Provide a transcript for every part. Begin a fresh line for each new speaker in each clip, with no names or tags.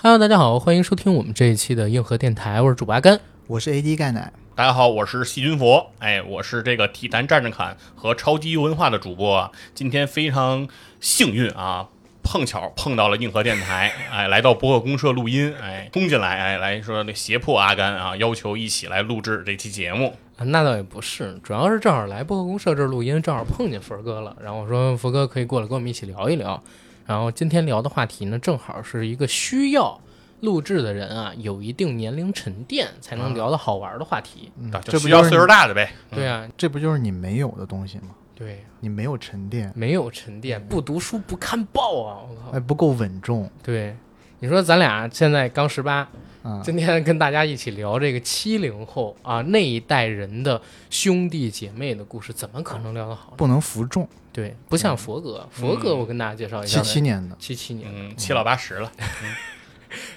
Hello，大家好，欢迎收听我们这一期的硬核电台，我是主播阿甘。
我是 AD 钙奶，
大家好，我是细菌佛，哎，我是这个体坛站着侃和超级优文化的主播啊。今天非常幸运啊，碰巧碰到了硬核电台，哎，来到博客公社录音，哎，冲进来，哎，来说那胁迫阿甘啊，要求一起来录制这期节目。
啊那倒也不是，主要是正好来播客公社这儿录音，正好碰见佛哥了。然后我说佛哥可以过来跟我们一起聊一聊。然后今天聊的话题呢，正好是一个需要录制的人啊，有一定年龄沉淀才能聊到好玩的话题。
嗯
啊，
这
就
不
需要
就是
岁数
你
大的呗。
对啊，
这不就是你没有的东西吗？
对，
你没有沉淀，
没有沉淀，不读书不看报啊，我靠。
哎，不够稳重
对，你说咱俩现在刚十八，
啊！
今天跟大家一起聊这个七零后啊那一代人的兄弟姐妹的故事，怎么可能聊得好呢？
不能服众。
对，不像佛哥，佛哥我跟大家介绍一下
七
呗，
七年的，
七七年
嗯，七老八十了，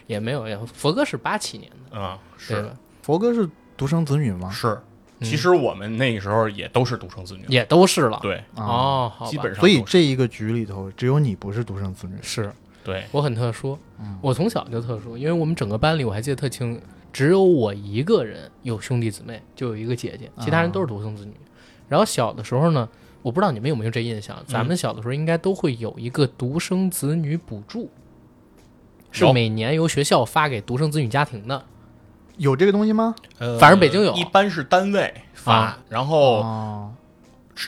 也没有，也佛哥是八七年的，
啊，
对
是
吧？
佛哥是独生子女吗？
是。
嗯
其实我们那时候也都是独生子女，
也都是了。
对，
啊，
哦，好吧
基本上
所以
都是
这一个局里头，只有你不是独生子女。
是
对，
我很特殊，
嗯
我从小就特殊，因为我们整个班里我还记得特清，只有我一个人有兄弟姊妹，就有一个姐姐，其他人都是独生子女。然后小的时候呢，我不知道你们有没有这印象，咱
嗯
们小的时候应该都会有一个独生子女补助，是
有
每年由学校发给独生子女家庭的。
有这个东西吗？
呃
反正北京有
一般是单位发，
啊
然后
哦，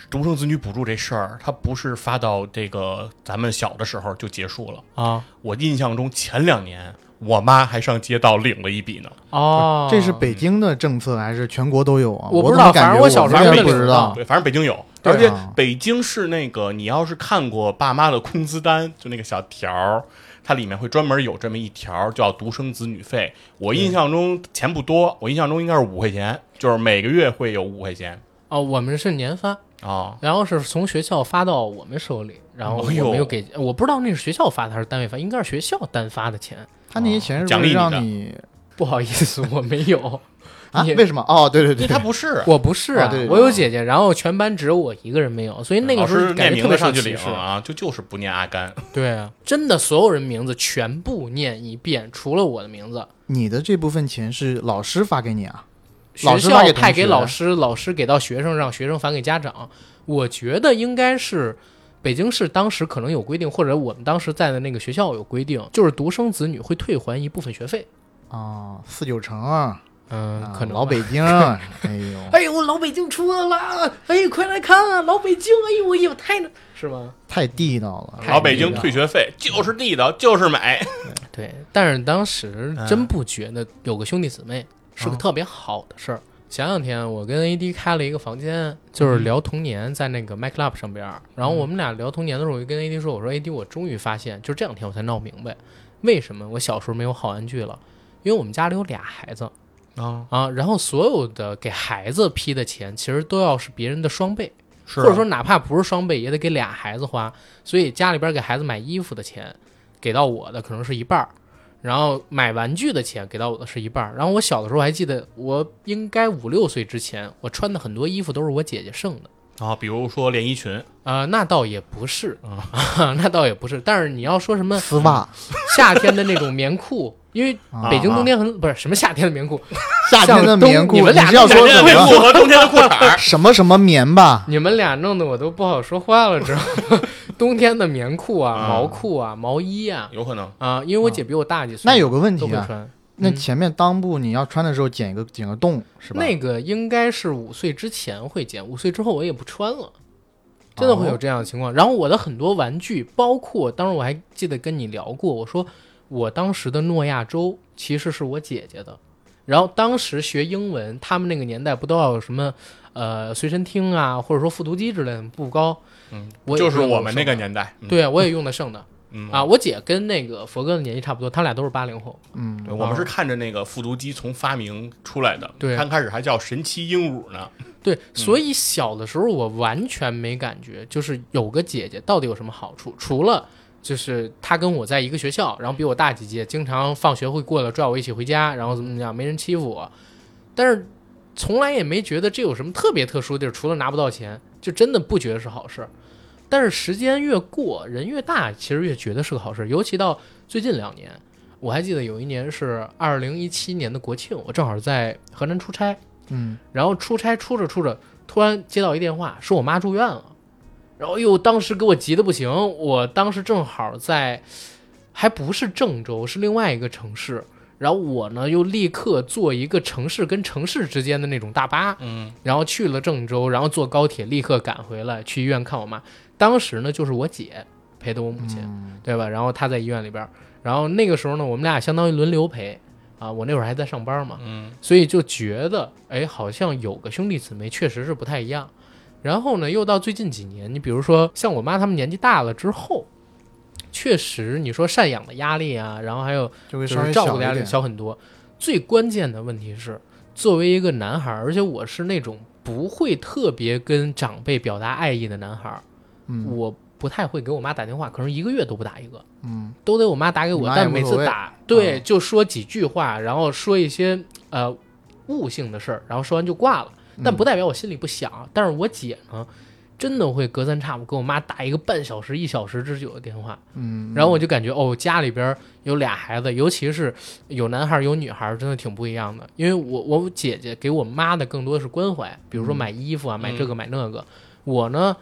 独生子女补助这事儿，它不是发到这个咱们小的时候就结束了。
啊
我印象中前两年，我妈还上街道领了一笔呢。
哦，
这是北京的政策还是全国都有啊？
我不
不
知道
感
反
觉
正我小时候
永远
就
不
领
知
到
道。
对，反正北京有，
对啊
而且北京是那个，你要是看过爸妈的工资单，就那个小条儿，它里面会专门有这么一条儿叫独生子女费。我
嗯
印象中钱不多，我印象中应该是五块钱，就是每个月会有五块钱
哦，我们是年发，
啊。
然后是从学校发到我们手里，然后我
哎呦
没有给，我不知道那是学校发的还是单位发，应该是学校单发的钱。
他那些钱是
哦
奖
不
励
是
你的
让你
不好意思，我没有。
啊？
你
为什么？哦，对对
因
对，
为它不是，
我不是啊，
啊对对
我有姐姐，然后全班只有我一个人没有，所以那个
老
时候
师念
感觉
名
特别
字上
像
去
歧
领
视。
啊，就就是不念阿甘。
对啊，真的所有人名字全部念一遍，除了我的名字。
你的这部分钱是老师发给你啊？
学
老师
校
发给同学
派给老师，老师给到学生，让学生返给家长。我觉得应该是北京市当时可能有规定，或者我们当时在的那个学校有规定，就是独生子女会退还一部分学费。
啊，四九城啊，
嗯，
啊
可能
老
吧
北 京啊，哎呦，
哎呦，老北京出来了！哎，快来看啊，老北京！哎呦，哎呦，太是吗？
太地道了。
老北京
太
退学费就是地道，就是美。
对，但是当时真不觉得有个兄弟姊妹是个特别好的事儿。前两天我跟 AD 开了一个房间，就是聊童年，在那个 My Club 上边儿。然后我们俩聊童年的时候，我就跟 AD 说：“我说 AD，我终于发现，就这两天我才闹明白，为什么我小时候没有好玩具了，因为我们家里有俩孩子
啊，
啊，然后所有的给孩子批的钱，其实都要是别人的双倍。”
是
啊
或者说哪怕不是双倍，也得给俩孩子花。所以家里边给孩子买衣服的钱，给到我的可能是一半儿，然后买玩具的钱给到我的是一半儿。然后我小的时候还记得，我应该五六岁之前，我穿的很多衣服都是我姐姐剩的。
啊，比如说连 衣裙，
啊，那倒也不是啊，那倒也不是。但是你要说什么
丝袜，
夏天的那种棉裤，因为
啊
北京冬天很不是什么夏天的棉裤，
夏天的棉
像冬
裤，
你们俩
是要
冬
说
夏
什
天的棉
么
裤和冬天的裤衩儿
什么什么棉吧？
你们俩弄得我都不好说话了，知道吗？ 冬天的棉裤啊、毛裤啊、毛衣啊，
有可能
啊，因为我姐比我大几岁，
那有个问
都
题
会
啊，
穿，嗯
那前面裆部你要穿的时候剪一个剪个洞是吧？
那个应该是五岁之前会剪，五岁之后我也不穿了，真的会有这样的情况。然后我的很多玩具，包括当时我还记得跟你聊过，我说我当时的诺亚舟其实是我姐姐的。然后当时学英文，他们那个年代不都要有什么呃随身听啊，或者说复读机之类的，步高，
嗯，
我也
就是
用得
我们那个
上的
年代。嗯
对，我也用得上的
嗯
啊。我姐跟那个佛哥的年纪差不多，他俩都是八零后。
嗯，
对，我们是看着那个复读机从发明出来的，
对
刚开始还叫神奇鹦鹉呢，
对，所以小的时候我完全没感觉，就是有个姐姐到底有什么好处？除了就是她跟我在一个学校，然后比我大几届，经常放学会过来拽我一起回家，然后怎么怎么样，没人欺负我，但是从来也没觉得这有什么特别特殊的地儿，除了拿不到钱，就真的不觉得是好事儿。但是时间越过，人越大，其实越觉得是个好事儿，尤其到最近两年。我还记得有一年是二零一七年的国庆，我正好在河南出差，
嗯，
然后出差出着出着，突然接到一电话，说我妈住院了，然后又当时给我急的不行，我当时正好在，还不是郑州，是另外一个城市，然后我呢又立刻坐一个城市跟城市之间的那种大巴，
嗯
然后去了郑州，然后坐高铁立刻赶回来去医院看我妈，当时呢就是我姐陪的我母亲，
嗯
对吧？然后她在医院里边儿，然后那个时候呢我们俩相当于轮流陪。啊，我那会儿还在上班嘛，
嗯
所以就觉得，哎，好像有个兄弟姊妹确实是不太一样。然后呢，又到最近几年，你比如说像我妈他们年纪大了之后，确实你说赡养的压力啊，然后还有
就会
就
稍
是
微
照
小
顾
一
的压力
点。
小很多。最关键的问题是，作为一个男孩儿，而且我是那种不会特别跟长辈表达爱意的男孩儿，
嗯
我不太会给我妈打电话，可能一个月都不打一个。
嗯，
都得我妈打给
你
我，
妈也
但
无
每
所
次
谓
打对、
嗯
就说几句话，然后说一些呃悟性的事儿，然后说完就挂了。
嗯
但不代表我心里不想，但是我姐呢，真的会隔三差五给我妈打一个半小时、一小时之久的电话，
嗯，
然后我就感觉哦，家里边有俩孩子，尤其是有男孩儿有女孩儿，真的挺不一样的。因为我我姐姐给我妈的更多是关怀，比
嗯
如说买衣服啊，买这个买那个。我呢，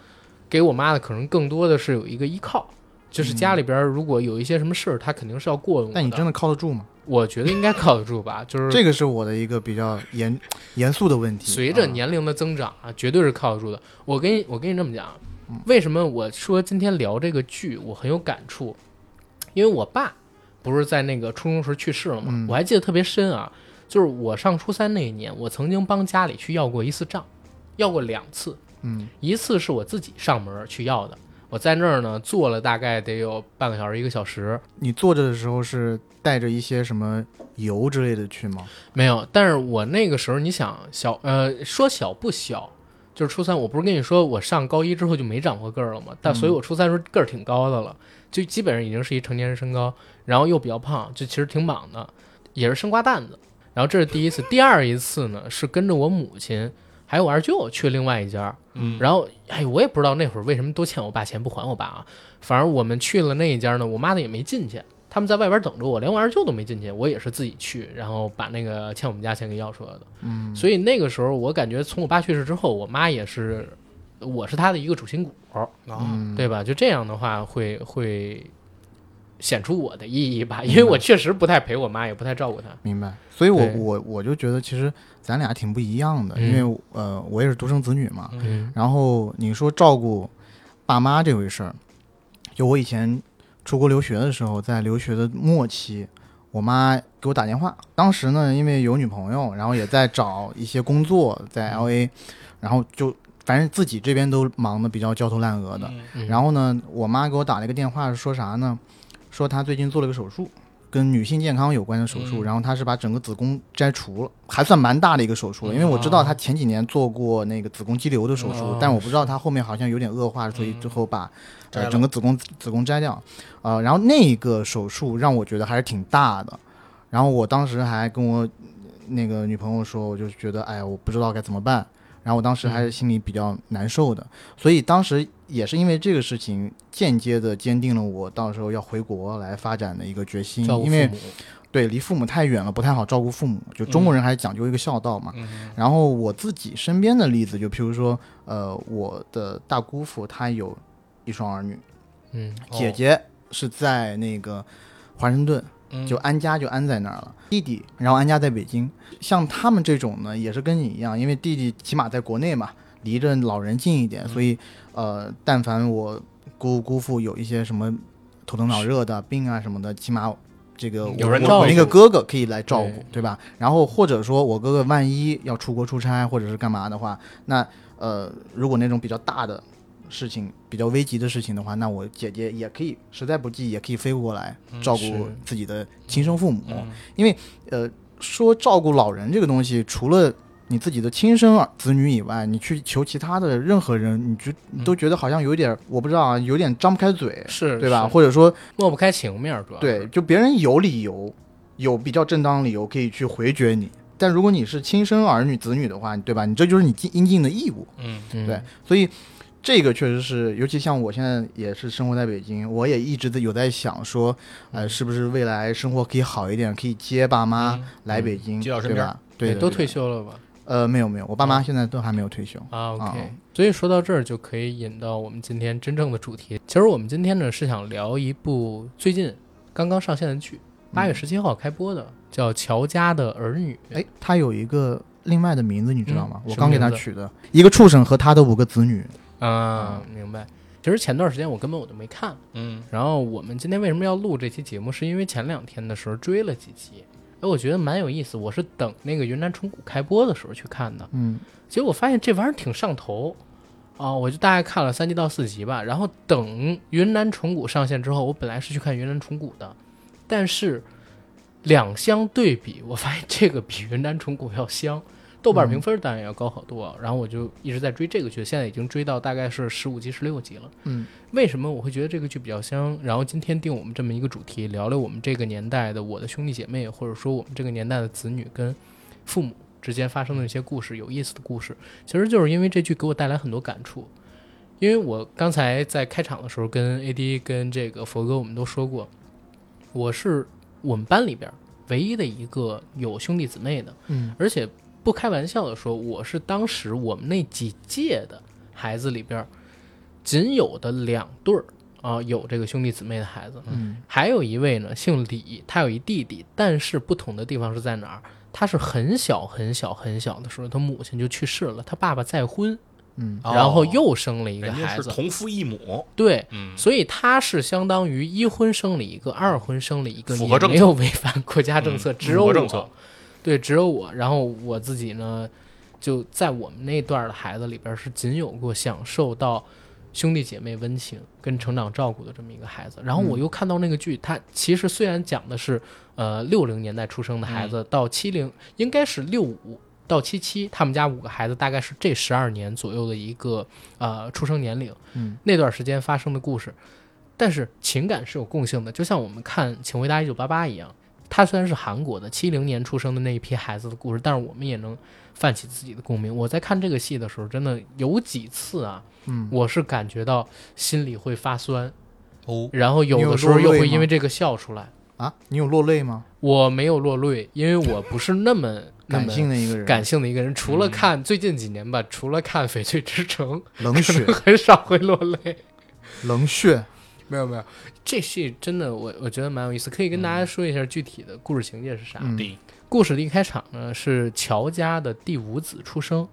给我妈的可能更多的是有一个依靠，就是家里边儿如果有一些什么事儿，她肯定是要过问我
嗯但你真
的，
的靠得住吗？
我觉得应该靠得住吧。就是
这个是我的一个比较严 严肃的问题。
随着
啊
年龄的增长啊，绝对是靠得住的。我跟你我跟你这么讲，啊
嗯
为什么我说今天聊这个剧我很有感触？因为我爸不是在那个初中时候去世了嘛，
嗯
我还记得特别深啊。就是我上初三那一年，我曾经帮家里去要过一次账，要过两次，
嗯
一次是我自己上门去要的，我在那儿呢坐了大概得有半个小时一个小时，
你坐着的时候是带着一些什么油之类的去吗？
没有，但是我那个时候，你想小呃，说小不小，就是初三，我不是跟你说我上高一之后就没长过个儿了吗？但所以我初三时候个儿挺高的了，就基本上已经是一成年人身高，然后又比较胖，就其实挺莽的，也是生瓜蛋子。然后这是第一次，第二一次呢是跟着我母亲还有我二舅去另外一家，
嗯，
然后，哎，我也不知道那会儿为什么都欠我爸钱不还我爸啊。反正我们去了那一家呢，我妈的也没进去，他们在外边等着我，连我二舅都没进去，我也是自己去，然后把那个欠我们家钱给要出来的。
嗯，
所以那个时候，我感觉从我爸去世之后，我妈也是，我是她的一个主心骨，
啊
嗯
对吧？就这样的话会，会显出我的意义
嗯
吧，因为我确实不太陪我妈，也不太照顾她。
明白。所以我
对
我我就觉得其实咱俩挺不一样的，
嗯
因为呃我也是独生子女嘛。
嗯
然后你说照顾爸妈这回事儿，就我以前出国留学的时候，在留学的末期，我妈给我打电话。当时呢，因为有女朋友，然后也在找一些工作，在 L A，然后就反正自己这边都忙得比较焦头烂额的。
嗯
然后呢，我妈给我打了一个电话，说啥呢？说她最近做了个手术，跟女性健康有关的手术，
嗯
然后她是把整个子宫摘除了，还算蛮大的一个手术
嗯
了。因为我知道她前几年做过那个子宫肌瘤的手术，
哦
但我不知道她后面好像有点恶化，所以最后把、
嗯摘
呃
了
整个子宫子宫摘掉。呃，然后那一个手术让我觉得还是挺大的，然后我当时还跟我那个女朋友说，我就觉得哎呀，我不知道该怎么办。然后我当时
嗯
还是心里比较难受的，所以当时也是因为这个事情，间接的坚定了我到时候要回国来发展的一个决心。
照顾
因
父
为
母，嗯
对离父母太远了，不太好照顾父母。就中国人还是讲究一个孝道嘛。
嗯
然后我自己身边的例子，就譬如说，呃，我的大姑父他有一双儿女，
嗯
哦
姐姐是在那个华盛顿，
嗯
就安家就安在那儿了。弟弟，然后安家在北京。像他们这种呢，也是跟你一样，因为弟弟起码在国内嘛，离着老人近一
嗯
点，所以呃，但凡我姑姑父有一些什么头疼脑热的病啊什么的，起码。这个我
嗯有人
我
照顾
我那个哥哥可以来照顾
对，
对吧？然后或者说我哥哥万一要出国出差或者是干嘛的话，那呃，如果那种比较大的事情、比较危急的事情的话，那我姐姐也可以，实在不济也可以飞过来照顾
嗯是
自己的亲生父母。
嗯
呃，说照顾老人这个东西，除了你自己的亲生儿子女以外，你去求其他的任何人，你觉你都觉得好像有点儿，我不知道啊，有点张不开嘴，
嗯是
对吧？
是嗯
或者说，
抹不开情面，主要
对，
是
就别人有理由，有比较正当理由可以去回绝你。但如果你是亲生儿女子女的话，对吧？你这就是你尽应尽的义务。
嗯
嗯
对，所以这个确实是，尤其像我现在也是生活在北京，我也一直在有在想说，呃，是不是未来生活可以好一点，可以接爸妈
嗯
来北京，
接到身
对
边
吧？对
哎
的，
都
对的
退休了吧？
呃，没有没有，我爸妈现在都还没有退休。
啊，OK，、
啊
所以说到这儿就可以引到我们今天真正的主题。其实我们今天呢是想聊一部最近刚刚上线的剧，八月十七号开播的，叫《乔家的儿女》。
哎，他有一个另外的名字，你知道吗？
嗯
我
什么
刚给他
名字
取的，一个畜生和他的五个子女。
啊，明白。其实前段时间我根本我就没看，
嗯，
然后我们今天为什么要录这期节目，是因为前两天的时候追了几集，哎，我觉得蛮有意思。我是等那个云南虫谷开播的时候去看的，
嗯，
结果我发现这玩意儿挺上头啊，我就大概看了三集到四集吧。然后等云南虫谷上线之后，我本来是去看云南虫谷的，但是两相对比，我发现这个比云南虫谷要香。豆瓣评分当然要高好多啊，然后我就一直在追这个剧，现在已经追到大概是十五集、十六集了。
嗯，
为什么我会觉得这个剧比较香？然后今天定我们这么一个主题，聊聊我们这个年代的我的兄弟姐妹，或者说我们这个年代的子女跟父母之间发生的一些故事，有意思的故事。其实就是因为这剧给我带来很多感触，因为我刚才在开场的时候跟 AD 跟这个佛哥我们都说过，我是我们班里边唯一的一个有兄弟姊妹的，
嗯，
而且不开玩笑的说，我是当时我们那几届的孩子里边仅有的两对儿啊有这个兄弟姊妹的孩子，
嗯，
还有一位呢姓李，他有一弟弟，但是不同的地方是在哪儿？他是很小很小很小的时候，他母亲就去世了，他爸爸再婚，
嗯，
哦
然后又生了一个
人
孩
家是
子，
同父异母，
对，
嗯，
所以他是相当于一婚生了一个，二婚生了一个，
符合
也
政策
没有违反国家政策，
嗯
只有
符
我
合政策
对，只有我。然后我自己呢，就在我们那段儿的孩子里边儿是仅有过享受到兄弟姐妹温情跟成长照顾的这么一个孩子。然后我
嗯
又看到那个剧，它其实虽然讲的是呃六零年代出生的孩
嗯
子到七零，应该是六五。到七七，他们家五个孩子大概是这十二年左右的一个呃出生年龄，
嗯，
那段时间发生的故事，但是情感是有共性的，就像我们看《请回答一九八八》一样，它虽然是韩国的七零年出生的那一批孩子的故事，但是我们也能泛起自己的共鸣。我在看这个戏的时候，真的有几次啊，
嗯，
我是感觉到心里会发酸，
哦，
然后有的时候又会因为这个笑出来。
啊，你有落泪吗？
我没有落泪，因为我不是那么
感性。的一个 人，
感性的嗯一个人，除了看、最近几年吧，除了看《翡翠之城
冷》，血，
很少会落泪。
冷血。
没有没嗯有，这戏真的我我觉得蛮有意思，可以跟大家说一下具体的故事情节是啥。
嗯
对，
故事的一开场呢是乔家的第五子出生，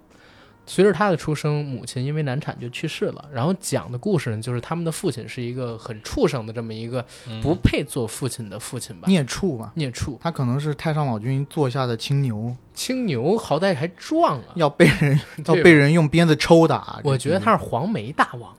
随着他的出生，母亲因为难产就去世了。然后讲的故事呢就是他们的父亲是一个很畜生的这么一个不配做父亲的父亲吧，
孽畜嘛，
孽畜
他可能是太上老君座下的青牛，
青牛，好歹还撞了。
要被人要
对
哦被人用鞭子抽打。
我觉得他是黄眉大王，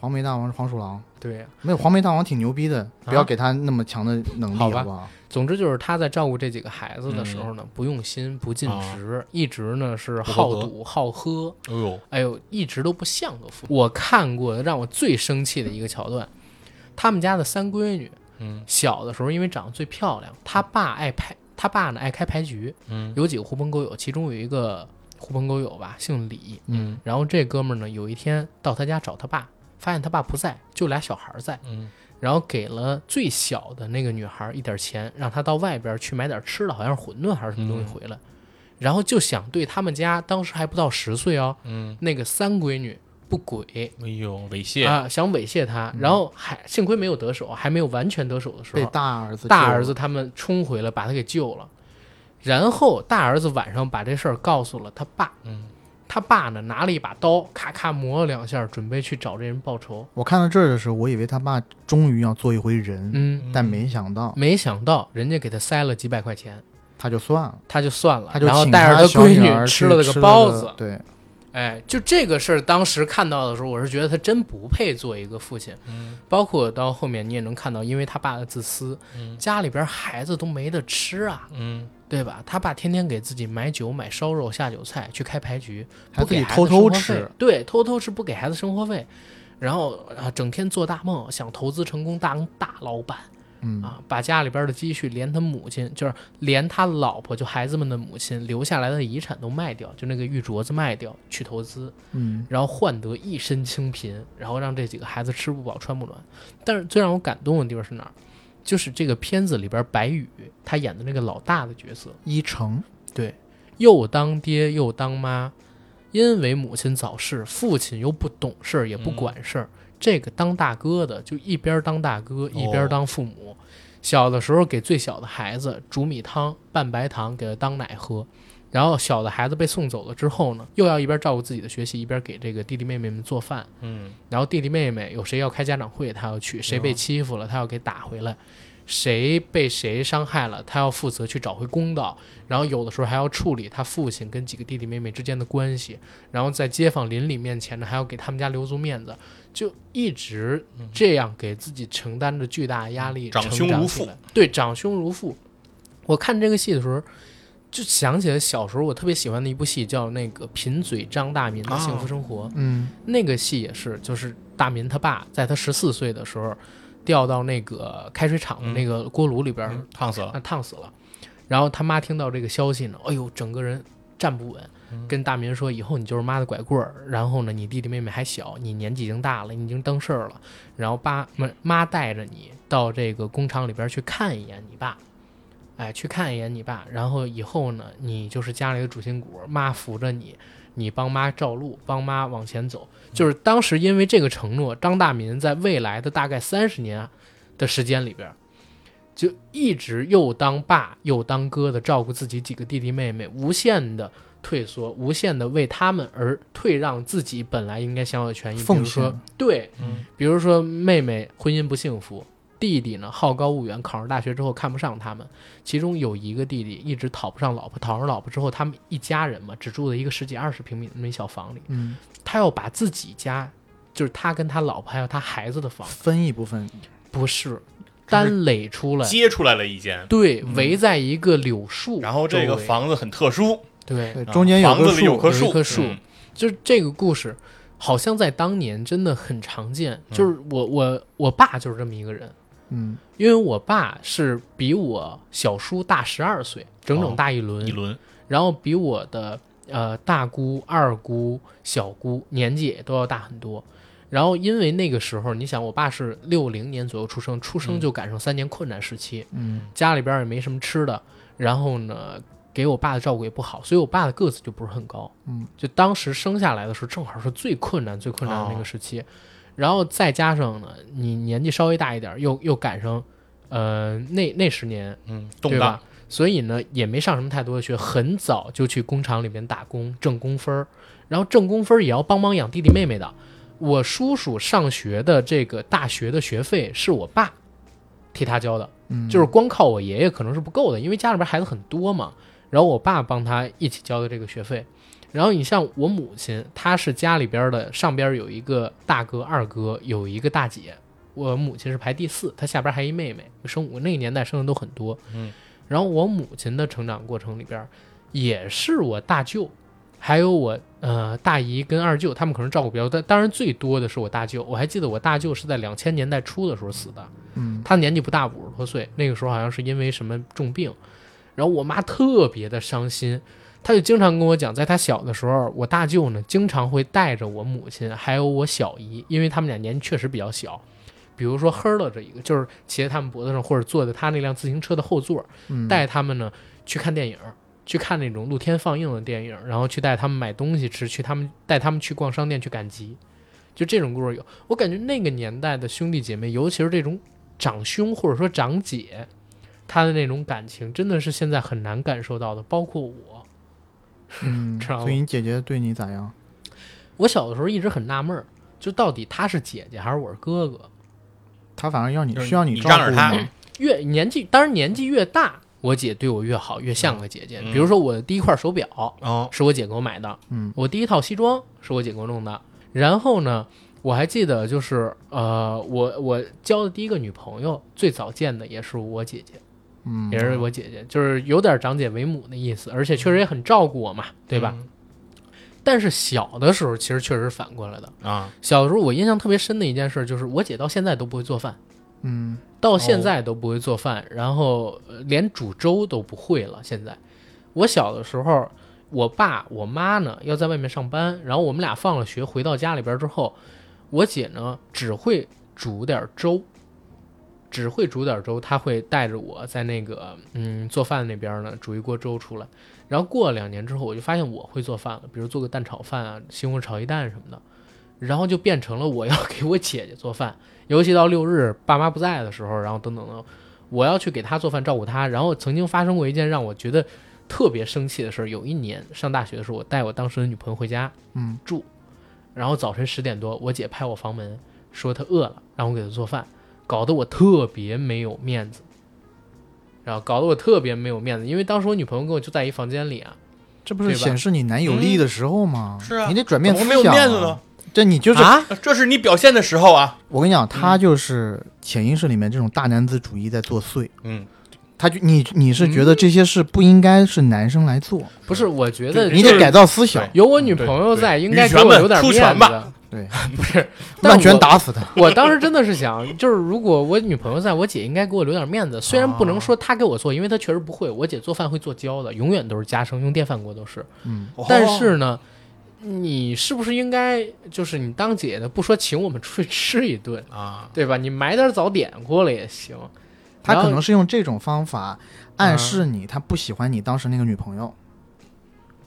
黄眉大王是黄鼠狼，
对呀、
没有黄眉大王挺牛逼的，不要给他那么强的能力，
啊好
好
吧
不好？
总之就是他在照顾这几个孩子的时候呢，不用心、不尽职，一直呢是
不
好
合格
赌好喝，
哎呦，
哎呦，一直都不像个父亲。我看过的让我最生气的一个桥段，他们家的三闺女，
嗯，
小的时候因为长得最漂亮，她爸爱拍，她爸呢爱开牌局，
嗯，
有几个狐朋狗友，其中有一个狐朋狗友吧，姓李，
嗯
然后这哥们儿呢，有一天到他家找他爸，发现他爸不在，就俩小孩儿在，
嗯，
然后给了最小的那个女孩儿一点钱，让她到外边儿去买点吃的，好像是馄饨还是什么东西回来，然后就想对他们家当时还不到十岁哦，
嗯，
那个三闺女不轨
哎呦，猥亵，
啊，想猥亵她，然后还幸亏没有得手，啊还没有完全得手的时
嗯被
候，
大儿子
大
救
儿子
了
他们冲回来把他给救了，然后大儿子晚上把这事儿告诉了他爸，
嗯，
他爸呢拿了一把刀，咔咔磨了两下，准备去找这人报仇，
我看到这儿的时候，我以为他爸终于要做一回人，
嗯，
但没想到
没想到人家给他塞了几百块钱，
他就算了，
他就算了，
他就
然后
请
带着
他
他
小
闺
女
女
儿
吃
去
了个包子，
对，
哎，就这个事儿，当时看到的时候，我是觉得他真不配做一个父亲。
嗯，
包括到后面你也能看到，因为他爸的自私，
嗯
家里边孩子都没得吃啊，
嗯，
对吧？他爸天天给自己买酒、买烧肉、下酒菜，去开牌局，
还
不
自
给
己
孩子
偷
生活
偷
费
吃，，
对，偷偷吃不给孩子生活费，然后啊，整天做大梦，想投资成功当大老板，
嗯
啊，把家里边的积蓄，连他母亲，就是连他老婆，就孩子们的母亲留下来的遗产都卖掉，就那个玉镯子卖掉去投资，
嗯
然后换得一身清贫，然后让这几个孩子吃不饱穿不暖。但是最让我感动的地方是哪儿？就是这个片子里边白宇他演的那个老大的角色，
一成，
对，又当爹又当妈，因为母亲早逝，父亲又不懂事儿也不管事儿，这个当大哥的就一边当大哥一边当父母。小的时候给最小的孩子煮米汤、拌白糖，给他当奶喝。然后小的孩子被送走了之后呢，又要一边照顾自己的学习，一边给这个弟弟妹妹们做饭。
嗯，
然后弟弟妹妹有谁要开家长会，他要去；谁被欺负了，他要给打回来；谁被谁伤害了，他要负责去找回公道。然后有的时候还要处理他父亲跟几个弟弟妹妹之间的关系，然后在街坊邻里面前呢，还要给他们家留足面子，就一直这样给自己承担着巨大的压力，
长兄
成
嗯如
起
父
来，对，长兄如父。我看这个戏的时候。就想起来小时候我特别喜欢的一部戏，叫那个《贫嘴张大民的幸福生活》。
嗯
那个戏也是，就是大民他爸在他十四岁的时候掉到那个开水厂的那个锅炉里边，
嗯烫死了，
那烫死了。然后他妈听到这个消息呢，哎呦，整个人站不稳，跟大民说：“以后你就是妈的拐棍儿。然后呢，你弟弟妹妹还小，你年纪已经大了，你已经当事儿了。然后爸妈妈带着你到这个工厂里边去看一眼你爸，哎，去看一眼你爸。然后以后呢，你就是家里的主心骨，妈扶着你，你帮妈照路，帮妈往前走。
嗯
就是当时因为这个承诺，张大民在未来的大概三十年的时间里边，就一直又当爸又当哥的照顾自己几个弟弟妹妹，无限的退缩，无限的为他们而退让自己本来应该享有的权益，比
奉
如说
献
对，
嗯
比如说妹妹婚姻不幸福，弟弟呢好高骛远，考上大学之后看不上他们，其中有一个弟弟一直讨不上老婆，讨上老婆之后，他们一家人嘛，只住在一个十几二十平米的那么一小房里，
嗯，
他要把自己家，就是他跟他老婆还有他孩子的房，
分一部分，
不是单垒出来，
接出来了一间，
对，围在一个柳树周围，
嗯然后这个房子很特殊，
对，
对，
啊
中间有
房
个
子里有棵
有一
树，
棵树
嗯
就是这个故事，好像在当年真的很常见，
嗯
就是我我我爸就是这么一个人。
嗯
因为我爸是比我小叔大十二岁，整整大一轮，
哦一轮，
然后比我的呃大姑、二姑、小姑年纪也都要大很多。然后因为那个时候，你想，我爸是六零年左右出生，出生就赶上三年困难时期，
嗯
家里边也没什么吃的，然后呢，给我爸的照顾也不好，所以我爸的个子就不是很高。
嗯，
就当时生下来的时候，正好是最困难、最困难的那个时期。然后再加上呢，你年纪稍微大一点，又又赶上，呃，那那十年
嗯，动
对
荡
吧，？所以呢，也没上什么太多的学，很早就去工厂里面打工挣工分儿，然后挣工分儿也要帮忙养弟弟妹妹的。我叔叔上学的这个大学的学费是我爸替他交的，
嗯，
就是光靠我爷爷可能是不够的，因为家里边孩子很多嘛。然后我爸帮他一起交的这个学费。然后你像我母亲，她是家里边的上边有一个大哥、二哥，有一个大姐。我母亲是排第四，她下边还一妹妹，生我那个年代生的都很多。
嗯。
然后我母亲的成长过程里边，也是我大舅，还有我呃大姨跟二舅，他们可能照顾比较多，但当然最多的是我大舅。我还记得我大舅是在两千年代初的时候死的。
嗯
他年纪不大，五十多岁，那个时候好像是因为什么重病，然后我妈特别的伤心，她就经常跟我讲，在她小的时候，我大舅呢经常会带着我母亲还有我小姨，因为他们俩年纪确实比较小，比如说呵了这一个，就是骑在他们脖子上或者坐在他那辆自行车的后座，
嗯
带他们呢去看电影，去看那种露天放映的电影，然后去带他们买东西吃，去他们带他们去逛商店去赶集，就这种故事有。我感觉那个年代的兄弟姐妹，尤其是这种长兄或者说长姐，他的那种感情真的是现在很难感受到的。包括我，
嗯，
知道吗
所以你姐姐对你咋样？
我小的时候一直很纳闷儿，就到底他是姐姐还是我是哥哥？
她反正要你
就是
需要
你
照
让着
顾
她
你
越年纪，当然年纪越大，我姐对我越好，越像个姐姐。
嗯
比如说我的第一块手表，
哦，
是我姐给我买的，
嗯，
我第一套西装是我姐给我弄的。然后呢，我还记得就是呃，我我交的第一个女朋友，最早见的也是我姐姐，
嗯，
也是我姐姐，就是有点长姐为母的意思，而且确实也很照顾我嘛，对
嗯
吧？但是小的时候其实确实是反过来的，
嗯？啊，
小时候我印象特别深的一件事就是我姐到现在都不会做饭，
嗯，
到现在都不会做饭，然后呃连煮粥都不会了。现在，我小的时候，我爸我妈呢要在外面上班，然后我们俩放了学回到家里边之后，我姐呢只会煮点粥，只会煮点粥，她会带着我在那个嗯做饭那边呢煮一锅粥出来。然后过了两年之后，我就发现我会做饭了，比如做个蛋炒饭啊、西红柿炒鸡蛋什么的，然后就变成了我要给我姐姐做饭。尤其到六日爸妈不在的时候，然后等等等，我要去给她做饭照顾她。然后曾经发生过一件让我觉得特别生气的事儿，有一年上大学的时候，我带我当时的女朋友回家，
嗯，
住，然后早晨十点多，我姐拍我房门说她饿了，让我给她做饭，搞得我特别没有面子。然后搞得我特别没有面子，因为当时我女朋友跟我就在一房间里啊，
这不是
对吧嗯
显示你男友力的时候吗？
是啊
你得转
怎
变
么
思
没有
想啊
面子呢？？
这你就是
啊，
这是你表现的时候啊。
我跟你讲，他就是潜意识里面这种大男子主义在作祟。
嗯，
他就你你
嗯
是觉得这些事不应该是男生来做，
不是，我觉得
对
你
就
得
是
改造思想
对，
有我女朋友在，
对
应该给
女权
我
们
留点
出
面
拳
子
吧
的。
对，
不是，但
乱拳
我。
打死他。
我当时真的是想，就是如果我女朋友在，我姐应该给我留点面子。虽然不能说她给我做，因为她确实不会。我姐做饭会做焦的，永远都是家生，用电饭锅都是。
嗯，
但是呢，你是不是应该就是你当姐的，不说请我们出去吃一顿，
啊，
对吧？你买点早点过来也行。
他
然后啊
可能是用这种方法暗示你，他不喜欢你当时那个女朋友。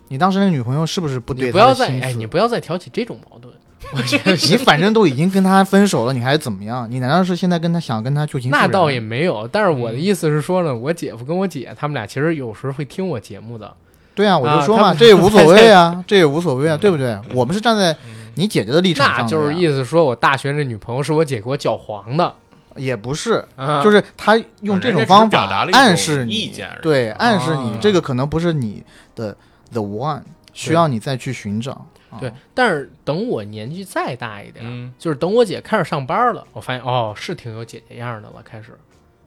你当时那个女朋友是不是不
你
对
不
他
要
的
再
心思？
哎，你不要再挑起这种矛盾。
你反正都已经跟他分手了，你还怎么样？你难道是现嗯在跟他想跟他求情？
那倒也，没有，但是我的意思是说呢，我姐夫跟我姐他们俩其实有时候会听我节目的，
对啊，我就
啊
说
他
嘛，
们
这也无所谓啊， 这也无所
嗯
谓啊，对不对？我们是站在你姐姐的立场上
那
的呀，
就是意思说我大学那女朋友是我姐给我搅黄的，
也不是，
啊、
就是他用这种方
人家只是表达
法
了一种
暗示你
意见而已
对，暗示你
啊
这个可能不是你的 the one，需要你再去寻找。啊
对，。但是等我年纪再大一点，
嗯
就是等我姐开始上班了，我发现哦，是挺有姐姐样的了，开始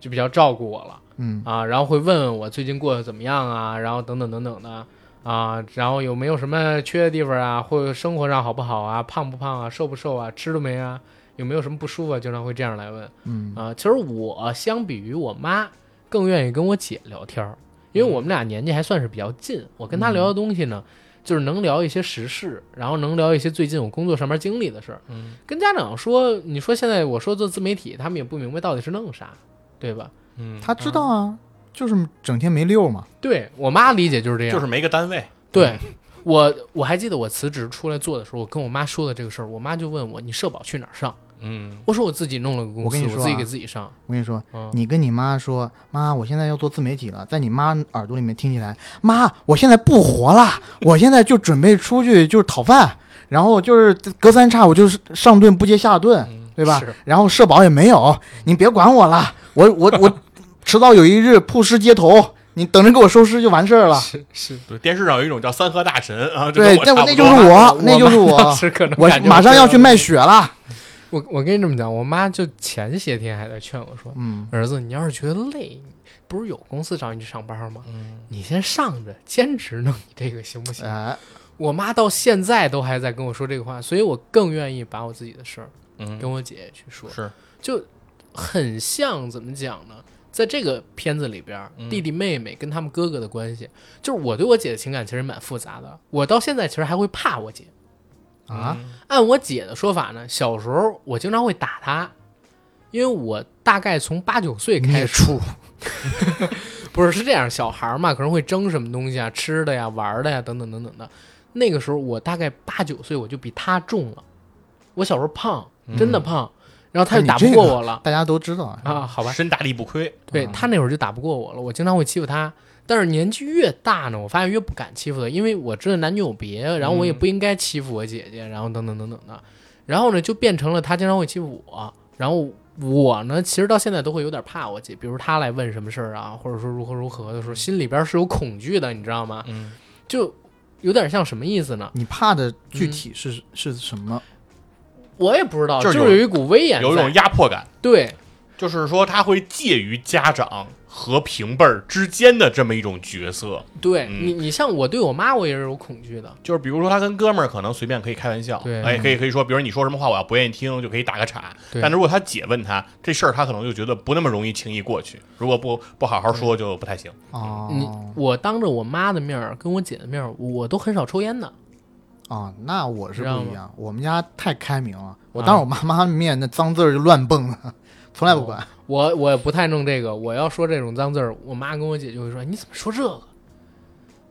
就比较照顾我了
嗯，
啊，然后会问问我最近过得怎么样啊，然后等等等等的啊，然后有没有什么缺的地方啊，或者生活上好不好啊，胖不胖啊，瘦不瘦啊，吃了没啊，有没有什么不舒服啊，经常会这样来问。
嗯
啊，其实我相比于我妈，更愿意跟我姐聊天儿，因
嗯
为我们俩年纪还算是比较近。我跟她聊的东西呢，就是能聊一些时事，然后能聊一些最近我工作上面经历的事儿。
嗯，
跟家长说，你说现在我说做自媒体，他们也不明白到底是弄啥，对吧？
嗯，
他知道啊，就是整天没溜嘛。
对我妈理解就是这样，
就是没个单位，
对
嗯
我我还记得我辞职出来做的时候，我跟我妈说的这个事儿，我妈就问我你社保去哪儿上？
嗯，
我说我自己弄了个公司，
我
我
跟你说啊
自己给自己上。
我跟你说，
嗯
你跟你妈说，妈，我现在要做自媒体了，在你妈耳朵里面听起来，妈，我现在不活了，我现在就准备出去就是讨饭，然后就是隔三差五就是上顿不接下顿，对吧
嗯是？
然后社保也没有，你别管我了，我我我 迟早有一日曝尸街头，你等着给我收尸就完事儿了。
是是，
对，电视上有一种叫三和大神啊，这
对，
跟
那
我差
那
不
就
多
是
啊
我，那就是
我妈当
我，
时可能
我
感觉
马上
这
要
样
去卖血了。
我我跟你这么讲，我妈就前些天还在劝我说
嗯：“，
儿子，你要是觉得累，不是有公司找你去上班吗？
嗯
你先上着，兼职弄你这个行不行？”
哎，
我妈到现在都还在跟我说这个话，所以我更愿意把我自己的事儿
嗯，
跟我姐姐去说，
是
就很像怎么讲呢？在这个片子里边儿，
嗯
弟弟妹妹跟他们哥哥的关系，就是我对我姐的情感其实蛮复杂的。我到现在其实还会怕我姐，
啊，
嗯
按我姐的说法呢，小时候我经常会打她，因为我大概从八九岁开
孽
始，
畜，
不是是这样，小孩儿嘛，可能会争什么东西啊，吃的呀、玩儿的呀，等等等等的。那个时候我大概八九岁，我就比她重了。我小时候胖，真的胖，然后她就打不过我了、
大家都知道啊。
啊，好吧？
身大力不亏，
对她那会儿就打不过我了，我经常会欺负她。但是年纪越大呢，我发现越不敢欺负她，因为我知道男女有别，然后我也
嗯
不应该欺负我姐姐，然后等等等等的，然后呢就变成了她经常会欺负我，然后我呢其实到现在都会有点怕我姐，比如她来问什么事儿啊，或者说如何如何的时候，心里边是有恐惧的，你知道吗？
嗯，
就有点像什么意思呢？
你怕的具体是、是什么？
我也不知道，
就
就是是
有
一股威严在，
有一种压迫感，
对
就是说他会介于家长和平辈儿之间的这么一种角色。
对、
嗯
你，你像我对我妈，我也是有恐惧的。
就是比如说他跟哥们儿可能随便可以开玩笑，
对
哎，可以可以说，比如你说什么话我要不愿意听，就可以打个岔。
对
但如果他姐问他这事儿，他可能就觉得不那么容易轻易过去。如果不不好好说，就不太行。
你
哦
我当着我妈的面儿跟我姐的面儿，我都很少抽烟的。
哦，那我是
知道
不
吗
一样，我们家太开明了，我
啊
当着我妈妈面那脏字儿就乱蹦了，从来不管。
我我不太弄这个，我要说这种脏字儿，我妈跟我姐就会说：“你怎么说这个？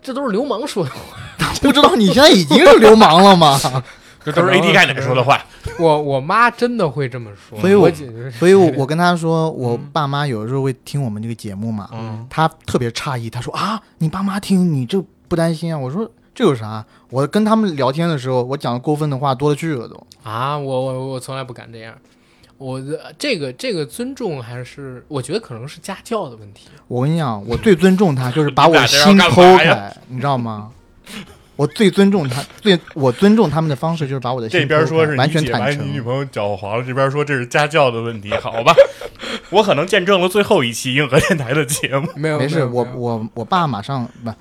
这都是流氓说的。
不知道你现在已经是流氓了吗？
这都是 AD 盖奶说的话。
我”我妈真的会这么说，
所以
我
我
姐就是
所以我，我跟他说，我
嗯
爸妈有的时候会听我们这个节目
哦
嘛，
嗯，
他特别诧异，他说啊，你爸妈听你这不担心啊？我说这有啥？我跟他们聊天的时候，我讲的过分的话多了去了都。
啊，我我我从来不敢这样。我的这个这个尊重还是我觉得可能是家教的问题。
我跟你讲，我最尊重他，就是把
你俩
我
这要
心
干嘛
剖
呀
开，你知道吗？我最尊重他，最我尊重他们的方式就是把我的心
这边
剖
说
开
是
完
你
全
姐把
坦
你女
诚。
朋友搅黄了，这边说这是家教的问题，好吧？ 我可能见证了最后一期硬核电台的节目。
没有，
没
没
事，
有
我
没有
我我爸马上不，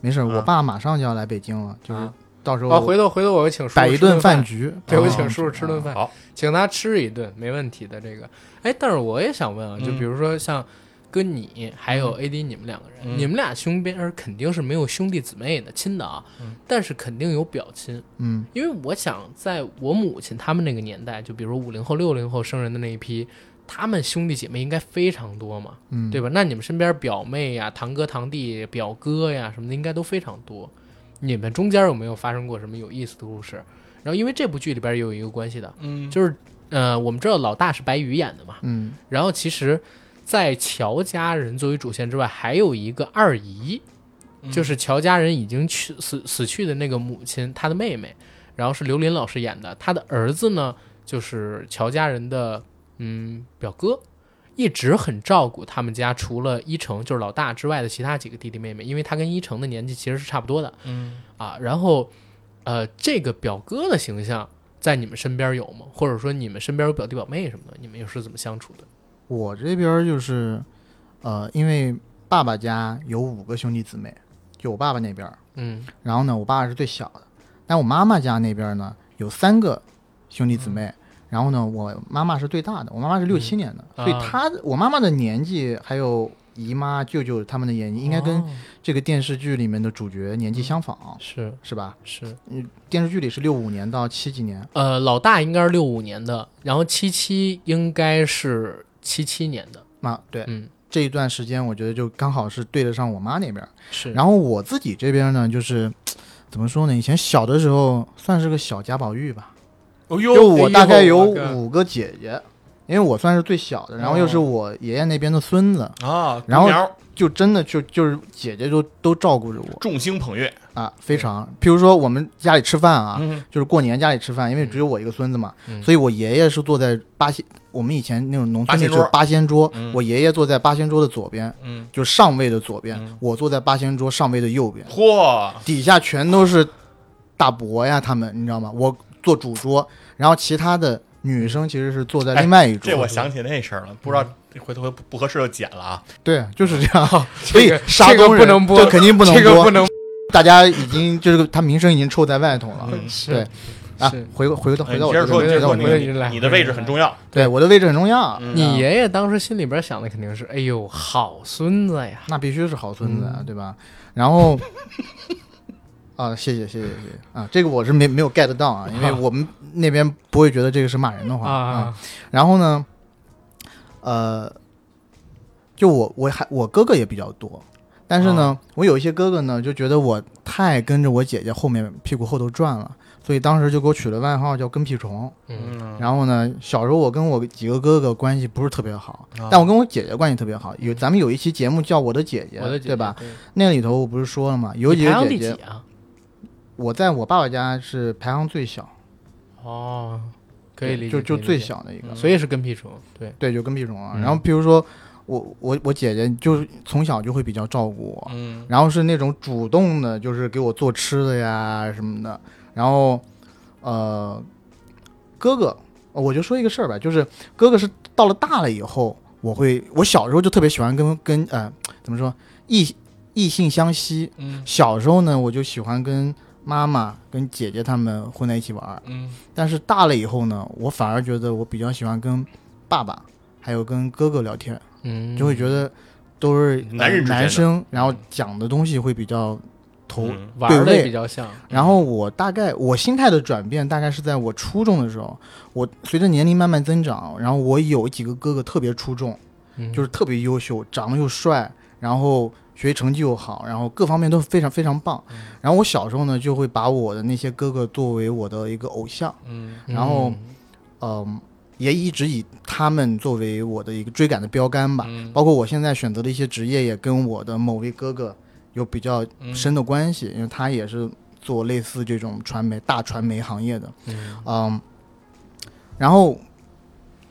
没事，我
啊
爸马上就要来北京了，就是
啊
到时候
啊，回头回头我请叔叔
摆一顿
吃饭
饭，局，
对，
啊
我请叔叔吃顿饭，
哦好，
请他吃一顿，没问题的。这个，哎，但是我也想问啊，就
嗯
比如说像跟你还有 AD 你们两个人，
嗯
你们俩兄边儿肯定是没有兄弟姊妹的亲的啊，
嗯
但是肯定有表亲，
嗯，
因为我想在我母亲他们那个年代，就比如五零后、六零后生人的那一批，他们兄弟姐妹应该非常多嘛，
嗯
对吧？那你们身边表妹呀、堂哥、堂弟、表哥呀什么的，应该都非常多。你们中间有没有发生过什么有意思的故事？然后，因为这部剧里边也有一个关系的，
嗯，
就是呃，我们知道老大是白宇演的嘛，
嗯
然后其实，在乔家人作为主线之外，还有一个二姨，就是乔家人已经去死死去的那个母亲，她的妹妹，然后是刘琳老师演的，她的儿子呢就是乔家人的嗯表哥。一直很照顾他们家，除了一成就是老大之外的其他几个弟弟妹妹，因为他跟一成的年纪其实是差不多的。
嗯
啊，然后，呃，这个表哥的形象在你们身边有吗？或者说你们身边有表弟表妹什么的，你们又是怎么相处的？
我这边儿就是，呃，因为爸爸家有五个兄弟姊妹，就我爸爸那边儿，
嗯
然后呢，我爸是最小的，但我妈妈家那边儿呢有三个兄弟姊妹，
嗯
然后呢，我妈妈是最大的，我妈妈是六七年的，
啊
所以她我妈妈的年纪还有姨妈、舅舅他们的年纪，应该
哦
跟这个电视剧里面的主角年纪相仿，
是
是吧？
是，
嗯，电视剧里是六五年到七几年，
呃，老大应该是六五年的，然后七七应该是七七年的，
啊，对，
嗯，
这一段时间我觉得就刚好是对得上我妈那边儿。
是，
然后我自己这边呢，就是怎么说呢？以前小的时候算是个小贾宝玉吧，
哦
就
呦，
我大概有
我靠
五哎个姐姐，因为我算是最小的，然后又
哦
是我爷爷那边的孙子，
啊，
然后
独苗
就真的就就是姐姐都都照顾着我
众星捧月
啊，非常。比如说我们家里吃饭啊，
嗯
就是过年家里吃饭，因为只有我一个孙子嘛，
嗯
所以我爷爷是坐在八仙，我们以前那种农村
八仙
那
桌
是八仙桌，
嗯
我爷爷坐在八仙桌的左边，
嗯，
就上位的左边，
嗯
我坐在八仙桌上位的右边，
嚯，
底下全都是大伯呀，他们你知道吗？我坐主桌，然后其他的女生其实是坐在
哎
另外一桌。
这我想起那事儿了，不知道回头不合适就剪了啊。
对，就是这 样。所
这
以
个
杀
这个
工
不
人
能播
这肯定不能
这个
播
不能
大家已经就是他名声已经臭在外头了。
嗯
是
对啊
是，
回回到
哎
回
你
到我
接着
这
说，
个
你
位置，回到我这个位
接着说，你
置
回来
你的位置很重要。
对我的位置很重要。啊
嗯
你爷爷当时心里边想的肯定是，哎呦，好孙子呀，
那必须是好孙子，
嗯
啊，对吧？然后 啊，谢谢谢谢谢谢啊，这个我是没没有 get 到啊，因为我们那边不会觉得这个是骂人的话
啊，
然后呢，呃，就我我还我哥哥也比较多，但是呢，
啊
我有一些哥哥呢就觉得我太跟着我姐姐后面屁股后头转了，所以当时就给我取了外号叫跟屁虫。
嗯
嗯，
然后呢，小时候我跟我几个哥哥关系不是特别好，
啊
但我跟我姐姐关系特别好。有咱们有一期节目叫《我的姐姐》，
我的姐姐
对吧？？那里头我不是说了嘛，有几
你排
个
行
姐
第几
姐，
啊？
我在我爸爸家是排行最小，
哦，可以理解，
就就
可以理
最
解，嗯
小的一个。
所以是跟屁虫，对，
对，就跟屁虫啊。
嗯
然后比如说我我我姐姐就是从小就会比较照顾我，
嗯，
然后是那种主动的，就是给我做吃的呀什么的。然后呃，哥哥，呃我就说一个事儿吧，就是哥哥是到了大了以后，我会我小时候就特别喜欢跟跟呃怎么说异异性相吸。
嗯
小时候呢，我就喜欢跟妈妈、跟姐姐她们混在一起玩儿，
嗯
但是大了以后呢，我反而觉得我比较喜欢跟爸爸还有跟哥哥聊天，
嗯，
就会觉得都是呃
男人之间的
男生，然后讲的东西会比较投。
嗯
玩儿的
对位
比较像，
然后我大概我心态的转变大概是在我初中的时候，我随着年龄慢慢增长，然后我有几个哥哥特别出众，
嗯
就是特别优秀，长得又帅，然后学习成绩又好，然后各方面都非常非常棒。
嗯
然后我小时候呢，就会把我的那些哥哥作为我的一个偶像，
嗯
然后嗯，也一直以他们作为我的一个追赶的标杆吧。
嗯
包括我现在选择的一些职业，也跟我的某位哥哥有比较深的关
嗯
系，因为他也是做类似这种传媒大传媒行业的，
嗯
嗯，然后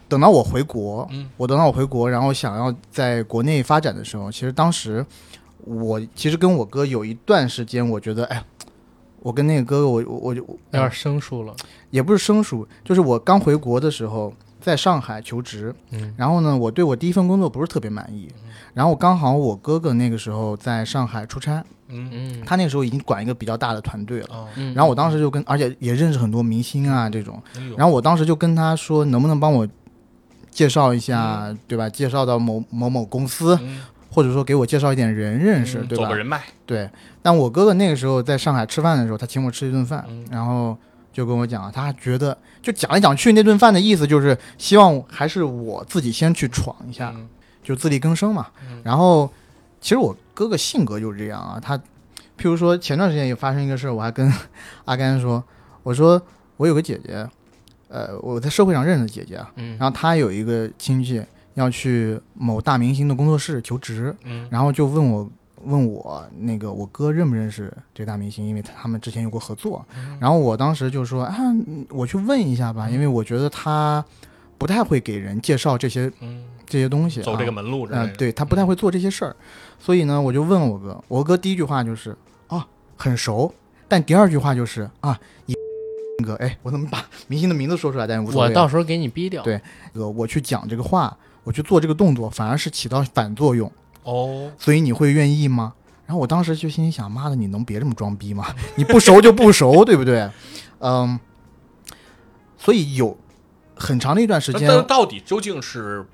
等到我回国，
嗯
我等到我回国，然后想要在国内发展的时候，其实当时我其实跟我哥有一段时间，我觉得哎。我跟那个哥哥，我我我
有点生疏了，
也不是生疏，就是我刚回国的时候，在上海求职，
嗯
然后呢，我对我第一份工作不是特别满意，然后刚好我哥哥那个时候在上海出差，
嗯
嗯
他那时候已经管一个比较大的团队了，
哦，
嗯，
然后我当时就跟，而且也认识很多明星啊这种，
哎呦
然后我当时就跟他说，能不能帮我介绍一
嗯
下，对吧？介绍到某某某公司，
嗯
或者说给我介绍一点人认识，
嗯
对
走
吧
个？人脉，
对，但我哥哥那个时候在上海吃饭的时候，他请我吃一顿饭，
嗯
然后就跟我讲啊，他觉得就讲来讲去，那顿饭的意思就是希望还是我自己先去闯一下，
嗯
就自力更生嘛。
嗯
然后其实我哥哥性格就是这样啊，他譬如说前段时间也发生一个事儿，我还跟阿甘说，我说我有个姐姐，呃，我在社会上认识的姐姐啊，
嗯
然后她有一个亲戚要去某大明星的工作室求职，
嗯
然后就问我问我那个我哥认不认识这大明星，因为他们之前有过合作。
嗯
然后我当时就说啊，嗯我去问一下吧，因为我觉得他不太会给人介绍这些
嗯，
这些东西、啊，
走这个门路之类
嗯、
的，
对他不太会做这些事儿，所以呢，我就问我哥，我哥第一句话就是啊很熟，但第二句话就是啊你 哥，哎，我怎么把明星的名字说出来，但是无所谓
我
啊。
到时候给你逼掉，
对呃我去讲这个话，我去做这个动作，反而是起到反作用。
哦，
所以你会愿意吗？然后我当时就心里想，妈的，你能别这么装逼吗？ 你不熟就不熟，对不对？嗯，所以有很长的一段时
那
间
但，到底究竟是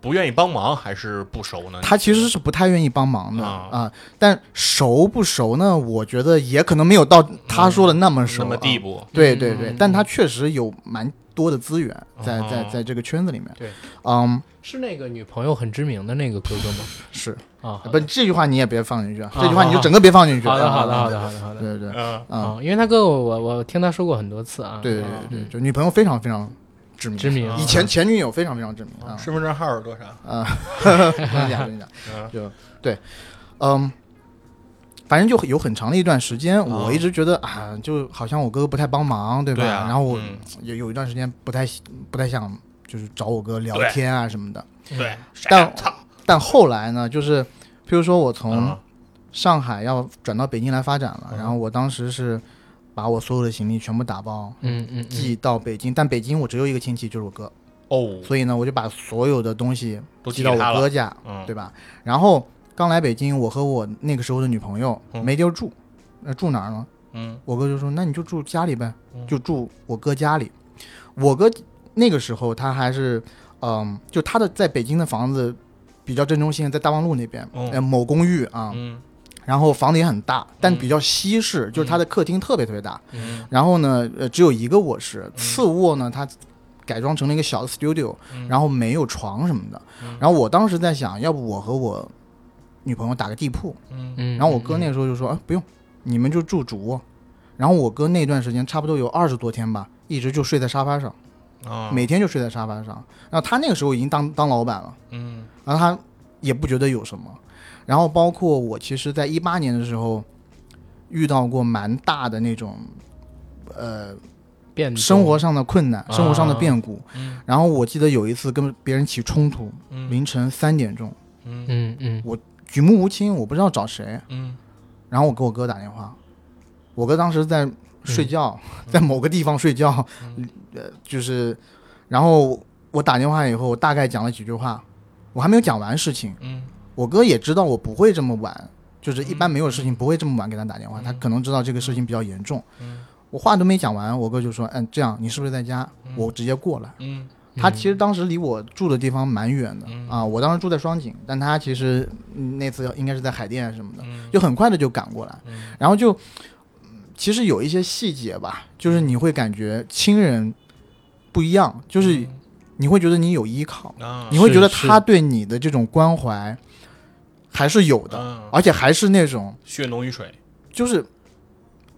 不愿意帮忙还是不熟呢？
他其实是不太愿意帮忙的
啊
啊、但熟不熟呢？我觉得也可能没有到他说的那么熟、
什么地
啊。
步？
对对对，
嗯啊
但他确实有蛮多的资源在在
哦
在这个圈子里面。
对，
嗯，
是那个女朋友很知名的那个哥哥吗？
是
啊，好
呃不这句话你也别放进去，啊，这句
好
话你就
好
整个别放进去。
好的，
啊
好的，好的，好的，好的。
对对对，
嗯，
啊，
啊，因为他哥哥我，我听他说过很多次啊，
对对对对，
嗯
就女朋友非常非常知名，
知名啊
以前前女友非常非常知名啊
身份证号是多少？
啊，不能讲不能讲，就对，嗯，反正就有很长的一段时间，我一直觉得啊，就好像我哥哥不太帮忙，对吧？
对啊
然后我
嗯
有有一段时间不太不太想就是找我哥聊
对
天啊什么的，
对，谁
但
操，
但后来呢，就是譬如说我从
嗯
上海要转到北京来发展了，
嗯
然后我当时是把我所有的行李全部打包。
嗯嗯，嗯
寄到北京，但北京我只有一个亲戚，就是我哥，
哦，
所以呢，我就把所有的东西
都
寄
寄
到
给他
我哥
了，
家，
嗯，
对吧？然后刚来北京，我和我那个时候的女朋友
嗯
没地儿住，那住哪儿呢？
嗯
我哥就说：“那你就住家里呗，
嗯
就住我哥家里。”我哥那个时候他还是，嗯、就他的在北京的房子比较正中心，在大望路那边，
嗯
呃，某公寓啊，
嗯
然后房子也很大，但
嗯
比较西式，就是他的客厅特别特别大，
嗯
然后呢，呃，只有一个卧室，次卧呢，它改装成了一个小的 studio，、
嗯
然后没有床什么的。
嗯
然后我当时在想，要不我和我女朋友打个地铺。
嗯
嗯，
然后我哥那个时候就说，啊，不用，你们就住主卧。然后我哥那段时间差不多有二十多天吧，一直就睡在沙发上，
啊，
每天就睡在沙发上。然后他那个时候已经当当老板了，
嗯
然后他也不觉得有什么。然后包括我，其实，在一八年的时候遇到过蛮大的那种，呃，
变动
生活上的困难，
啊
生活上的变故。
嗯
然后我记得有一次跟别人起冲突，
嗯
凌晨三点钟，
嗯
嗯嗯
举目无亲，我不知道找谁。
嗯
然后我给我哥打电话，我哥当时在睡觉，
嗯
在某个地方睡觉，呃，就是，然后我打电话以后，我大概讲了几句话，我还没有讲完事情，
嗯，
我哥也知道我不会这么晚，就是一般没有事情不会这么晚给他打电
嗯
话，他可能知道这个事情比较严重。我话都没讲完，我哥就说：“嗯，这样你是不是在家？我直接过来。”
嗯，
他其实当时离我住的地方蛮远的啊，我当时住在双井，但他其实嗯那次应该是在海淀什么的，
嗯
就很快的就赶过来，然后就嗯其实有一些细节吧，就是你会感觉亲人不一样，
嗯
就是你会觉得你有依靠，
啊
你会觉得
是
他对你的这种关怀还是有的，
啊，
而且还是那种
血浓于水，
就是，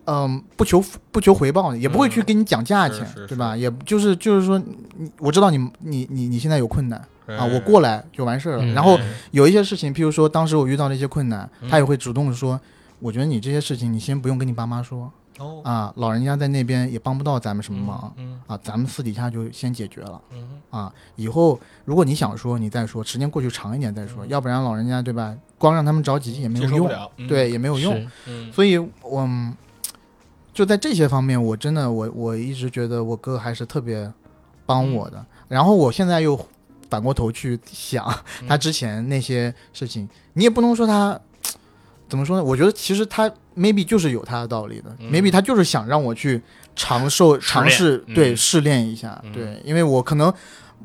嗯，不求不求回报的，也不会去
嗯
给你讲价
是
钱，
是
对吧？也就是就是说，你我知道你你你你现在有困难
哎
啊，我过
来，
来就完事儿了。
嗯
然
哎
后有一些事情，譬如说当时我遇到了一些困难，
嗯
他也会主动说，我觉得你这些事情你先不用跟你爸妈说
哦，
啊，老人家在那边也帮不到咱们什么忙。
嗯
啊，咱们私底下就先解决了。
嗯
啊，以后如果你想说，你再说，时间过去长一点再说，要不然老人家对吧？光让他们着急也没
嗯接
有
受不
用，
了，嗯，
对，也没有用。
是
嗯
所以我嗯就在这些方面，我真的我我一直觉得我哥还是特别帮我的。然后我现在又反过头去想
嗯
他之前那些事情，你也不能说他怎么说呢？我觉得其实他 maybe 就是有他的道理的、
嗯
m a y b e 他就是想让我去尝受
试
尝
炼
试
嗯
对试炼一下，
嗯
对，因为我可能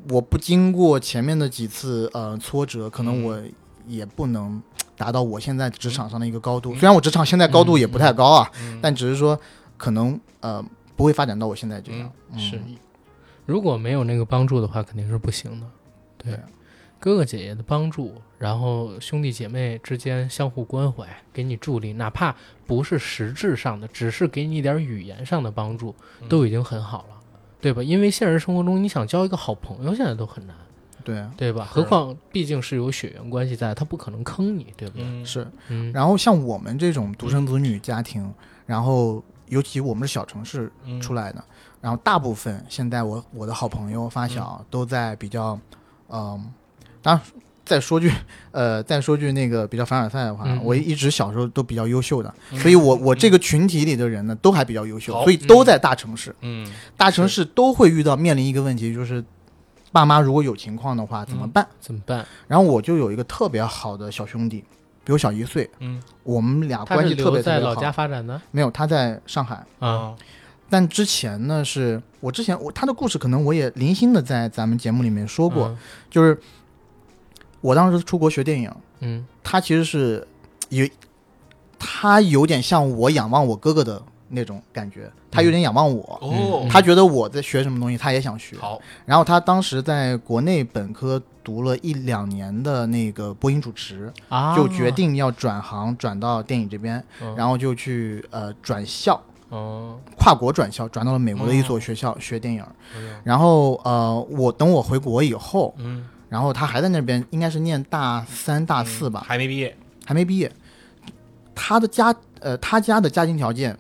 我不经过前面的几次呃挫折，可能
嗯
我也不能达到我现在职场上的一个高度。
嗯
虽然我职场现在高度也不太高啊，
嗯
但只是说可能呃不会发展到我现在这样。嗯
是，如果没有那个帮助的话，肯定是不行的。对，
对
哥哥姐姐的帮助，然后兄弟姐妹之间相互关怀，给你助力，哪怕不是实质上的，只是给你一点语言上的帮助，
嗯
嗯
都已经很好了，对吧？因为现实生活中，你想交一个好朋友，现在都很难，
对，
嗯
对吧？何况毕竟是有血缘关系在，他不可能坑你，对不对？
嗯
是。
嗯，
然后像我们这种独生子女家庭，然后尤其我们是小城市
嗯
出来的，然后大部分现在我我的好朋友
嗯
发小都在比较，嗯、当然再说句呃再说句那个比较凡尔赛的话，
嗯嗯
我一直小时候都比较优秀的，
嗯
所以我我这个群体里的人呢都还比较优秀，
好
所以都在大城市，
嗯
大城市都会遇到面临一个问题，就是爸妈如果有情况的话怎么办？
怎么办？
然后我就有一个特别好的小兄弟，比我小一岁，
嗯
我们俩
他
关
是
系特
留
别特
在
别好。嗯
老家发展的
没有，他在上海。
啊，
但之前呢，是我之前我他的故事，可能我也零星的在咱们节目里面说过，
嗯
就是我当时出国学电影，
嗯，
他其实是有他有点像我仰望我哥哥的那种感觉，
嗯
他有点仰望我，
哦，
他觉得我在学什么东西，他也想学。
好，
然后他当时在国内本科读了一两年的那个播音主持，
啊，
就决定要转行转到电影这边，
嗯
然后就去呃转校，
哦，
跨国转校，转到了美国的一所学校、
嗯
学电影。
哎
然后呃，我等我回国以后，
嗯，
然后他还在那边，应该是念大三、大四吧，
还没毕业，
还没毕业。他的家呃，他家的家庭条件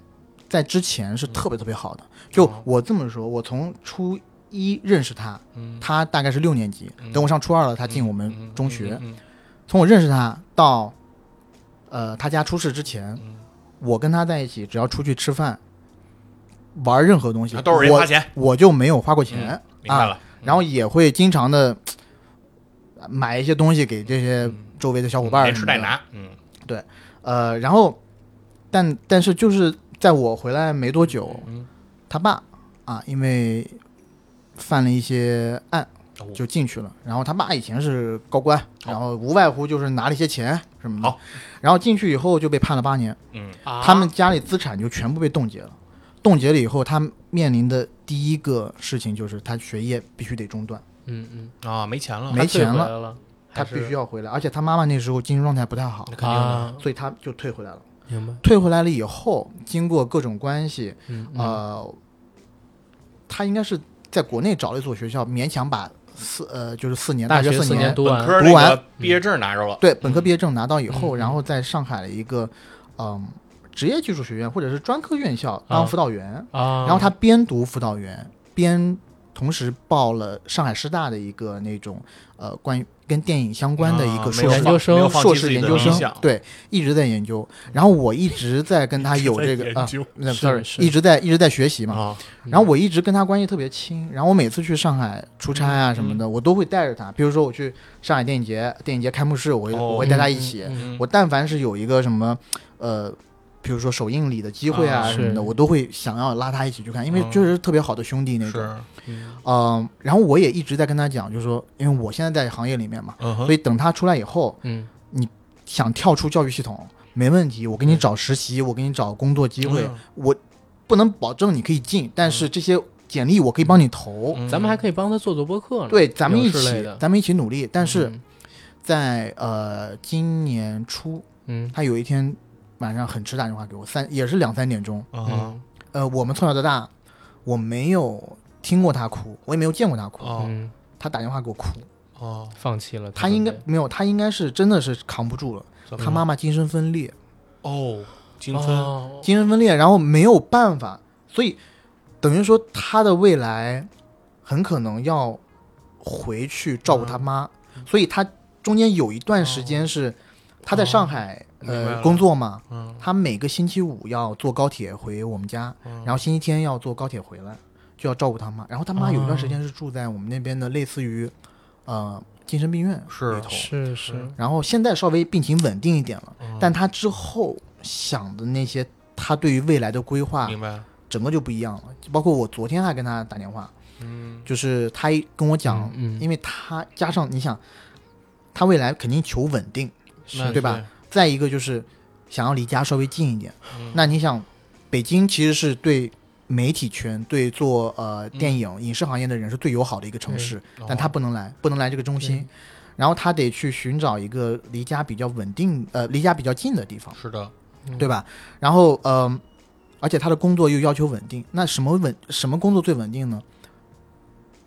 在之前是特别特别好的。就
嗯哦
我这么说，我从初一认识他，
嗯
他大概是六年级
嗯，
等我上初二了，他进我
嗯
们
嗯
中学。
嗯
从我认识他到，呃，他家出事之前，
嗯
我跟他在一起，只要出去吃饭、玩任何东西
他，啊都是人
我啊
花钱，嗯
我就没有花过钱，
明白了，
然后也会经常的买一些东西给这些周围的小伙伴儿
嗯连
什
吃
么
带
的。
拿，嗯
呃，然后，但但是就是在我回来没多久，
嗯，
他爸啊，因为犯了一些案，
哦
就进去了。然后他爸以前是高官，
好
然后无外乎就是拿了一些钱什么的。
好
然后进去以后就被判了八年，
嗯
啊
他们家里资产就全部被冻结了。冻结了以后，他面临的第一个事情就是他学业必须得中断，
嗯嗯，
啊，没钱了，
没
他退
钱
回
了
来了，
他
还是
必须要回来。而且他妈妈那时候精神状态不太好
那，肯定的，
啊，
所以他就退回来了。
明白，
退回来了以后，经过各种关系，
嗯嗯
呃，他应该是在国内找了一所学校，勉强把四呃就是四年
大
学
学四
年
读
本
完，
科
读
那
完
个毕业证拿着了，
对本科毕业证拿到以后，
嗯嗯
然后在上海的一个嗯、职业技术学院或者是专科院校
啊
嗯
当辅导员，
啊，
然后他边读辅导员边同时报了上海师大的一个那种呃关于跟电影相关的一
啊
个
没
硕
有
研
士
究
放
生
没有放弃
硕士
自己
研
的
究
理
生
想，
对，一直在研究。然后我一直在跟他有 这个
研
啊
究
那
是
，sorry，
是
一直在一直在学习嘛。
啊，
然后我一直跟他关系特别亲，然后我每次去上海出差啊什
嗯
么的，我都会带着他。比如说我去上海电影节，电影节开幕式，我会
哦
我会带他一起。
嗯嗯
我但凡是有一个什么，呃，比如说首映礼的机会啊
啊
什么
是
的，我都会想要拉他一起去看，因为
嗯
确实是特别好的兄弟那种。
是，
嗯
嗯、然后我也一直在跟他讲，就是说，因为我现在在行业里面嘛，
嗯
所
哼，
以等他出来以后，
嗯
想跳出教育系统没问题，我给你
嗯
找实习，我给你找工作机会，
嗯
我不能保证你可以进，但是这些简历我可以帮你投。
嗯
咱们还可以帮他做做播客呢，
对，咱们一
有之类
起
的，
咱们一起努力。但是
嗯
在呃今年初，
嗯
他有一天晚上很迟打电话给我，三也是两三点钟。
嗯哼
嗯
呃，我们从小到大，我没有听过他哭，我也没有见过他哭。
哦
嗯，
他打电话给我哭，
哦，
放弃了，
他
对不
应该
对
没有，他应该是真的是扛不住了。
怎么
他
了
妈妈精神分裂，
哦，精分
哦，
精神分裂，然后没有办法，所以等于说他的未来很可能要回去照顾他妈，
嗯
所以他中间有一段时间是他在上海、
哦明白了
呃工作嘛，
嗯
他每个星期五要坐高铁回我们家，
嗯
然后星期天要坐高铁回来，就要照顾他妈。然后他
嗯
妈有一段时间是住在我们那边的类似于呃精神病院
是
里头，
是
是
是，
然后现在稍微病情稳定一点了，
嗯
但他之后想的那些，他对于未来的规划，
明白了，
整个就不一样了。就包括我昨天还跟他打电话，
嗯
就是他一跟我讲，
嗯嗯
因为他加上你想，他未来肯定求稳定，
那
对吧？再一个就是想要离家稍微近一点。
嗯
那你想，北京其实是对媒体圈、对做呃电影、影视行业的人是最友好的一个城市，
嗯对
但他不能来，不能来这个中心。然后他得去寻找一个离家比较稳定，呃，离家比较近的地方，
是的，
嗯
对吧？然后，呃，而且他的工作又要求稳定，那什么稳什么工作最稳定呢？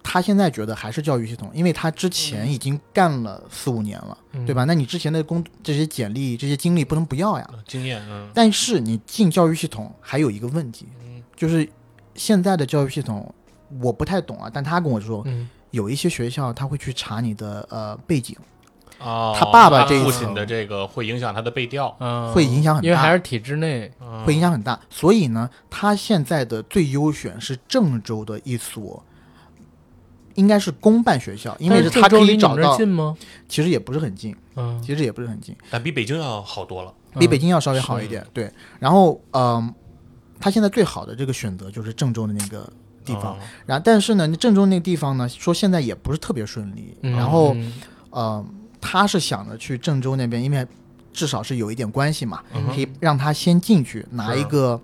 他现在觉得还是教育系统，因为他之前
嗯
已经干了四五年了，
嗯
对吧？那你之前的工这些简历、这些经历不能不要呀。
呃经验，嗯
但是你进教育系统还有一个问题，
嗯
就是现在的教育系统我不太懂啊，但他跟我说，
嗯？
有一些学校他会去查你的呃背景，
哦，
他爸爸这一
父
层
亲的这个会影响他的背调，
嗯，
会影响很大
因为还是体制内，
嗯
会影响很大。所以呢，他现在的最优选是郑州的一所，应该是公办学校，因为
但是
他可
郑州离
以
你
找
们这儿
到
近，吗？
其实也不是很近，
嗯，
其实也不是很近，
但比北京要好多了。
比
嗯
北京要稍微好一点。对，然后嗯、他现在最好的这个选择就是郑州的那个地方。
哦
然后，但是呢，郑州那个地方呢，说现在也不是特别顺利。
嗯
然后，
嗯
呃，他是想着去郑州那边，因为至少是有一点关系嘛，
嗯哼
可以让他先进去拿
是啊
一个，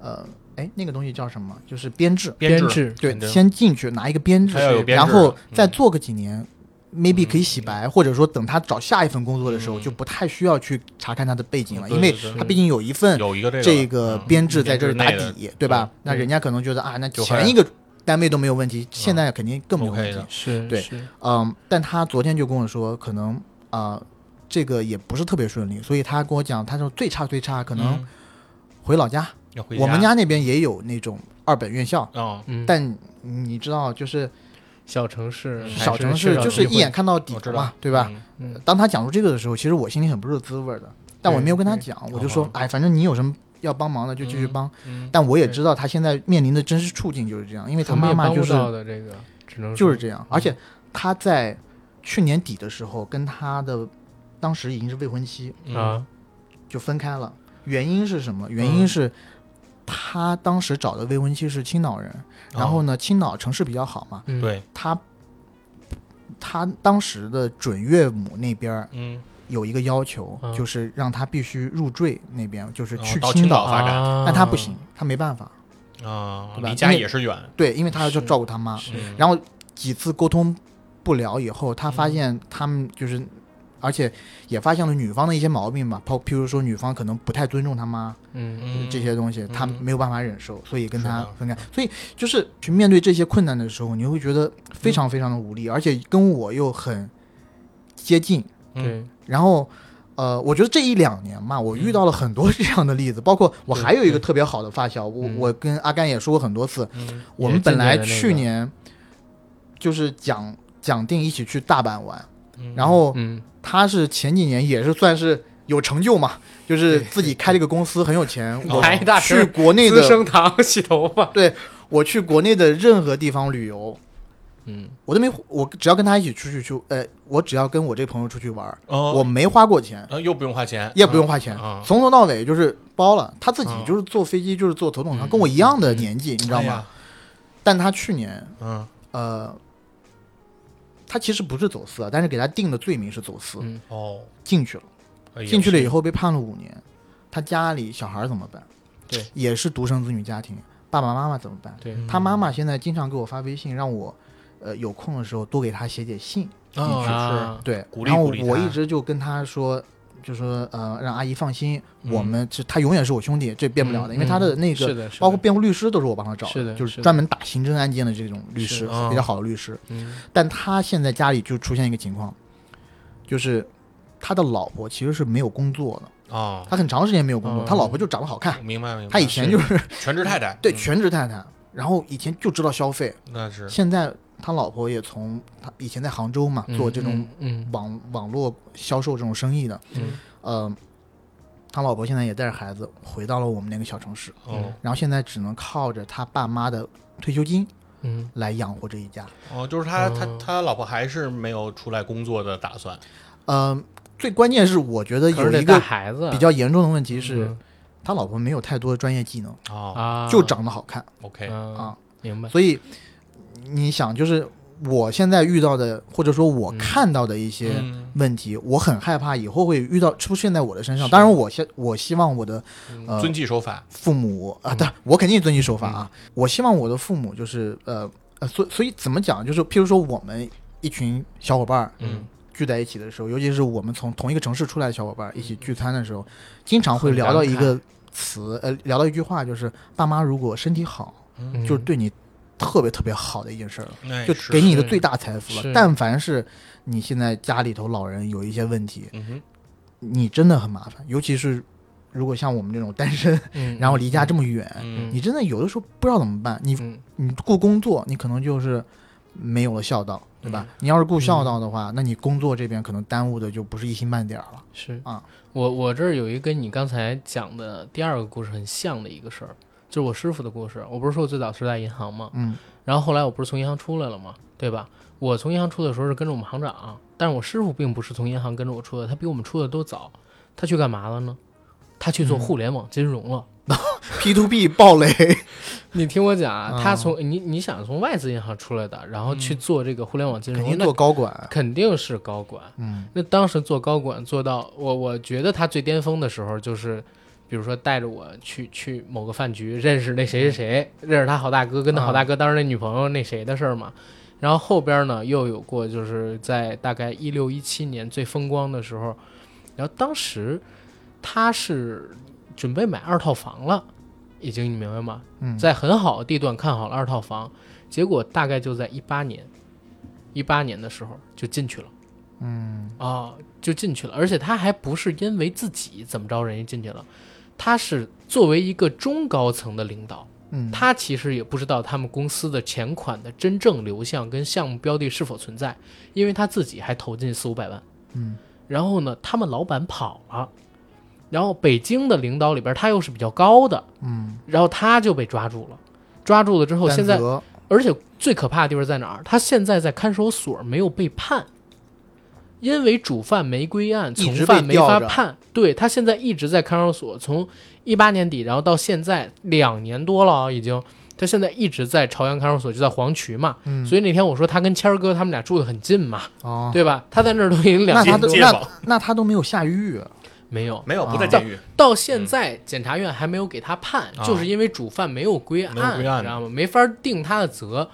呃，哎，那个东西叫什么？就是编制，
编
制，
制，
对
编，制
先进去拿一个编制
他，要有编制，
然后再
嗯
做个几年。maybe
嗯
可以洗白，或者说等他找下一份工作的时候，
嗯
就不太需要去查看他的背景了，
对
因为
对对
他毕竟有一份
有一个这
这个
嗯
编制在这儿打
编制内的嗯
底，对吧？那
对
人家可能觉得啊，那
就
前
还
一个单位都没有问题，现在肯定更没有
OK
问题
的。
是，
对
是，
嗯，但他昨天就跟我说，可能啊、这个也不是特别顺利，所以他跟我讲，他说最差最差可能
嗯
回老家。
要回
我们家那边也有那种二本院校，
哦，
嗯，
但你知道，就是
小城市
嗯，
小城市就是一眼看到底
我知道
嘛，对吧？？
嗯
嗯，
当他讲出这个的时候，其实我心里很不是滋味儿的，但我没有跟他
对
讲，我就说
好，
哎，反正你有什么要帮忙的就继续帮。
嗯
但我也知道他现在面临的真实处境就是这样，因为他
我们
妈
也
妈
帮
就
不
是
到的这嗯个，只能
就是
说
这样，而且他在去年底的时候跟他的当时已经是未婚妻
嗯
啊，
就分开了，原因是什么？原
嗯
因是他当时找的未婚妻是青岛人，然后
哦
呢，青岛城市比较好嘛，
嗯，
哦对，
他他当时的准岳母那边儿
嗯，
有一个要求，
嗯
就是让他必须入赘那边，就是
哦
去
到青
青
岛
岛，
发展
啊
但他不行，，他没办法，
啊，
对吧
离家
因为
也是远，
对，因为他要
是
照顾他妈，
是
嗯
然后几次沟通不了以后，他发现他们就是，而且也发现了女方的一些毛病吧，包譬如说女方可能不太尊重他妈、
嗯
嗯
这些东西，他
嗯
没有办法忍受，所以跟
是
他
的
分开。所以就是去面对这些困难的时候，你会觉得非
嗯
常非常的无力，而且跟我又很接近。
嗯
对，
然后，呃，我觉得这一两年嘛，我遇到了很多这样的例子，包括我还有一个特别好的发小，我
嗯
我跟阿甘也说过很多次，
嗯
我们本来去
也是今年的那个
年就是讲讲定一起去大阪玩，然后
嗯，
他是前几年也是算是有成就嘛，就是自己开了个公司，很有钱。我
开一大
去
车
国内
资
的，
生堂洗头发，
对我去国内的任何地方旅游，
嗯，
我都没我只要跟他一起出去去，呃，我只要跟我这朋友出去玩儿，
哦
我没花过钱，
呃又不用花钱，
也不用花钱，
嗯
啊
从头到尾就是包了。他自己
嗯
就是坐飞机就是坐头等舱，
嗯
跟我一样的年纪，你知道
哎
吗
呀？？
但他去年
嗯，
呃，他其实不是走私啊，但是给他定的罪名是走私，
嗯
哦，
进去了。
哎呀
进去了以，后被判了五年，他家里小孩儿怎么办？
对，
也是独生子女家庭，爸爸妈妈怎么办？
对，
嗯
他妈妈现在经常给我发微信，让我呃有空的时候多给他写写信。
哦
啊，
对
鼓，励
然后
鼓励
我
他
一直就跟他说。就说呃，让阿姨放心，
嗯
我们这他永远是我兄弟，这变不了的，
嗯
因为他的那
是
个
的，是的
包括辩护律师都是我帮他找
是的
就是
的
专门打刑侦案件的这种律
是
师
的哦，
比较好的律师。
嗯
但他现在家里就出现一个情况，就是他的老婆其实是没有工作的，
哦，
他很长时间没有工作，
哦
他老婆就长得好看，
明
嗯
白明白，
啊他以前就是
全职太太，
对
嗯
全嗯职太太，然后以前就知道消费，
那是
现在他老婆也从他以前在杭州嘛
嗯
做这种
嗯
网网络销售这种生意的，
嗯
呃，他老婆现在也带着孩子回到了我们那个小城市，
哦
然后现在只能靠着他爸妈的退休金
嗯
来养活这一家，
哦，就是他他
哦
他老婆还是没有出来工作的打算，
呃，最关键是我觉得
嗯，可是
有
得
一
带
个
孩子啊
比较严重的问题是
嗯，
他老婆没有太多的专业技能，
哦
啊，
就长得好看
，OK，嗯
啊
啊，，
明白，
所以你想，就是我现在遇到的，或者说我看到的一些
嗯
问题，我很害怕以后会遇到出现在我的身上。
是
当然我，希我希望我的呃
遵纪守法，
父母
嗯
啊，当然我肯定遵纪守法啊。我希望我的父母就是呃呃，所所以怎么讲，就是譬如说我们一群小伙伴儿
嗯，
聚在一起的时候，尤其是我们从同一个城市出来的小伙伴儿一起聚餐的时候，
嗯
经常会聊到一个词，呃，聊到一句话，就是爸妈如果身体好，
嗯哎
就是对你特别特别好的一件事儿了，
那
就是给你的最大财富
是
了。但凡是你现在家里头老人有一些问题，
嗯哼，
你真的很麻烦，尤其是如果像我们这种单身，
嗯
然后离家这么远，
嗯
嗯
你真的有的时候不知道怎么办。你
嗯
你顾工作，你可能就是没有了孝道，对
嗯
吧？你要是顾孝道的话，那你工作这边可能耽误的就不是一星半点儿了。
是
啊，
我我这儿有一个跟你刚才讲的第二个故事很像的一个事儿，就是我师傅的故事。我不是说我最早是在银行吗？
嗯
然后后来我不是从银行出来了吗？对吧？我从银行出的时候是跟着我们行长，但是我师傅并不是从银行跟着我出的，他比我们出的都早。他去干嘛了呢？他去做
嗯
互联网金融了。
，P to P 暴雷，
你听我讲啊，
啊
他从你你想从外资银行出来的，然后去做这个互联网金
嗯肯
融，
定
那
做高管。
肯定是高管。
嗯
那当时做高管做到我，我觉得他最巅峰的时候就是，比如说带着我去去某个饭局，认识那谁谁谁，认识他好大哥，跟他好大哥当时那女朋友那谁的事儿嘛。然后后边呢又有过，就是在大概一六一七年最风光的时候，然后当时他是准备买二套房了，已经你明白吗？
嗯，
在很好的地段看好了二套房，结果大概就在一八年，一八年的时候就进去了。
嗯
啊，就进去了，而且他还不是因为自己怎么着人家进去了，他是作为一个中高层的领导，
嗯，
他其实也不知道他们公司的钱款的真正流向跟项目标的是否存在，因为他自己还投进四五百万，
嗯，
然后呢，他们老板跑了，然后北京的领导里边他又是比较高的，
嗯，
然后他就被抓住了，抓住了之后，
但
现在
则
而且最可怕的地方在哪儿？他现在在看守所没有被判，因为主犯没归案，
一
从
直被
犯没法
吊着
判。对他现在一直在看守所，从一八年底，然后到现在两年多了啊，已经。他现在一直在朝阳看守所，就在黄渠嘛。
嗯
所以那天我说他跟谦儿哥他们俩住的很近嘛，
哦，
对吧？他在那儿都已经两
那他
年
都
多
接
那
宝
那他都没有下狱，
没有，
没有
啊
不在监狱，
到现在检察院还没有给他判，
嗯啊
就是因为主犯没有归案，
没有归案
你知道吗？没法定他的责。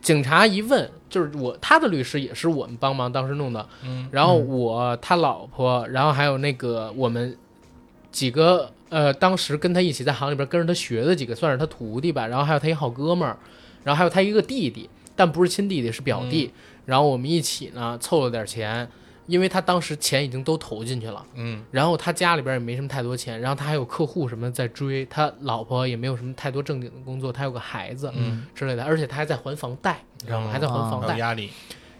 警察一问，就是我他的律师也是我们帮忙当时弄的，
嗯
然后我他老婆，然后还有那个我们几个呃，当时跟他一起在行里边跟着他学的几个，算是他徒弟吧，然后还有他一好哥们儿，然后还有
嗯
他一个弟弟，但不是亲弟弟，是表弟。然后我们一起呢凑了点钱，因为他当时钱已经都投进去了，
嗯，
然后他家里边也没什么太多钱，然后他还有客户什么在追，他老婆也没有什么太多正经的工作，他有个孩子，
嗯，哦
之类的，而且他还在还房贷，你知道吗？还在还房
有
贷。
压力，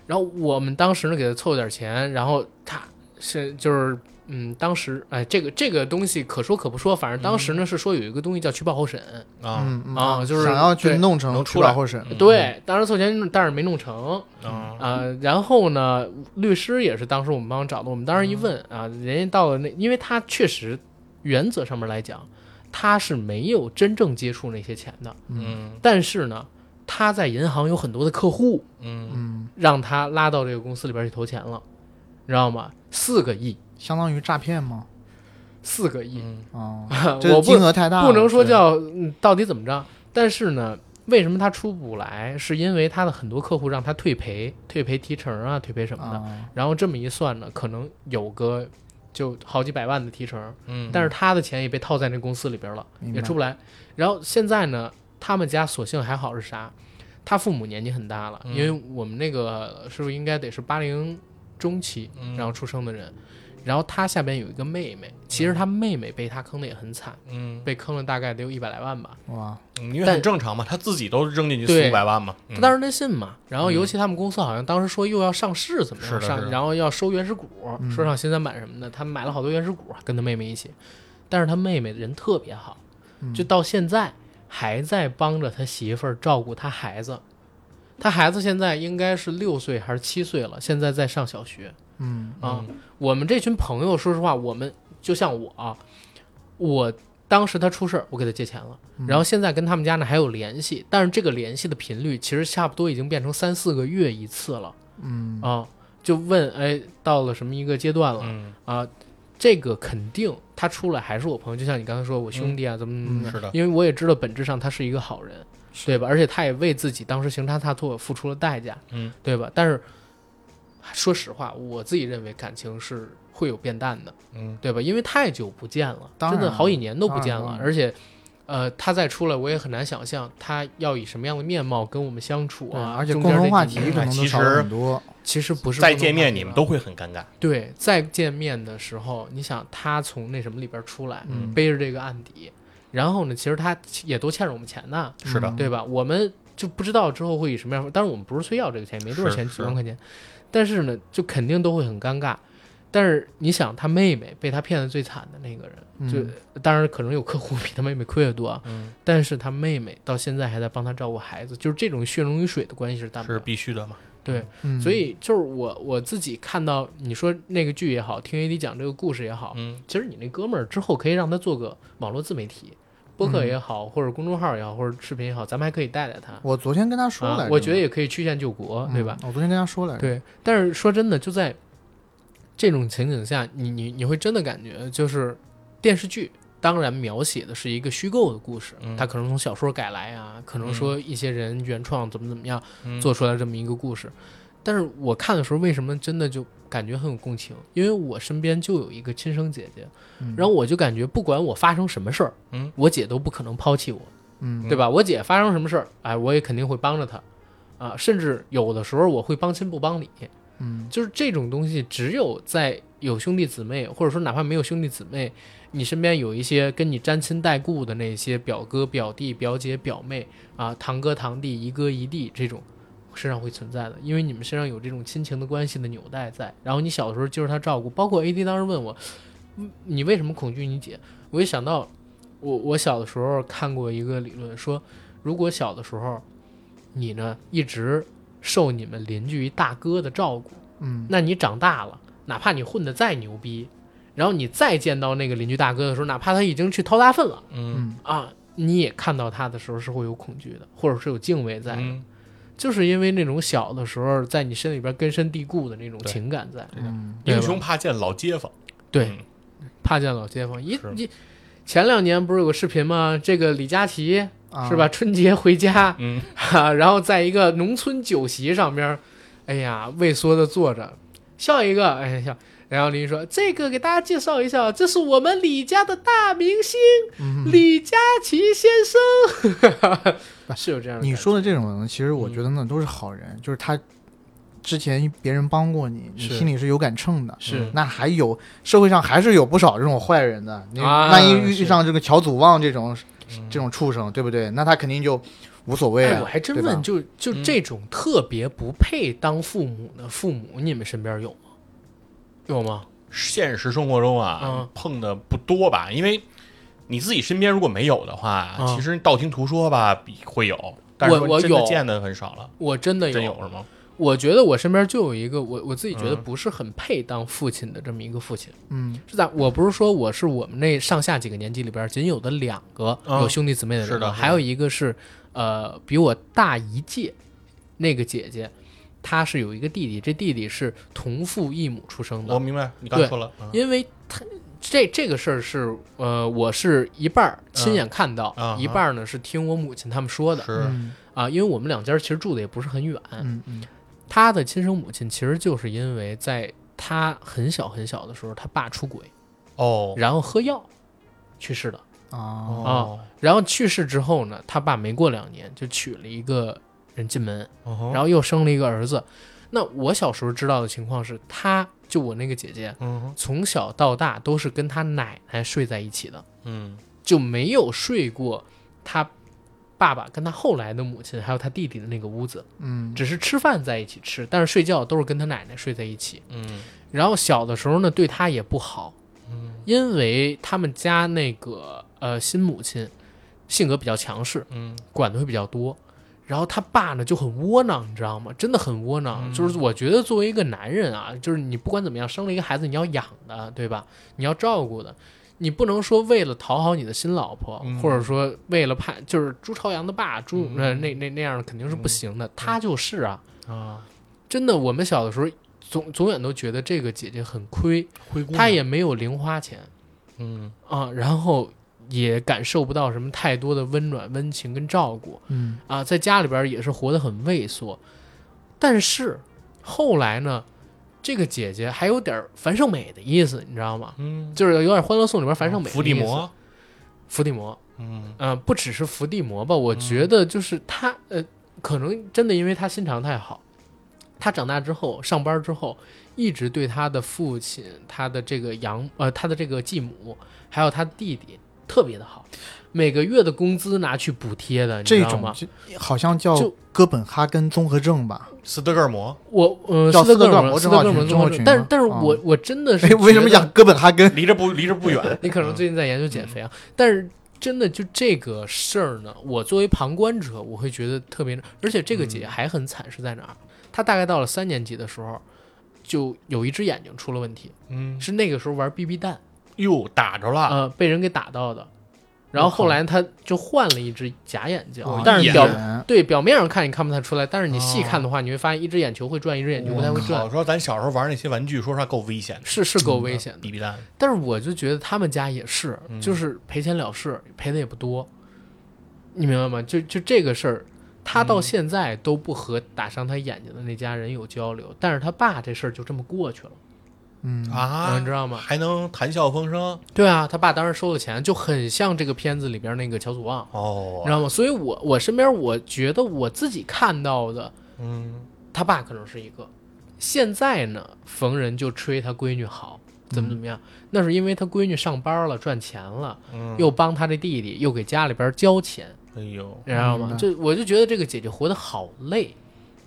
然后我们当时呢给他凑点钱，然后他是就是嗯，当时哎，这个这个东西可说可不说，反正当
嗯
时呢是说有一个东西叫取保候审，
啊
嗯嗯
啊就是
想要去
对
弄成
能
取
出来
保候审，
嗯
对，当时凑钱但是没弄成
啊，
啊、然后呢，律师也是当时我们帮找的，我们当时一问啊，人家到了那，因为他确实原则上面来讲，他是没有真正接触那些钱的，
嗯
但是呢，他在银行有很多的客户，
嗯，
嗯，
让他拉到这个公司里边去投钱了，你知道吗？四个亿，
相当于诈骗吗？
四个亿，
嗯
哦，这
我
个
不
金额太大了，
不能说
是
叫嗯到底怎么着，但是呢，为什么他出不来？是因为他的很多客户让他退赔，退赔提成啊，退赔什么的。
啊，
然后这么一算呢，可能有个就好几百万的提成，
嗯，
但是他的钱也被套在那公司里边了，
明白
也出不来。然后现在呢，他们家所幸还好是啥？他父母年纪很大了，
嗯
因为我们那个师傅应该得是八零中期，
嗯
然后出生的人。然后他下边有一个妹妹，其实他妹妹被他坑的也很惨，
嗯，
被坑了大概得有一百来万吧。
哇，
嗯因为
但
很正常嘛，他自己都扔进去
对
四五百万嘛，嗯
他当时那信嘛，然后尤其他们公司好像当时说又要上市，怎么
是
样
的是
上，
的
然后要收原始股，
嗯
说上新三板什么的，他买了好多原始股，跟他妹妹一起。但是他妹妹人特别好，
嗯
就到现在还在帮着他媳妇儿照顾他孩子。他孩子现在应该是六岁还是七岁了，现在在上小学
嗯
啊。
嗯
我们这群朋友，说实话，我们就像我啊，我当时他出事儿，我给他借钱了，
嗯
然后现在跟他们家呢还有联系，但是这个联系的频率其实差不多已经变成三四个月一次了
嗯
啊，就问哎到了什么一个阶段了
嗯，
啊，这个肯定他出来还是我朋友，就像你刚才说我兄弟啊怎么怎么
嗯
的，
是的，
因为我也知道本质上他是一个好人，对吧？而且他也为自己当时行差踏错付出了代价，
嗯，
对吧？但是说实话，我自己认为感情是会有变淡的，
嗯
对吧？因为太久不见了，
当然
真的好几年都不见
当
了
然，
而且，呃，他再出来，我也很难想象他要以什么样的面貌跟我们相处
对
啊。
而且
中
共
间这
同话
几
题
年哎
可能都
其
少了
实
很多，
其实不是
再
共同
见
话
面
题
你们
了
都会很尴尬，
对再见面的时候，你想他从那什么里边出来，
嗯
背着这个案底，然后呢，其实他也都欠着我们钱呢，
是的
嗯，
对吧？我们就不知道之后会以什么样的，当然我们不是非要这个钱，没多少
是
钱，
是
几万块钱，但是呢，就肯定都会很尴尬。但是你想，他妹妹被他骗得最惨的那个人，就
嗯
当然可能有客户比他妹妹亏得多啊，
嗯，
但是他妹妹到现在还在帮他照顾孩子，就是这种血浓于水的关系是淡不
是
了。
必须的嘛，
对，
嗯
所以就是我我自己看到你说那个剧也好，听 AD 讲这个故事也好，
嗯
其实你那哥们儿之后可以让他做个网络自媒体，播
嗯
客也好，或者公众号也好，或者视频也好，咱们还可以带带他。
我昨天跟他说来
啊
着，，
我觉得也可以曲线救国，对吧？
嗯？我昨天跟他说来着，
对，但是说真的，就在这种情景下，你你你会真的感觉，就是电视剧当然描写的是一个虚构的故事，
嗯
它可能从小说改来啊，可
嗯
能说一些人原创怎么怎么样、
嗯
做出来这么一个故事。但是我看的时候，为什么真的就感觉很有共情？因为我身边就有一个亲生姐姐，
嗯，
然后我就感觉不管我发生什么事儿，
嗯，
我姐都不可能抛弃我，
嗯
对吧？我姐发生什么事儿，哎，我也肯定会帮着她，啊，甚至有的时候我会帮亲不帮理，
嗯
就是这种东西，只有在有兄弟姊妹，或者说哪怕没有兄弟姊妹，你身边有一些跟你沾亲带故的那些表哥、表弟、表姐、表妹啊，堂哥、堂弟、姨哥、姨弟这种身上会存在的，因为你们身上有这种亲情的关系的纽带在。然后你小的时候就是他照顾，包括 AD 当时问我，嗯你为什么恐惧你姐？我一想到我我小的时候看过一个理论说，如果小的时候你呢一直受你们邻居一大哥的照顾。
嗯
那你长大了，哪怕你混得再牛逼，然后你再见到那个邻居大哥的时候，哪怕他已经去掏大粪了
嗯
嗯
啊，你也看到他的时候是会有恐惧的，或者是有敬畏在的，
嗯，
就是因为那种小的时候在你身里边根深蒂固的那种
对
情感在，
嗯
对吧
英雄怕见老街坊，
对
嗯，
怕见老街坊，一
是
一前两年不是有个视频吗？这个李佳琦
啊
是吧？？春节回家，
嗯
哈， 然后在一个农村酒席上边儿，哎呀，畏缩的坐着，笑一个，哎呀笑。然后林一说：“这个给大家介绍一下，这是我们李家的大明星
嗯
李佳琦先生。”是有这样的感觉，嗯
你说的这种人，其实我觉得那都是好人，就是他之前别人帮过你，你
是
心里是有杆秤的。
是
那还有社会上还是有不少这种坏人的，你
啊
万一遇
是嗯
遇上这个乔祖旺这种
嗯
这种畜生，对不对？那他肯定就无所谓
哎，
了。
我还真
对吧
问，就就
嗯
这种特别不配当父母的父母，你们身边有吗？有吗？
现实生活中啊，
嗯
碰的不多吧？因为你自己身边如果没有的话，
嗯
其实道听途说吧，比会有，但是
我
说
我
真的
有
见的很少了。
我真的有，
真有是吗？
我觉得我身边就有一个我我自己觉得
嗯
不是很配当父亲的这么一个父亲。
嗯，
是在我不是说我是我们那上下几个年级里边仅有的两个
嗯
有兄弟姊妹的人
是
吗，
的是的
还有一个是呃比我大一届那个姐姐，她是有一个弟弟，这弟弟是同父异母出生的
我。明白，你刚才说了，嗯
因为他这这个事儿是呃，我是一半儿亲眼看到，
嗯啊
一半儿呢是听我母亲他们说的
是
嗯
啊。因为我们两家其实住的也不是很远，
嗯嗯
他的亲生母亲其实就是因为在他很小很小的时候，他爸出轨，
哦
然后喝药去世的。
哦，
哦，然后去世之后呢，他爸没过两年就娶了一个人进门，
然
然后又生了一个儿子。那我小时候知道的情况是，他就我那个姐姐，
嗯
从小到大都是跟他奶奶睡在一起的，
嗯
就没有睡过他爸爸跟他后来的母亲还有他弟弟的那个屋子，
嗯
只是吃饭在一起吃，但是睡觉都是跟他奶奶睡在一起。
嗯
然后小的时候呢，对他也不好，
嗯
因为他们家那个呃新母亲性格比较强势，
嗯
管的会比较多。然后他爸呢就很窝囊，你知道吗？真的很窝囊。
嗯
就是我觉得作为一个男人啊，就是你不管怎么样，生了一个孩子，你要养的，对吧？你要照顾的，你不能说为了讨好你的新老婆，
嗯
或者说为了怕，就是朱朝阳的爸朱、
嗯
呃那那那样肯定是不行的。他就是啊，
啊，
真的，我们小的时候总总远都觉得这个姐姐很亏，
灰姑娘
她也没有零花钱
嗯
啊，然后也感受不到什么太多的温暖、温情跟照顾。
嗯
啊，在家里边儿也是活得很畏缩。但是后来呢，这个姐姐还有点儿樊胜美的意思，你知道吗？
嗯，
就是有点《欢乐颂》里边儿樊胜美的
伏地
意思
魔，
伏地魔，
嗯
呃，不只是伏地魔吧，我
嗯
觉得就是她，呃，可能真的因为她心肠太好，她长大之后上班之后，一直对她的父亲、她的这个养呃、她的这个继母，还有她弟弟特别的好，每个月的工资拿去补贴的，你知
这
道吗
种？就好像叫
就
哥本哈根综合症吧？
斯德哥尔摩，
我呃，
叫
斯德哥尔
斯德哥尔摩
斯德哥尔摩
症候群症候群
但是
吗
但是
啊
我、我真的是
哎为什
觉
么
得
讲哥本哈根？
离 这不离这不远，
你可能最近在研究减肥啊，但是真的就这个事儿呢，我作为旁观者，我会觉得特别，而且这个
嗯
姐姐还很惨，是在哪儿？她大概到了三年级的时候，就有一只眼睛出了问题，
嗯，啊
是那个时候玩 BB 弹，
哟打着了，
呃，被人给打到的，然后后来她就换了一只假眼睛，
哦
但
一
是
眼
表
眼
对表面上看你看不太出来，但是你细
哦
看的话，你会发现一只眼球会转，一只眼球不太会转
嗯我，说咱小时候玩那些玩具，说实话够危险的，
是是够危险的。
BB 弹，
但是我就觉得他们家也是，
嗯
就是赔钱了事，赔的也不多，你明白吗？就就这个事儿，他到现在都不和打伤他眼睛的那家人有交流，但是他爸这事儿就这么过去了。
嗯
啊，
你知道吗
还能谈笑风生
对啊，他爸当时收了钱，就很像这个片子里边那个乔祖旺，你知
哦，
道吗？所以我我身边我觉得我自己看到的，
嗯，
他爸可能是一个。现在呢，逢人就吹他闺女好，怎么怎么样？那是因为他闺女上班了，赚钱了，
嗯
又帮他这弟弟，又给家里边交钱，
哎呦，
你知道
明
吗？
白
就我就觉得这个姐姐活得好累，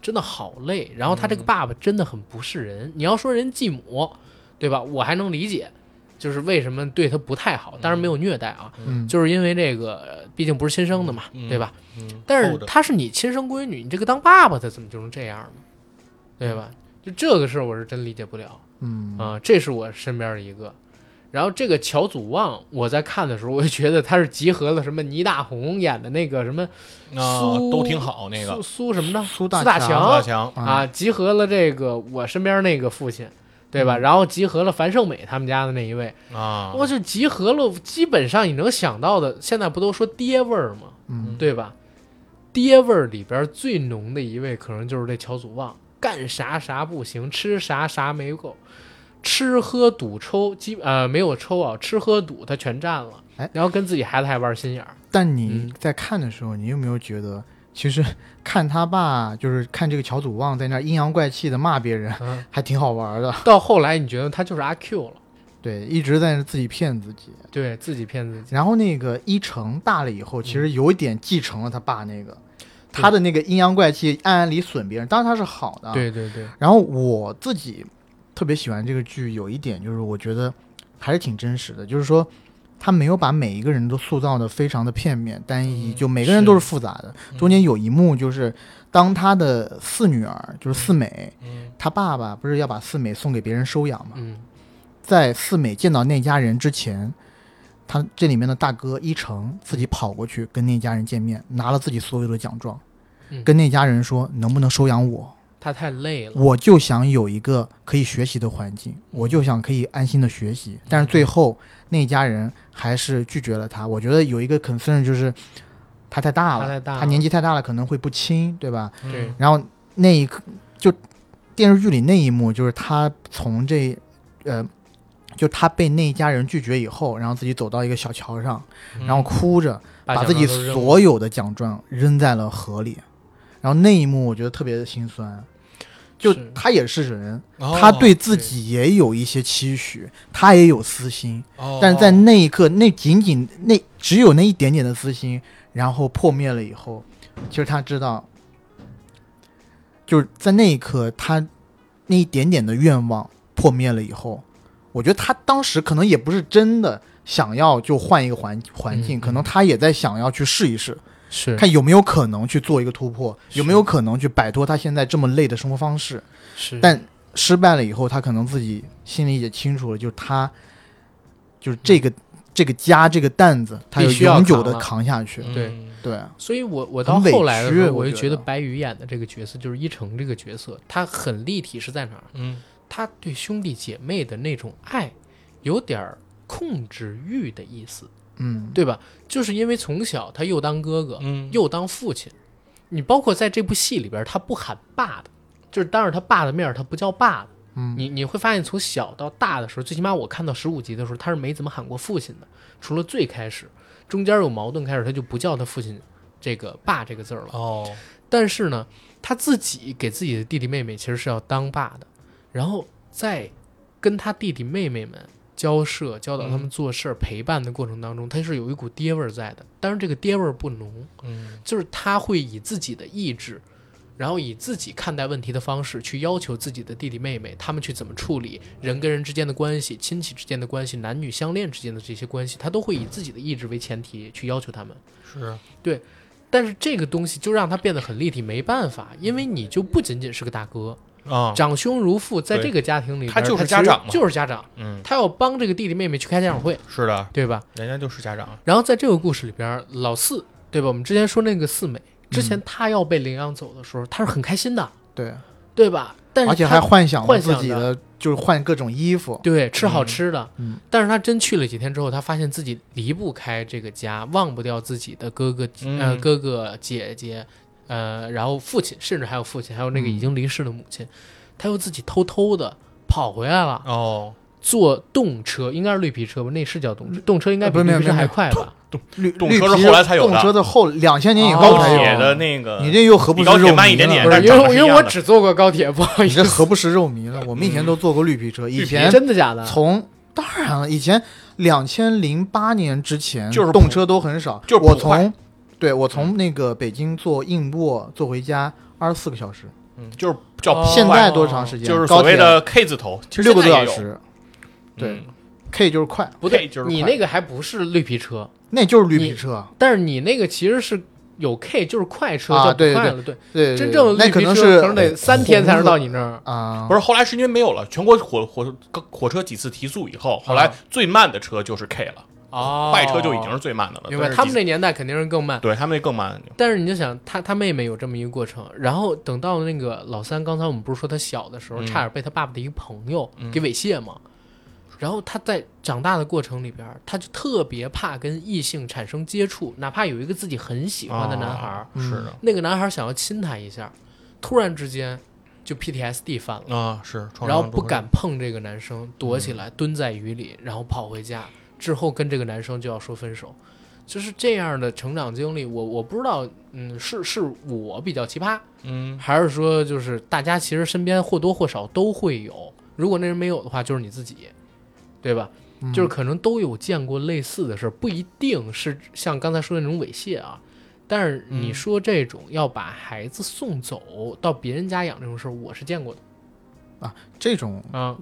真的好累。然后她这个爸爸真的很不是人。你要说人继母，对吧？我还能理解，就是为什么对她不太好，当然没有虐待啊，
嗯，
就是因为这个呃毕竟不是亲生的嘛，
嗯
对吧？
嗯
但
厚
是
着
她是你亲生闺女，你这个当爸爸的怎么就能这样呢？对吧？就这个事儿我是真理解不了。
嗯
啊、这是我身边的一个。然后这个乔祖旺，我在看的时候，我就觉得他是集合了什么倪大红演的那个什么
啊
苏
都挺好那
苏
个
啊苏什么呢？
苏
大
大
强
强
苏大强，
啊，集合了这个我身边那个父亲，对
嗯
吧？然后集合了樊胜美他们家的那一位，
啊，
我就集合了，基本上你能想到的，现在不都说爹味儿吗？
嗯，
对吧？爹味儿里边最浓的一位，可能就是这乔祖旺，干啥啥不行，吃啥啥没够，吃喝赌抽基呃没有抽啊，吃喝赌他全占了
哎，
然后跟自己孩子还玩心眼儿，
但
嗯
你在看的时候，你有没有觉得其实 看他爸，就是看这个乔祖望在那儿阴阳怪气的骂别人，
嗯，
还挺好玩的。
到后来你觉得他就是阿 Q 了，
对，一直在那自己骗自己。
对自己骗自己。
然后那个一成大了以后，其
嗯
实有一点继承了他爸那个，他的那个阴阳怪气，暗暗里损别人，当然他是好的。。啊
对对对，
然后我自己特别喜欢这个剧，有一点就是我觉得还是挺真实的，就是说他没有把每一个人都塑造的非常的片面单一，
嗯
就每个人
是
都是复杂的。
嗯
中间有一幕就是当他的四女儿，就是四美，
嗯
她爸爸不是要把四美送给别人收养嘛，
嗯
在四美见到那家人之前。他这里面的大哥一成自己跑过去跟那家人见面，拿了自己所有的奖状，
嗯
跟那家人说能不能收养我？
他太累了，
我就想有一个可以学习的环境，
嗯
我就想可以安心的学习。但是最后那家人还是拒绝了他。我觉得有一个 concern 就是他太
他
大了，
太大了，
他年纪太大了，可能会不亲，对吧？
嗯
对
然后那一刻就电视剧里那一幕，就是他从这呃，就他被那一家人拒绝以后，然后自己走到一个小桥上，
嗯
然后哭着，把
把
自己
奖状都扔了
所有的奖状扔在了河里，然后那一幕我觉得特别的心酸。就是他也是人，
哦
他对自己也有一些期许，他也有私心，
哦
但是在那一刻，那仅仅那只有那一点点的私心，然后破灭了以后，其实他知道，就是在那一刻，他那一点点的愿望破灭了以后，我觉得他当时可能也不是真的想要就换一个环环境，
嗯
可能他也在想要去试一试，
是
看有没有可能去做一个突破，
是
有没有可能去摆脱他现在这么累的生活方式。
是，
嗯
但失败了以后，他可能自己心里也清楚了，就是他，就是这
嗯
个、这个家这个担子，他
必
要
须要
永久
扛
的
了
扛下去。
对
嗯
对啊，
所以我我到
很委
后来的时
屈
候，我
我
就
觉
觉得
得
白宇演的这个角色就是一成这个角色，他很立体是在哪儿？
嗯
他对兄弟姐妹的那种爱，有点儿控制欲的意思，
嗯，
对吧？就是因为从小他又当哥哥，
嗯
又当父亲，你包括在这部戏里边，他不喊爸的，就是当着他爸的面儿，他不叫爸的。
嗯
你你会发现，从小到大的时候，最起码我看到十五集的时候，他是没怎么喊过父亲的，除了最开始中间有矛盾开始，他就不叫他父亲这个“爸”这个字儿了。
哦，
但是呢，他自己给自己的弟弟妹妹其实是要当爸的，然后在跟他弟弟妹妹们交涉、教导他们做事儿、陪伴的过程当中，他是有一股爹味儿在的。但是这个爹味儿不浓，
嗯
就是他会以自己的意志，然后以自己看待问题的方式去要求自己的弟弟妹妹，他们去怎么处理人跟人之间的关系、亲戚之间的关系、男女相恋之间的这些关系，他都会以自己的意志为前提去要求他们。
是
但是这个东西就让他变得很立体，没办法，因为你就不仅仅是个大哥，
啊，
长兄如父，在
对
这个家庭里边，
他就
其
是
实
家长嘛
就是家长，
嗯
他要帮这个弟弟妹妹去开家长会，
是的，
对吧？
人家就是家长，啊
然后在这个故事里边，老四，对吧？我们之前说那个四美，之
嗯
前他要被领养走的时候，他是很开心的，
对，
对吧？但是
而且
他
还幻想了
幻想
自己的，就是换各种衣服。
对吃好吃的，
嗯
但是他真去了几天之后，他发现自己离不开这个家，忘不掉自己的哥哥、呃
嗯
哥哥姐姐，呃，然后父亲，甚至还有父亲，还有
嗯
那个已经离世的母亲，他又自己偷偷的跑回来
嗯
了，
哦，
坐动车，应该是绿皮车吧？那是叫动车，动车应该
呃
比
不是没
绿
有
皮车
没有
还快吧？
绿
动
绿
车是
皮
后来才有的
动车的后两千年以后
哦
才
高铁
有
的。那个，
你这又何不
比
食
高
肉
铁
糜
慢一点
了
点
不
但
是，
是
因
长得
为
是
因
一
为
样
我
的
只坐过高铁，不好意
你这
思，
何不食肉糜了？我们以前都坐过绿皮车，以前
真的假的？
从当然了，以前两千零八年之前，
就是
动
普
车都很少。
就是
我
普快
从对我从那个北京坐硬卧坐回家二十四个小时，
嗯就是叫
哦
现
快
在多长时间？
就是所
高
谓
铁
的 K 字头，其实
六个多
现在
小
也有，
时对
嗯
，K 就是快，
不对，
就是
你
快
那个还不是绿皮车，
那就是绿
你
皮车。
但是你那个其实是有 K，就是快车，
啊
叫
对对
快了，对，
对，对
真正的
那
绿
可
皮车
能是
可能得三天才能到你那儿。
啊，
不是后来是因为没有了全国火火火车几次提速以后，后来
啊
最慢的车就是 K 了，
哦
快车就已经是最慢的了。
明白，
但是
他们
几
那年代肯定是更慢。
对他们那更慢，
但是你就想，他他妹妹有这么一个过程，然后等到那个老三，刚才我们不是说他小的时候，
嗯
差点被他爸爸的一个朋友
嗯
给猥亵吗？然后他在长大的过程里边，他就特别怕跟异性产生接触，哪怕有一个自己很喜欢的男孩，
哦
啊是的
那个男孩想要亲他一下，突然之间就 PTSD 犯了。
啊，是，创伤
然后
综
不
合
敢碰这个男
嗯
生，躲起来，蹲在雨里，然后跑回家，之后跟这个男生就要说分手。就是这样的成长经历，我我不知道，嗯，是是我比较奇葩，
嗯，
还是说就是大家其实身边或多或少都会有，如果那人没有的话，就是你自己，对吧？
嗯
嗯
就是可能都有见过类似的事儿，不一定是像刚才说的那种猥亵啊。但是
嗯
你说这种要把孩子送走到别人家养这种事儿，我是见过的
这种
啊。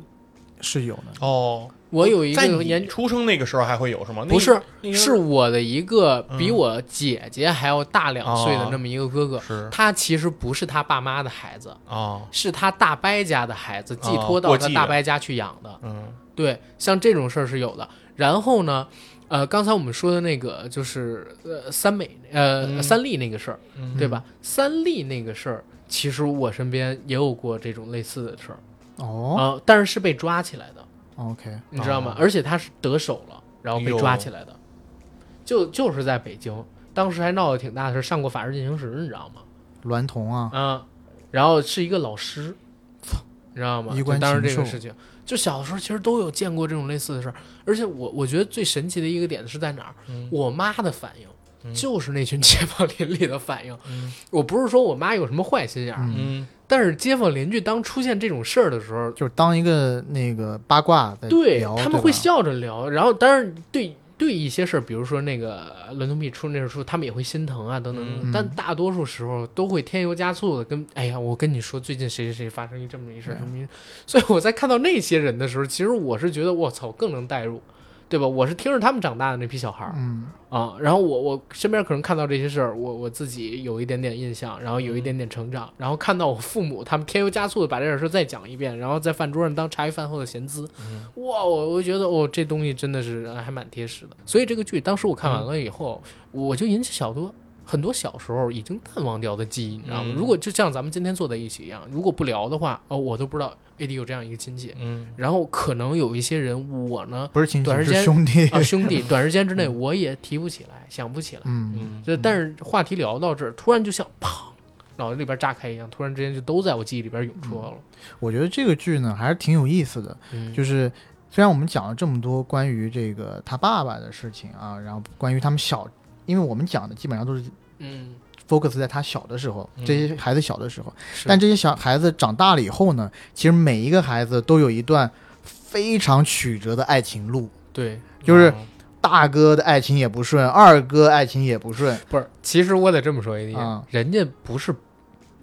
是有的，
哦，
我有一
在
个
你
研，
出生那个时候还会有是吗？那
不是，
那个
是我的一个比
嗯
我姐姐还要大两岁的
哦
那么一个哥哥，
是
他其实不是他爸妈的孩子，
哦，
是他大伯家的孩子寄
哦
托到
过
他
继
大
的
伯家去养的。
嗯
对，像这种事儿是有的。然后呢，呃，刚才我们说的那个就是呃三美呃、
嗯
三立那个事儿，
嗯
对吧？三立那个事儿，其实我身边也有过这种类似的事儿啊、
哦
但是是被抓起来的，
，OK，
你知道
哦
吗？而且他是得手了，然
哎
后被抓起来的，就就是在北京，当时还闹得挺大的事，上过法制进行时，你知道吗？
娈童啊，
啊，然后是一个老师，你知道吗？
衣
就
冠
当时
禽
这个
兽
事情，就小的时候其实都有见过这种类似的事儿，而且我我觉得最神奇的一个点是在哪儿？
嗯
我妈的反应。就是那群街坊邻里的反应，
嗯
我不是说我妈有什么坏心眼儿，
嗯
但是街坊邻居当出现这种事儿的时候，
就是当一个那个八卦在
对
聊，
他们会
对吧
笑着聊，然后当然对对一些事儿，比如说那个呃娈童癖出那事儿出，他们也会心疼啊等等等等，
嗯
但大多数时候都会添油加醋的跟哎呀，我跟你说最近谁谁谁发生一这么一事儿，什么 一事儿所以我在看到那些人的时候，其实我是觉得我操更能代入，对吧？我是听着他们长大的那批小孩儿，
嗯，
啊，然后我我身边可能看到这些事儿，我我自己有一点点印象，然后有一点点成长，然后看到我父母他们添油加醋的把这点事儿再讲一遍，然后在饭桌上当茶余饭后的闲资，哇，我我觉得哦，这东西真的是呃还蛮贴实的。所以这个剧当时我看完了以后，我就引起小多很多小时候已经淡忘掉的记忆，你知道吗？
嗯
如果就像咱们今天坐在一起一样，如果不聊的话，哦，我都不知道 AD 有这样一个亲戚，
嗯
然后可能有一些人我呢
不是亲
短
戚
时
是
间
兄弟，
啊兄弟，短时间之内我也提不起来，想不起来。
嗯，
嗯
这但是话题聊到这儿，突然就像砰，脑子里边炸开一样，突然之间就都在我记忆里边涌出来了。
我觉得这个剧呢还是挺有意思的，
嗯
就是虽然我们讲了这么多关于这个他爸爸的事情啊，然后关于他们小，因为我们讲的基本上都是
嗯，
focus 在他小的时候，
嗯
这些孩子小的时候，
是
但这些小孩子长大了以后呢，其实每一个孩子都有一段非常曲折的爱情路，
对，
就是大哥的爱情也不顺，二哥爱情也不顺，
不是，其实我得这么说一点，
啊
人家不是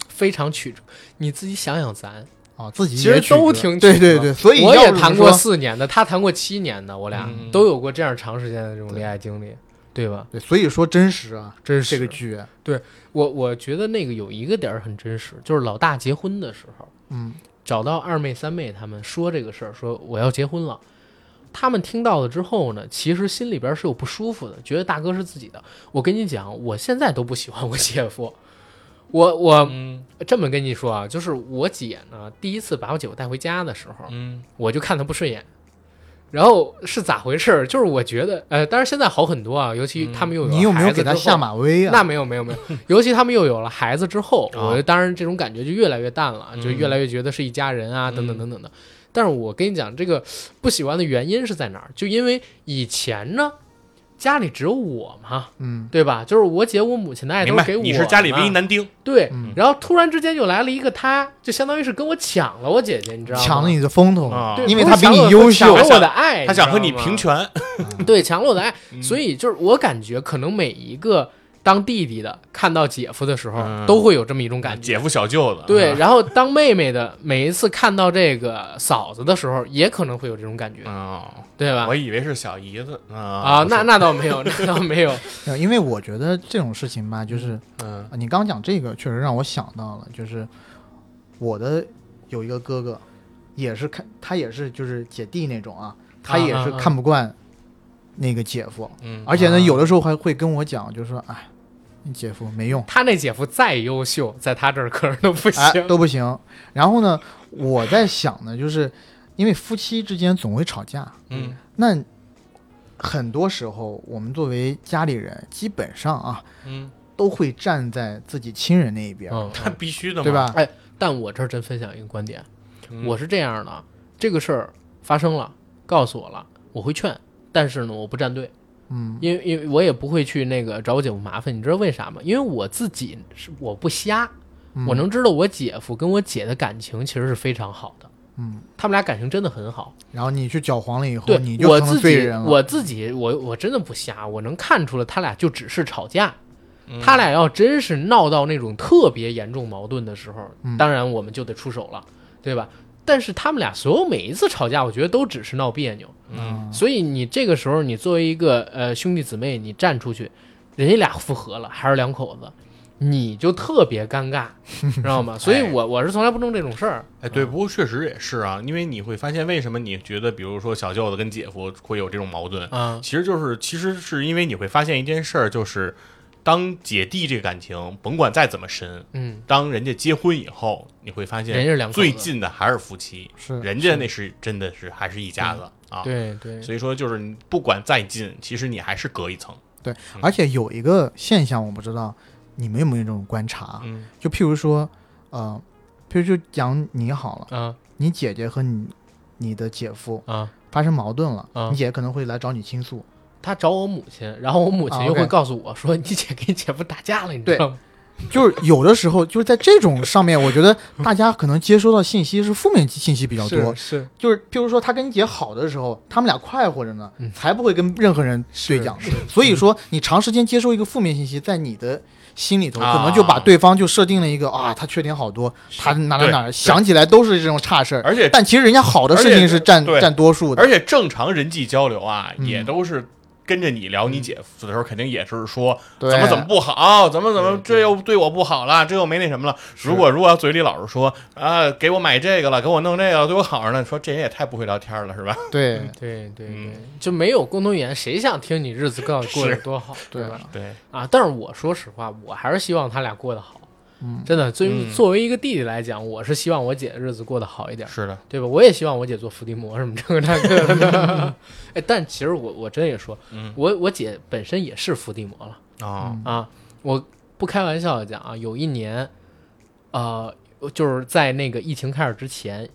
非常曲折，你自己想想咱，
啊，自己
其实
也曲折
都挺
对
曲
对
折
对，所以
我
要
也
是
谈
说
过四年的，他谈过七年的，我俩、
嗯
都有过这样长时间的这种恋爱经历，对吧？
对，所以说真实啊，
真
这
是
个剧，
我我觉得那个有一个点儿很真实，就是老大结婚的时候。
嗯，
找到二妹、三妹他们说这个事儿，说我要结婚了。他们听到了之后呢，其实心里边是有不舒服的，觉得大哥是自己的。我跟你讲，我现在都不喜欢我姐夫。我我
嗯
这么跟你说啊，就是我姐呢，第一次把我姐夫带回家的时候，
嗯
我就看她不顺眼。然后是咋回事儿？就是我觉得，呃，当然现在好很多啊，尤其他们又有
你有没有
孩子
给他
之后
下马威啊？
那没有没有没 有，尤其他们又有了孩子之后，
啊
我当然这种感觉就越来越淡了，
嗯
就越来越觉得是一家人啊，
嗯
等等等等的。但是我跟你讲，这个不喜欢的原因是在哪儿？就因为以前呢，家里只有我嘛，
嗯，
对吧？就是我姐我母亲的爱
嗯明
都
白
给我，
你是家里唯一。男丁，
对
嗯，
然后突然之间又来了一个他，就相当于是跟我抢了我姐姐，你知道吗？
抢了你的风头
啊
对，
因为
不
他
是抢
比
了
你
我
优
抢
秀
了，我的爱，
他想和你
哎知道吗
平权，
对，强了我的爱。所
以
以就是我感觉，可能每一个当弟弟的看到姐夫的时候，
嗯
都会有这么一种感觉。
姐夫小舅子
对，
啊
然后当妹妹的每一次看到这个嫂子的时候，也可能会有这种感觉，
哦，
对吧
我？以为是小姨子啊
啊，那
那
那倒没有，那倒没有。
呃因为我觉得这种事情吧，就是
嗯
啊你刚讲这个，确实让我想到了，就是我的有一个哥哥，也是看他也是就是姐弟那种啊，他也是
啊啊
看不惯那个姐夫，
嗯，
而且呢，
啊
有的时候还会跟我讲，就说哎，你姐夫没用，
他那姐夫再优秀，在他这儿可是都不
哎
行。嗯
都不行。然后呢，我在想呢，就是因为夫妻之间总会吵架，
嗯
那很多时候我们作为家里人，基本上啊
嗯，
都会站在自己亲人那一边，
嗯，
那必须的嘛，
对？吧？
但我这儿真分享一个观点，
嗯
我是这样的，这个事儿发生了，告诉我了，我会劝，但是呢，我不站队，
嗯
因为因为我也不会去那个找我姐夫麻烦，你知道为啥吗？因为我自己是我不瞎，
嗯
我能知道我姐夫跟我姐的感情其实是非常好的，
嗯，
他们俩感情真的很好。
然后你去搅黄了以后，
对
你，
我
就成
自
了罪
己
人了。
我自己我我真的不瞎，我能看出来他俩就只是吵架。他俩要真是闹到那种特别严重矛盾的时候，
嗯
当然我们就得出手了，对吧？但是他们俩所有每一次吵架，我觉得都只是闹别扭。
嗯
所以你这个时候，你作为一个呃兄弟姊妹，你站出去，人家俩复合了，还是两口子，你就特别尴尬，知道吗？所以我我是从来不弄这种事儿。
哎，对，不过确实也是啊，因为你会发现，为什么你觉得，比如说小舅子跟姐夫会有这种矛盾，
嗯
其实就是其实是因为你会发现一件事儿，就是当姐弟这个感情，甭管再怎么深，
嗯，
当人家结婚以后，你会发
人家是
现
两口子
最近的还是夫妻，
是
人家那是真的是还是一家子啊。
嗯对对，
所以说就是你不管再近，其实你还是隔一层。
对，而且有一个现象，我不知道你们有没有这种观察，啊
嗯
就譬如说，呃，譬如就讲你好了，
啊
你姐姐和你你的姐夫
啊，
发生矛盾了，
嗯
你姐姐可能会来找你倾诉，
他找我母亲，然后我母亲
啊
又会
，OK
告诉我说：“你姐跟你姐夫打架了，你知道吗
就是有的时候就是在这种上面，我觉得大家可能接收到信息是负面信息比？”较多，
是
就是譬如说他跟姐好的时候，他们俩快活着呢，
嗯
才不会跟任何人对讲的。所以说，你长时间接收一个负面信息，在你的心里头，
啊
可能就把对方就设定了一个啊，他缺点好多，他哪哪
对
哪儿，想起来都是这种差事儿。
而且
但其实人家好的事
而且
情是占
对
占多数的
而，且正常人际交流啊，
嗯
也都是跟着你
嗯
聊你姐夫的时候，肯定也是说
对
怎么怎么不好，怎么怎么
对对
这又对我不好了，这又没那什么了。如果如果要嘴里老是说啊，给我买这个了，给我弄这个了，对我好着呢，说这人也太不会聊天了，是吧？
对
对对对
嗯，
就没有共同语言，谁想听你日子过过得多好，
对
吧？
对，
啊，但是我说实话，我还是希望他俩过得好。
嗯
真的，作为、
嗯
作为一个弟弟来讲，我是希望我姐日子过得好一点，
是的，
对吧？我也希望我姐做伏地魔什么这个那个 的。哎，但其实我我真也说，
嗯
我我姐本身也是伏地魔了。
啊，
啊，我不开玩笑的讲啊，有一年，呃，就是在那个疫情开始之前，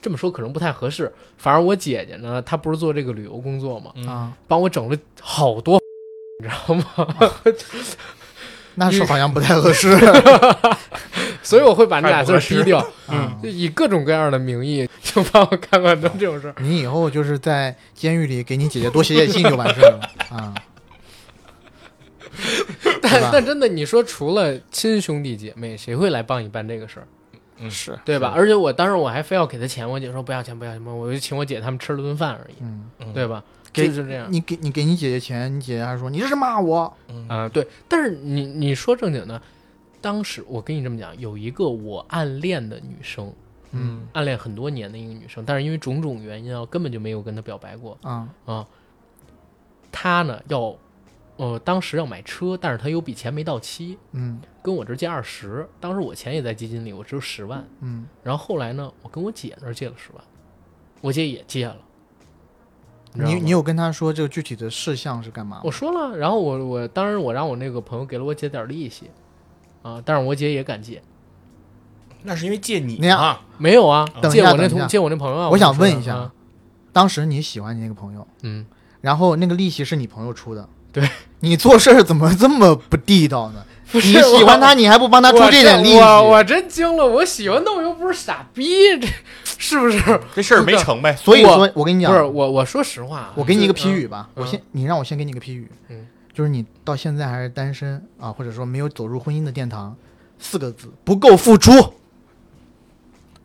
这么说可能不太合适。反而我姐姐呢，她不是做这个旅游工作嘛，
嗯，
啊，
帮我整了好 多，你知道吗？
那是好像不太合适。
所以我会把那
太
俩
不
字
合
儿
适
逼掉，
嗯
就以各种各样的名义就帮我干过很多这种事儿。
你以后哦就是在监狱里给你姐姐多写写信就完事儿了啊。对
但
吧
但真的，你说除了亲兄弟姐妹，谁会来帮你办这个事儿？
嗯
是，
对吧？而且我当时我还非要给他钱，我姐说不要钱不要钱，我就请我姐他们吃了顿饭而已，
嗯，
对吧？
给
就是这样。
你给你给你姐姐钱，你姐姐还说你这是骂我。
啊、对，但是你你说正经的，当时我跟你这么讲，有一个我暗恋的女生，
嗯
暗恋很多年的一个女生，但是因为种种原因啊，根本就没有跟她表白过
啊，
啊。她呢要，呃，当时要买车，但是她有笔钱没到期，
嗯
跟我这儿借二十，当时我钱也在基金里，我只有十万。
嗯，
然后后来呢，我跟我姐那儿借了十万，我姐也借了。知道
你
吗
你有跟他说这个具体的事项是干嘛
我
吗？
说了，然后我我当然我让我那个朋友给了我姐点儿利息，啊，但是我姐也敢借，
那是因为借你
那样
啊，
没有啊，
等一
借
下
我那
等一
同
下
借我那朋友啊，
我想
就说
问一下
啊
当时你喜欢你那个朋友，
嗯，
然后那个利息是你朋友出的，
对
你做事儿怎么这么不地道呢？
不
你
是我
喜欢他，你还不帮他出
我
这点利息？
我我真惊了，我喜欢那我又不是傻逼，这是不是？
这事儿没成呗。
所以
我
说，我跟你
不
讲，
是我我说实话啊，
我给你一个批
嗯
语吧，
嗯
我先你让我先给你一个批语，
嗯
就是你到现在还是单身啊，或者说没有走入婚姻的殿堂，四个字，不够付出，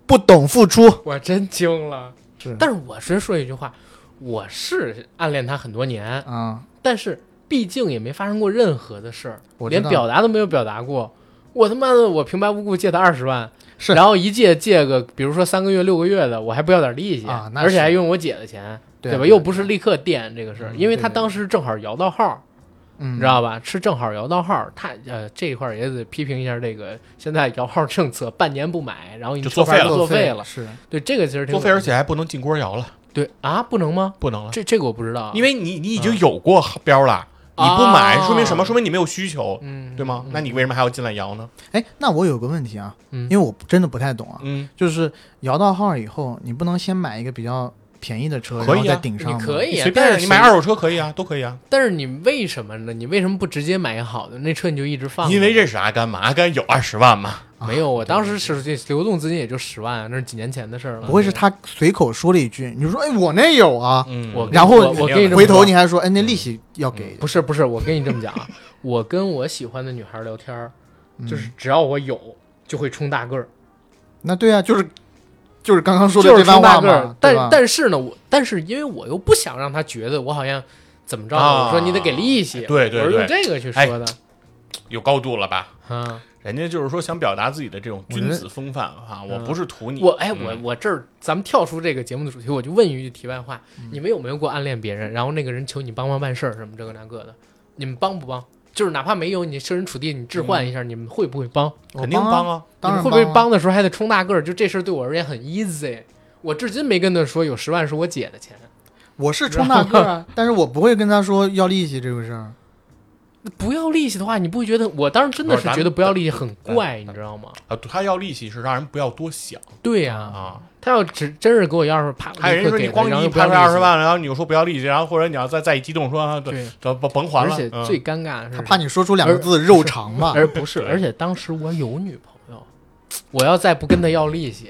不懂付出，
我真惊了。
是
但是我真说一句话，我是暗恋他很多年，
啊，
但是毕竟也没发生过任何的事儿，
我知
连
道
表达都没有表达过。我他妈的，我平白无故借他二十万，
是
然后一借借个，比如说三个月、六个月的，我还不要点利息
啊那
而且
是
还用我姐的钱，
对
吧？
对嗯
又不是立刻垫这个事儿，因为
对
他
对
当时正好摇到号，
嗯，
你知道吧？是正好摇到号，他呃这一块儿也得批评一下这个现在摇号政策，半年不买，然后你
就
车
作废
牌
了
都作废了
了，。是
对这个其实挺
作废，而且还不能进锅窑了，
对啊，不能吗？
不能了，嗯
这这个我不知道啊，
因为你你已经有过标了，你不买
啊
说明什么？说明你没有需求，
嗯，
对吗？那你为什么还要进来摇呢？
哎，那我有个问题啊，
嗯
因为我真的不太懂啊，
嗯
就是摇到号以后，你不能先买一个比较便宜的车，
可以啊
然后再顶上
你
吗？
可以、啊，
随
但
便
是
你
谁
买二手车可以啊，都可以啊。
但是你为什么呢？你为什么不直接买好的那车你就一直放着？
因为认识阿甘嘛，阿甘有二十万嘛，
没
啊
有，我当时是这流动资金也就十万，那是几年前的事儿了。
不会是他随口说了一句，你就说哎我那有啊，
嗯，
我跟
然后
我我跟你这么
回头
说嗯
你还说哎那利息要给，
不是不是，我跟你这么讲啊，我跟我喜欢的女孩聊天儿，嗯
嗯
就是只要我有就会冲大个儿，
那对啊，就是就是刚刚说的
就
这
是
番
冲
话
大个儿
嘛。。对吧
但但是呢，我但是因为我又不想让她觉得我好像怎么着呢，
啊
我说你得给利息，
对对
我是用
对
这个去
哎
说的。
有高度了吧？
啊，
人家就是说想表达自己的这种君子风范啊，我不是图你，
嗯我哎
嗯
我我这儿咱们跳出这个节目的主题，我就问一句题外话：
嗯
你们有没有过暗恋别人，然后那个人求你帮忙办事儿什么这个那个的，你们帮不帮？就是哪怕没有，你设身处地，你置换一下，你们会不会帮？
我
肯定
帮
嗯帮
啊，
啊。
当然
你们会不会
帮啊？
帮的时候还得冲大个儿？就这事儿对我而言很 easy，我至今没跟他说有十万是我姐的钱，
我是冲大个 儿啊，但是我不会跟他说要利息这个事儿。
那不要利息的话，你不会觉得我当时真的是
不是咱
觉得不要利息很怪，你知道吗？
啊，他要利息是让人不要多想
对呀、
啊。
他要只真是给我钥匙，啪，
还有人
立
说
刻
你
给
光
了然后
你
又不
拍
要
出二
利
十
息，
万，然后你又说不要利息，然后或者你要再再一激动说啊，
对
这甭甭还
而
了。
且
嗯
最尴尬的是
他，怕你说出两个字“肉偿”嘛。
而不是，
对
而且当时我有女朋友，我要再不跟他要利息，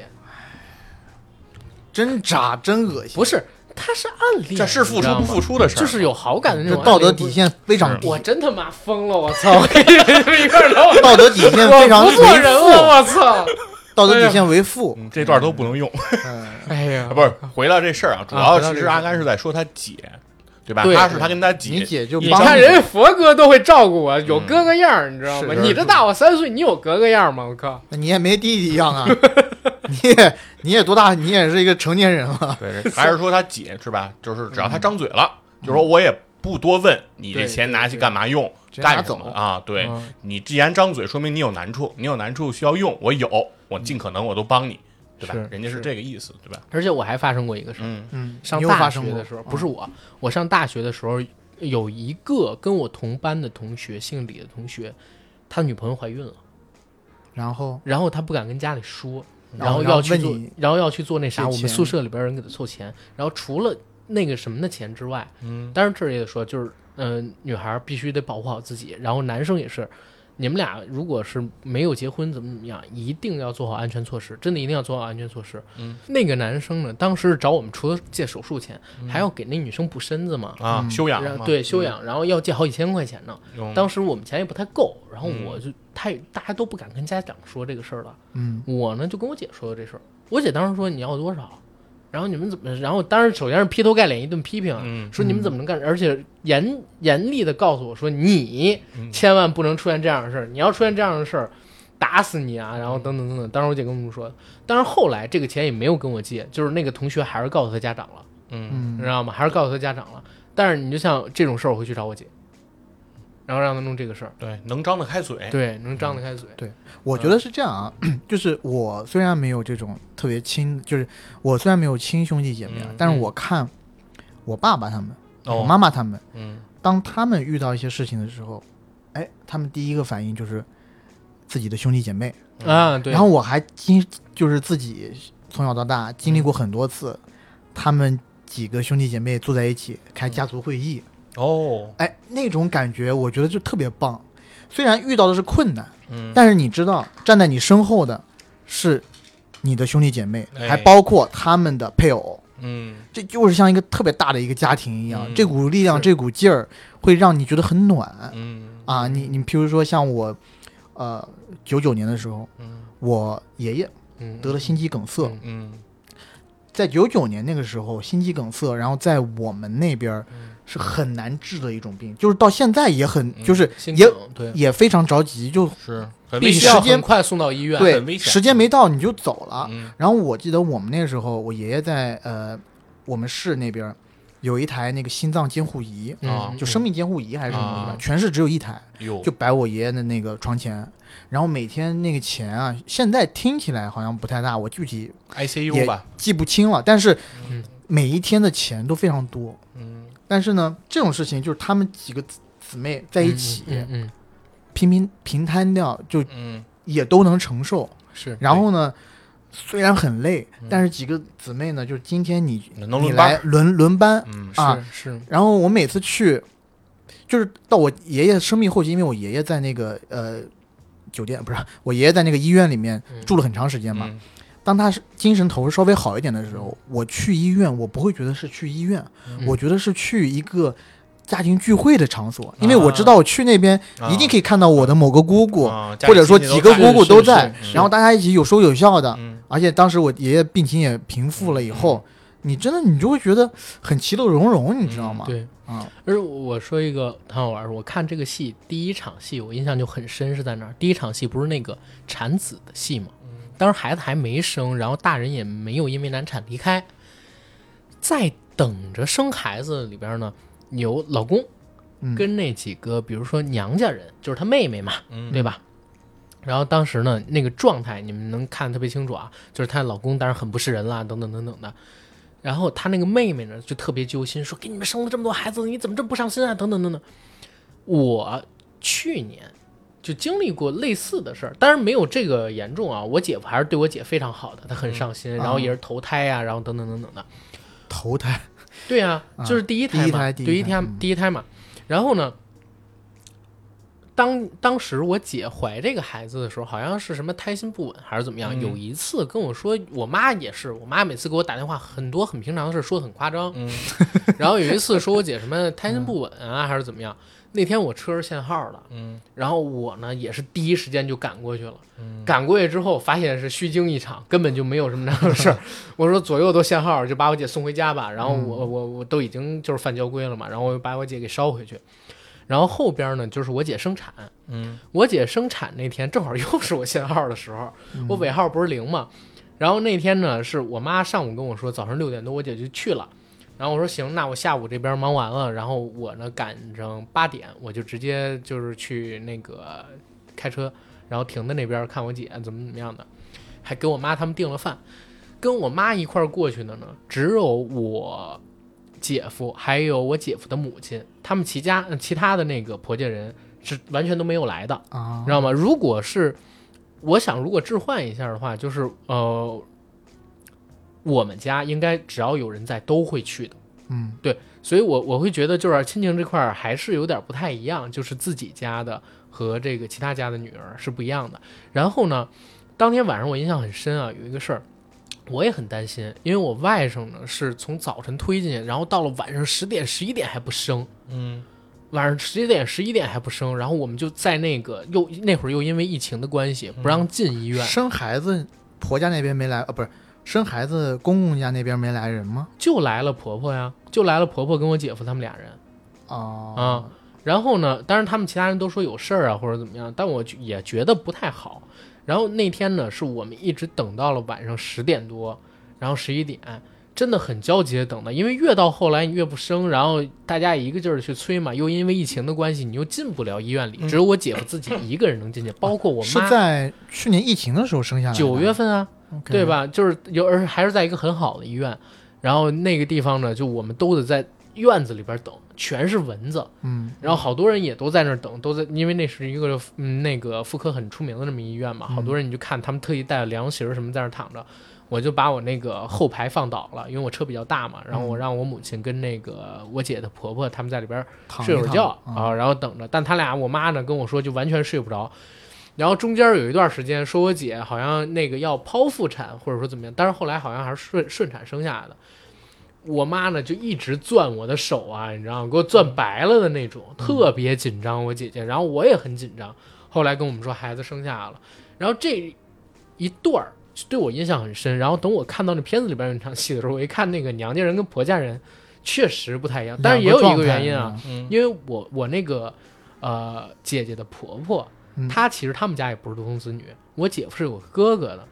真渣，真恶心。
不，是，他是暗恋，
这是付出不付
出，
出的事儿，
就是有好感的那
这
种
道德
暗恋
底。线非常低，
我真他妈疯了！我 操！我跟你们一块儿聊，
道德底线非常
我不
为
做人了！
负，
我 操！
道德底线为负。
嗯这段都不能用。
嗯
哎呀
啊，不是，回到这事儿啊，主
啊
要
回到这
其实
事儿
阿甘是在说他姐，对吧？
对
他是他跟他姐，
你姐就
一
你
帮
看
你
人家佛哥都会照顾我，有哥哥样儿，你知道吗？
嗯是
你这大我三岁，你有哥哥样儿吗？我靠！
那你也没弟弟一 样啊，你也你也多大？你也是一个成年人了。
对，还是说他姐是吧？就是只要他张嘴了，就说我也不多问你
嗯
这
对
钱
对
拿去
对
干嘛用，
直接拿
干什么
走
啊？对
嗯
你既然张嘴，说明你有难处，你有难处需要用，我有，
嗯
我尽可能我都帮你，对吧
是？
人家是
是
这个意思，对吧？
而且我还发生过一个事儿，
嗯，
嗯，
上
你又
大
发生
学
过嗯
的时候，嗯不是我，我上大学的时候有一个跟我同班的同学，姓李的同学，他女朋友怀孕了，
然后
然后他不敢跟家里说，
然后
后
然后
要去
问
做
你，
然后要去做那啥，
借
我们
钱
宿舍里边人给他凑钱，然后除了那个什么的钱之外，
嗯，
当然这儿也得说，就是嗯、呃女孩必须得保护好自己，然后男生也是，你们俩如果是没有结婚怎么怎么样，一定要做好安全措施，真的一定要做好安全措施。
嗯，
那个男生呢，当时找我们除了借手术钱，还要给那女生补身子嘛，
啊，
嗯
修养
然
嘛，
后对修养，然后要借好几千块钱呢。
用，
当时我们钱也不太够，然后我就太大家都不敢跟家长说这个事儿了。
嗯，
我呢就跟我姐说的这事儿，我姐当时说你要多少，然后你们怎么，然后当时首先是劈头盖脸一顿批评啊，
嗯
说你们怎么能干，而且严严厉的告诉我说你
嗯
千万不能出现这样的事儿，你要出现这样的事儿，打死你啊，然后等等等等。当时我姐跟我们说，但是后来这个钱也没有跟我借，就是那个同学还是告诉他家长了，
嗯，
你知道吗？还是告诉他家长了。但是你就像这种事儿，我会去找我姐，然后让她弄这个事儿，
对，能张得开嘴，
对，能张得开嘴，
我觉得是这样啊， 就是我虽然没有这种特别亲，就是我虽然没有亲兄弟姐妹啊，
嗯
但是我看我爸爸他们、我
哦，
妈妈他们，
嗯，
当他们遇到一些事情的时候，哎，他们第一个反应就是自己的兄弟姐妹。
嗯
啊，对。
然后我还经就是自己从小到大经历过很多次，
嗯
他们几个兄弟姐妹坐在一起开家族会议，
哦，
哎，那种感觉我觉得就特别棒。虽然遇到的是困难，
嗯，
但是你知道站在你身后的是你的兄弟姐妹，
哎
还包括他们的配偶。
嗯，
这就是像一个特别大的一个家庭一样，
嗯
这股力量、
是
这股劲儿会让你觉得很暖。
嗯，
啊，你你譬如说像我，呃，九九年的时候，
嗯
我爷爷
嗯
得了心肌梗塞，
嗯
嗯，
在九九年那个时候，心肌梗塞，然后在我们那边儿是很难治的一种病，就是到现在也很，
嗯，
就是
心
也
梗对，
也非常着急，就是
很
必
危
须
险
要
时间
很快送到医院。
很危
对
险
时间没到你就走了。
嗯
然后我记得我们那时候，我爷爷在呃我们市那边儿有一台那个心脏监护仪，
啊
嗯
就生命监护仪还是什么的吧
啊，
全市只有一台。
哟，
就摆我爷爷的那个床前，然后每天那个钱啊，现在听起来好像不太大，我具体
ICU
也
吧，
记不清了，但是
嗯
每一天的钱都非常多。
嗯，
但是呢，这种事情就是他们几个姊姊妹在一起，
嗯嗯，
平平平摊掉，就
嗯，
也都能承受。
是
然后呢，虽然很累，但是几个姊妹呢，就是今天你
能
你
轮班
来轮轮班，
嗯
啊
是是，
然后我每次去，就是到我爷爷生病后期，因为我爷爷在那个呃酒店不是我爷爷在那个医院里面
嗯
住了很长时间嘛。
嗯
当他是精神头稍微好一点的时候，我去医院，我不会觉得是去医院，
嗯
我觉得是去一个家庭聚会的场所，因为我知道我去那边一定可以看到我的某个姑姑，
啊
或者说几个
在
姑姑都
是是
在，
是
然后大家一起有说有笑的。
嗯
而且当时我爷爷病情也平复了以后，你真的你就会觉得很其乐融融，你知道吗？
嗯对。
啊，
而我说一个很好玩儿，我看这个戏第一场戏，我印象就很深，是在哪儿？第一场戏不是那个产子的戏吗？
嗯
当时孩子还没生，然后大人也没有因为难产离开，在等着生孩子里边呢，有老公
嗯
跟那几个，比如说娘家人，就是他妹妹嘛，
嗯
对吧？然后当时呢，那个状态你们能看得特别清楚啊，就是她老公当然很不是人啦，等等等等的。然后她那个妹妹呢，就特别揪心，说给你们生了这么多孩子，你怎么这么不上心啊？等等等等。我去年就经历过类似的事儿，当然没有这个严重啊。我姐夫还是对我姐非常好的，她很上心，然后也是投胎啊，然后等等等等的。
头胎，
对啊，
啊
就是第一
第
胎
一
嘛，
胎第一
对
胎
胎
嗯
第一胎嘛。然后呢，当当时我姐怀这个孩子的时候，好像是什么胎心不稳还是怎么样，
嗯
有一次跟我说，我妈也是，我妈每次给我打电话，很多很平常的事说的很夸张。
嗯
然后有一次说我姐什么胎心
嗯
不稳啊，还是怎么样。那天我车是限号了，
嗯
然后我呢也是第一时间就赶过去了，赶过去之后发现是虚惊一场，根本就没有什么那样的事儿。我说左右都限号，就把我姐送回家吧。然后我我我都已经就是犯交规了嘛，然后我又把我姐给捎回去。然后后边呢就是我姐生产，
嗯
我姐生产那天正好又是我限号的时候，我尾号不是零嘛。然后那天呢，是我妈上午跟我说，早上六点多我姐就去了。然后我说行，那我下午这边忙完了，然后我呢赶上八点，我就直接就是去那个开车，然后停在那边看我姐怎么怎么样的，还给我妈他们订了饭。跟我妈一块儿过去的呢，只有我姐夫还有我姐夫的母亲，他们其家呃其他的那个婆家人是完全都没有来的。
啊
你知，道吗？如果是我想，如果置换一下的话，就是呃，我们家应该只要有人在都会去的，
嗯，
所以我我会觉得就是亲情这块儿还是有点不太一样，就是自己家的和这个其他家的女儿是不一样的。然后呢，当天晚上我印象很深啊，有一个事儿。我也很担心，因为我外甥呢是从早晨推进去，然后到了晚上十点、十一点还不生，
嗯
晚上十点十一点还不生，然后我们就在那个又那会儿又因为疫情的关系不让进医院，
生孩子婆家那边没来，呃，不是生孩子公公家那边没来人吗？
就来了婆婆呀，就来了婆婆跟我姐夫他们俩人。
哦，
然后呢，当然他们其他人都说有事儿啊或者怎么样，但我觉也觉得不太好。然后那天呢，是我们一直等到了晚上十点多，然后十一点，真的很焦急的等的，因为越到后来你越不生，然后大家也一个劲儿地去催嘛，又因为疫情的关系，你又进不了医院里，只有我姐夫自己一个人能进去，包括我
嗯是
妈。
在去年疫情的时候生下来的，
九月份啊，
OK
对？吧？就是有，而还是在一个很好的医院，然后那个地方呢，就我们都得在院子里边等，全是蚊子，
嗯，
然后好多人也都在那儿等，都在，因为那是一个嗯那个妇科很出名的那么一医院嘛，好
嗯
多人你就看他们特意带了凉席儿什么在那儿躺着。我就把我那个后排放倒了，因为我车比较大嘛，然后我
嗯
让我母亲跟那个我姐的婆婆他们在里边
躺
睡
一
会儿
躺
觉
啊，
啊，然后等着。但他俩，我妈呢跟我说就完全睡不着。然后中间有一段时间，说我姐好像那个要剖腹产，或者说怎么样，但是后来好像还是顺顺产生下来的。我妈呢就一直攥我的手啊，你知道吗？给我攥白了的那种，特别紧张。我姐姐，然后我也很紧张。后来跟我们说孩子生下来了，然后这一段儿就对我印象很深。然后等我看到那片子里边有一场戏的时候，我一看那个娘家人跟婆家人确实不太一样，但是也有一个原因啊，
嗯
因为我我那个呃姐姐的婆婆
嗯，
她其实他们家也不是独生子女，我姐夫是有个哥哥的，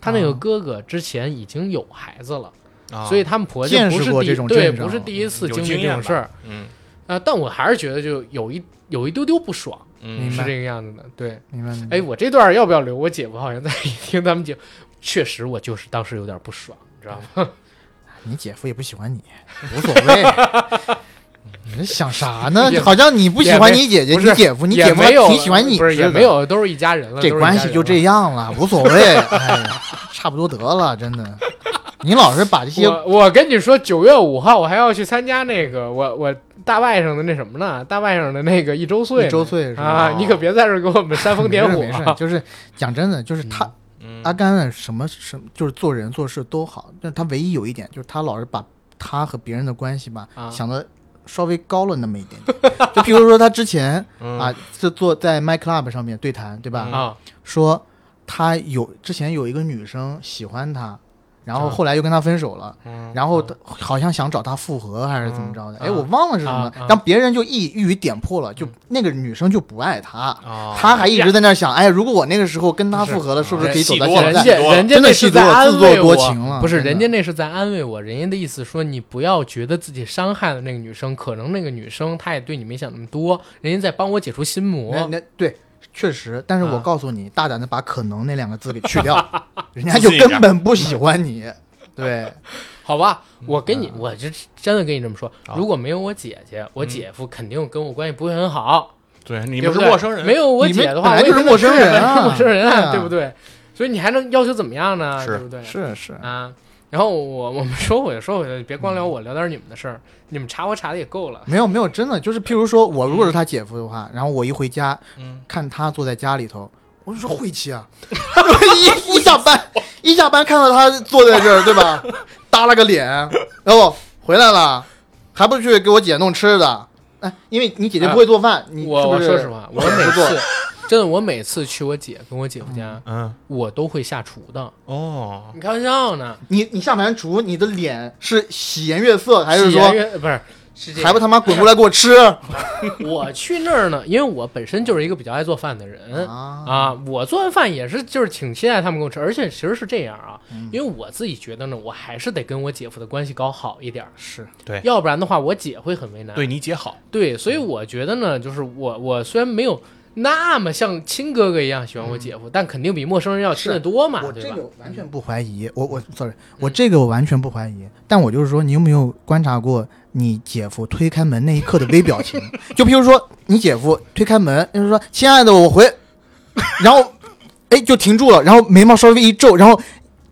他那个
啊
哥哥之前已经有孩子了，
啊
所以他们婆家
见
不
识
是
过
第
这种
对
阵仗
不是第一次
有
经
经
历这
验
种
吧
事儿，
嗯
呃，但我还是觉得就有一有一丢丢不爽，是
嗯
明白嗯
这个样子的，对，
明白？明白
哎，，我这段儿要不要留？我姐夫好像在一听他们讲，确实我就是当时有点不爽，你知道吗？
你姐夫也不喜欢你，无所谓。你在想啥呢
也？
好像你不喜欢你姐姐，
不是
你姐哦夫，你
也
姐夫还
没有
挺喜欢你
不是
似
也
的，
没有，都是一家人了，
这
都是一
关
家
系
人
就
了
这样了，无所 谓，哎呀，差不多得了，真的。你老是把这些
我我跟你说，九月五号我还要去参加那个我我大外甥的那什么呢？大外甥的那个一周岁呢，
一周岁是吧
啊！你可别在这儿给我们煽风
没
点
事
火啊
没事，就是讲真的，就是他
嗯
阿甘呢，什么什么就是做人做事都好，但他唯一有一点就是他老是把他和别人的关系吧、
啊
想的稍微高了那么一点 点。就譬如说他之前、
嗯
啊，是坐在 My Club 上面对谈，对吧？
啊！
说他有之前有一个女生喜欢他，然后
啊
后来又跟他分手了，
嗯
然后他好像想找他复合还是怎么着的，
嗯
哎，我忘了是什么
啊啊，嗯
让别人就一一语点破了，就那个女生就不爱他。
啊
他还一直在那儿想，哎，如果我那个时候跟他复合了，是不是可以走到
戏多了
现
哦人家
在
戏？多了
人家
真的
那
是
是在
自作
安
自
慰
作多
我
情了
不是
真的
人家那是在安慰我，人家的意思说你不要觉得自己伤害了那个女生，可能那个女生她也对你没想那么多，人家在帮我解除心
那
魔。
那对，确实，但是我
啊
告诉你，大胆的把“可能”那两个字给去 掉，人家就根本不喜欢你。对，
好吧，
嗯
我跟你，我就真的跟你这么说，
好
如果没有我姐姐，
嗯
我姐夫肯定跟我关系不会很好。
对，你
对不
们是
对
陌生人，
没有我
你
姐
们
的
本
话，
来
我
就是
也
陌生人
本来
啊
就 陌生人
对啊
啊，对不对？所以你还能要求怎么样呢？
是
对不对？
是是，
啊。然后我我们说回来说回来，别光聊我，聊点你们的事儿。你们查我查的也够了。
没有没有，真的就是，譬如说我如果是他姐夫的话，然后我一回家
嗯，
看他坐在家里头，我就说晦气 啊，一一下班一下班看到他坐在这儿，对吧？耷拉个脸，然后回来了，还不去给我姐弄吃的。哎，因为你姐姐不会做饭，你
啊我
是不
我
是
说实话，我每
不做
次真的我每次去我姐跟我姐夫家，
嗯，
我都会下厨的。
哦，
你开玩笑呢？
你你下盘厨，你的脸是喜颜悦色，还是
喜
说
颜悦不是？是这
还不
样，
他妈滚过来给 我吃？
我去那儿呢，因为我本身就是一个比较爱做饭的人，
啊，
啊，我做完饭也是，就是挺期待他们给我吃，而且其实是这样啊，
嗯
因为我自己觉得呢，我还是得跟我姐夫的关系搞好一点儿，
是
对
要不然的话我姐会很为难。
对你姐好，
对所以我觉得呢，就是我我虽然没有那么像亲哥哥一样喜欢我姐夫，但肯定比陌生人要亲
嗯是
得多嘛，
我
对
这
吧？
个完全不嗯怀疑，我我 sorry，我这个我完全不怀疑，但我就是说，你有没有观察过你姐夫推开门那一刻的微表情？ 就譬如说，你姐夫推开门，就是说“亲爱的，我回”，然后哎就停住了，然后眉毛稍微一皱，然后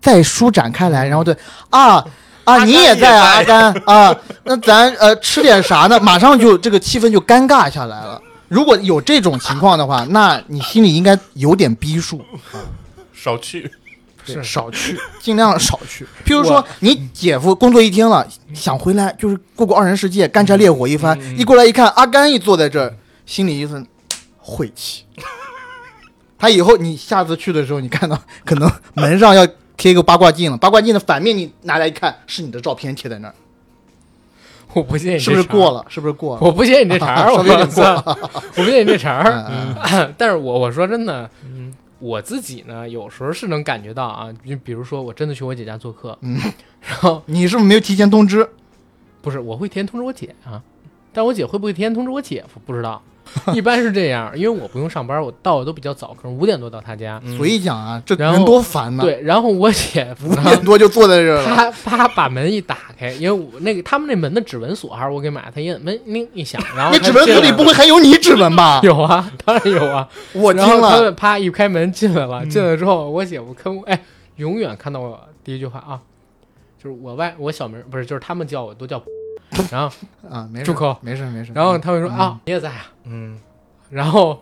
再舒展开来，然后对啊。啊，
甘
你
也
在啊，阿甘啊，那咱呃吃点啥呢？马上就这个气氛就尴尬下来了。如果有这种情况的话，那你心里应该有点逼数。
少去，
对
是嗯
少 去，尽量少去。譬如说，你姐夫工作一天了，想回来就是过过二人世界，干柴烈火一番，
嗯
一过来一看，阿甘一坐在这儿，心里一阵晦 气。他以后你下次去的时候，你看到 可能门上要贴一个八卦镜了，八卦镜的反面你拿来一看，是你的照片贴在那儿，
我不信你
是不是过
了？
了？是不是过了？
我不信你这茬儿，
稍
我
微有点过
操 我不信你这茬儿。
嗯
但是我我说真的，
嗯
我自己呢，有时候是能感觉到啊，就比如说我真的去我姐家做客，然后
你是不是没有提前通知？
不是我会提前通知我姐啊，但我姐会不会提前通知我姐夫不知道， 一般是这样，因为我不用上班，我到的都比较早，可能五点多到她家，
嗯
所以讲啊，这
嗯然
人
后
多烦 呐！
对，然后我姐夫
五
呢。
点多就坐在这儿了，
他他把门一打开，因为我那个他们那门的指纹锁还是我给买的，他一摁门铃一响，然后
那
他
指纹
进
盒
来
里
了？
不会还有你指纹吧
有啊，当然有啊，
我
然
惊
后他
了。嗯
们啪一开门进来了，进来之后，我姐夫跟我哎，永远看到我第一句话啊，就是我外我小名不是，就是他们叫我都叫， 然后
啊，没事，
住口
没事没事。
然后他会说
嗯
啊，你也在啊，
嗯，
然后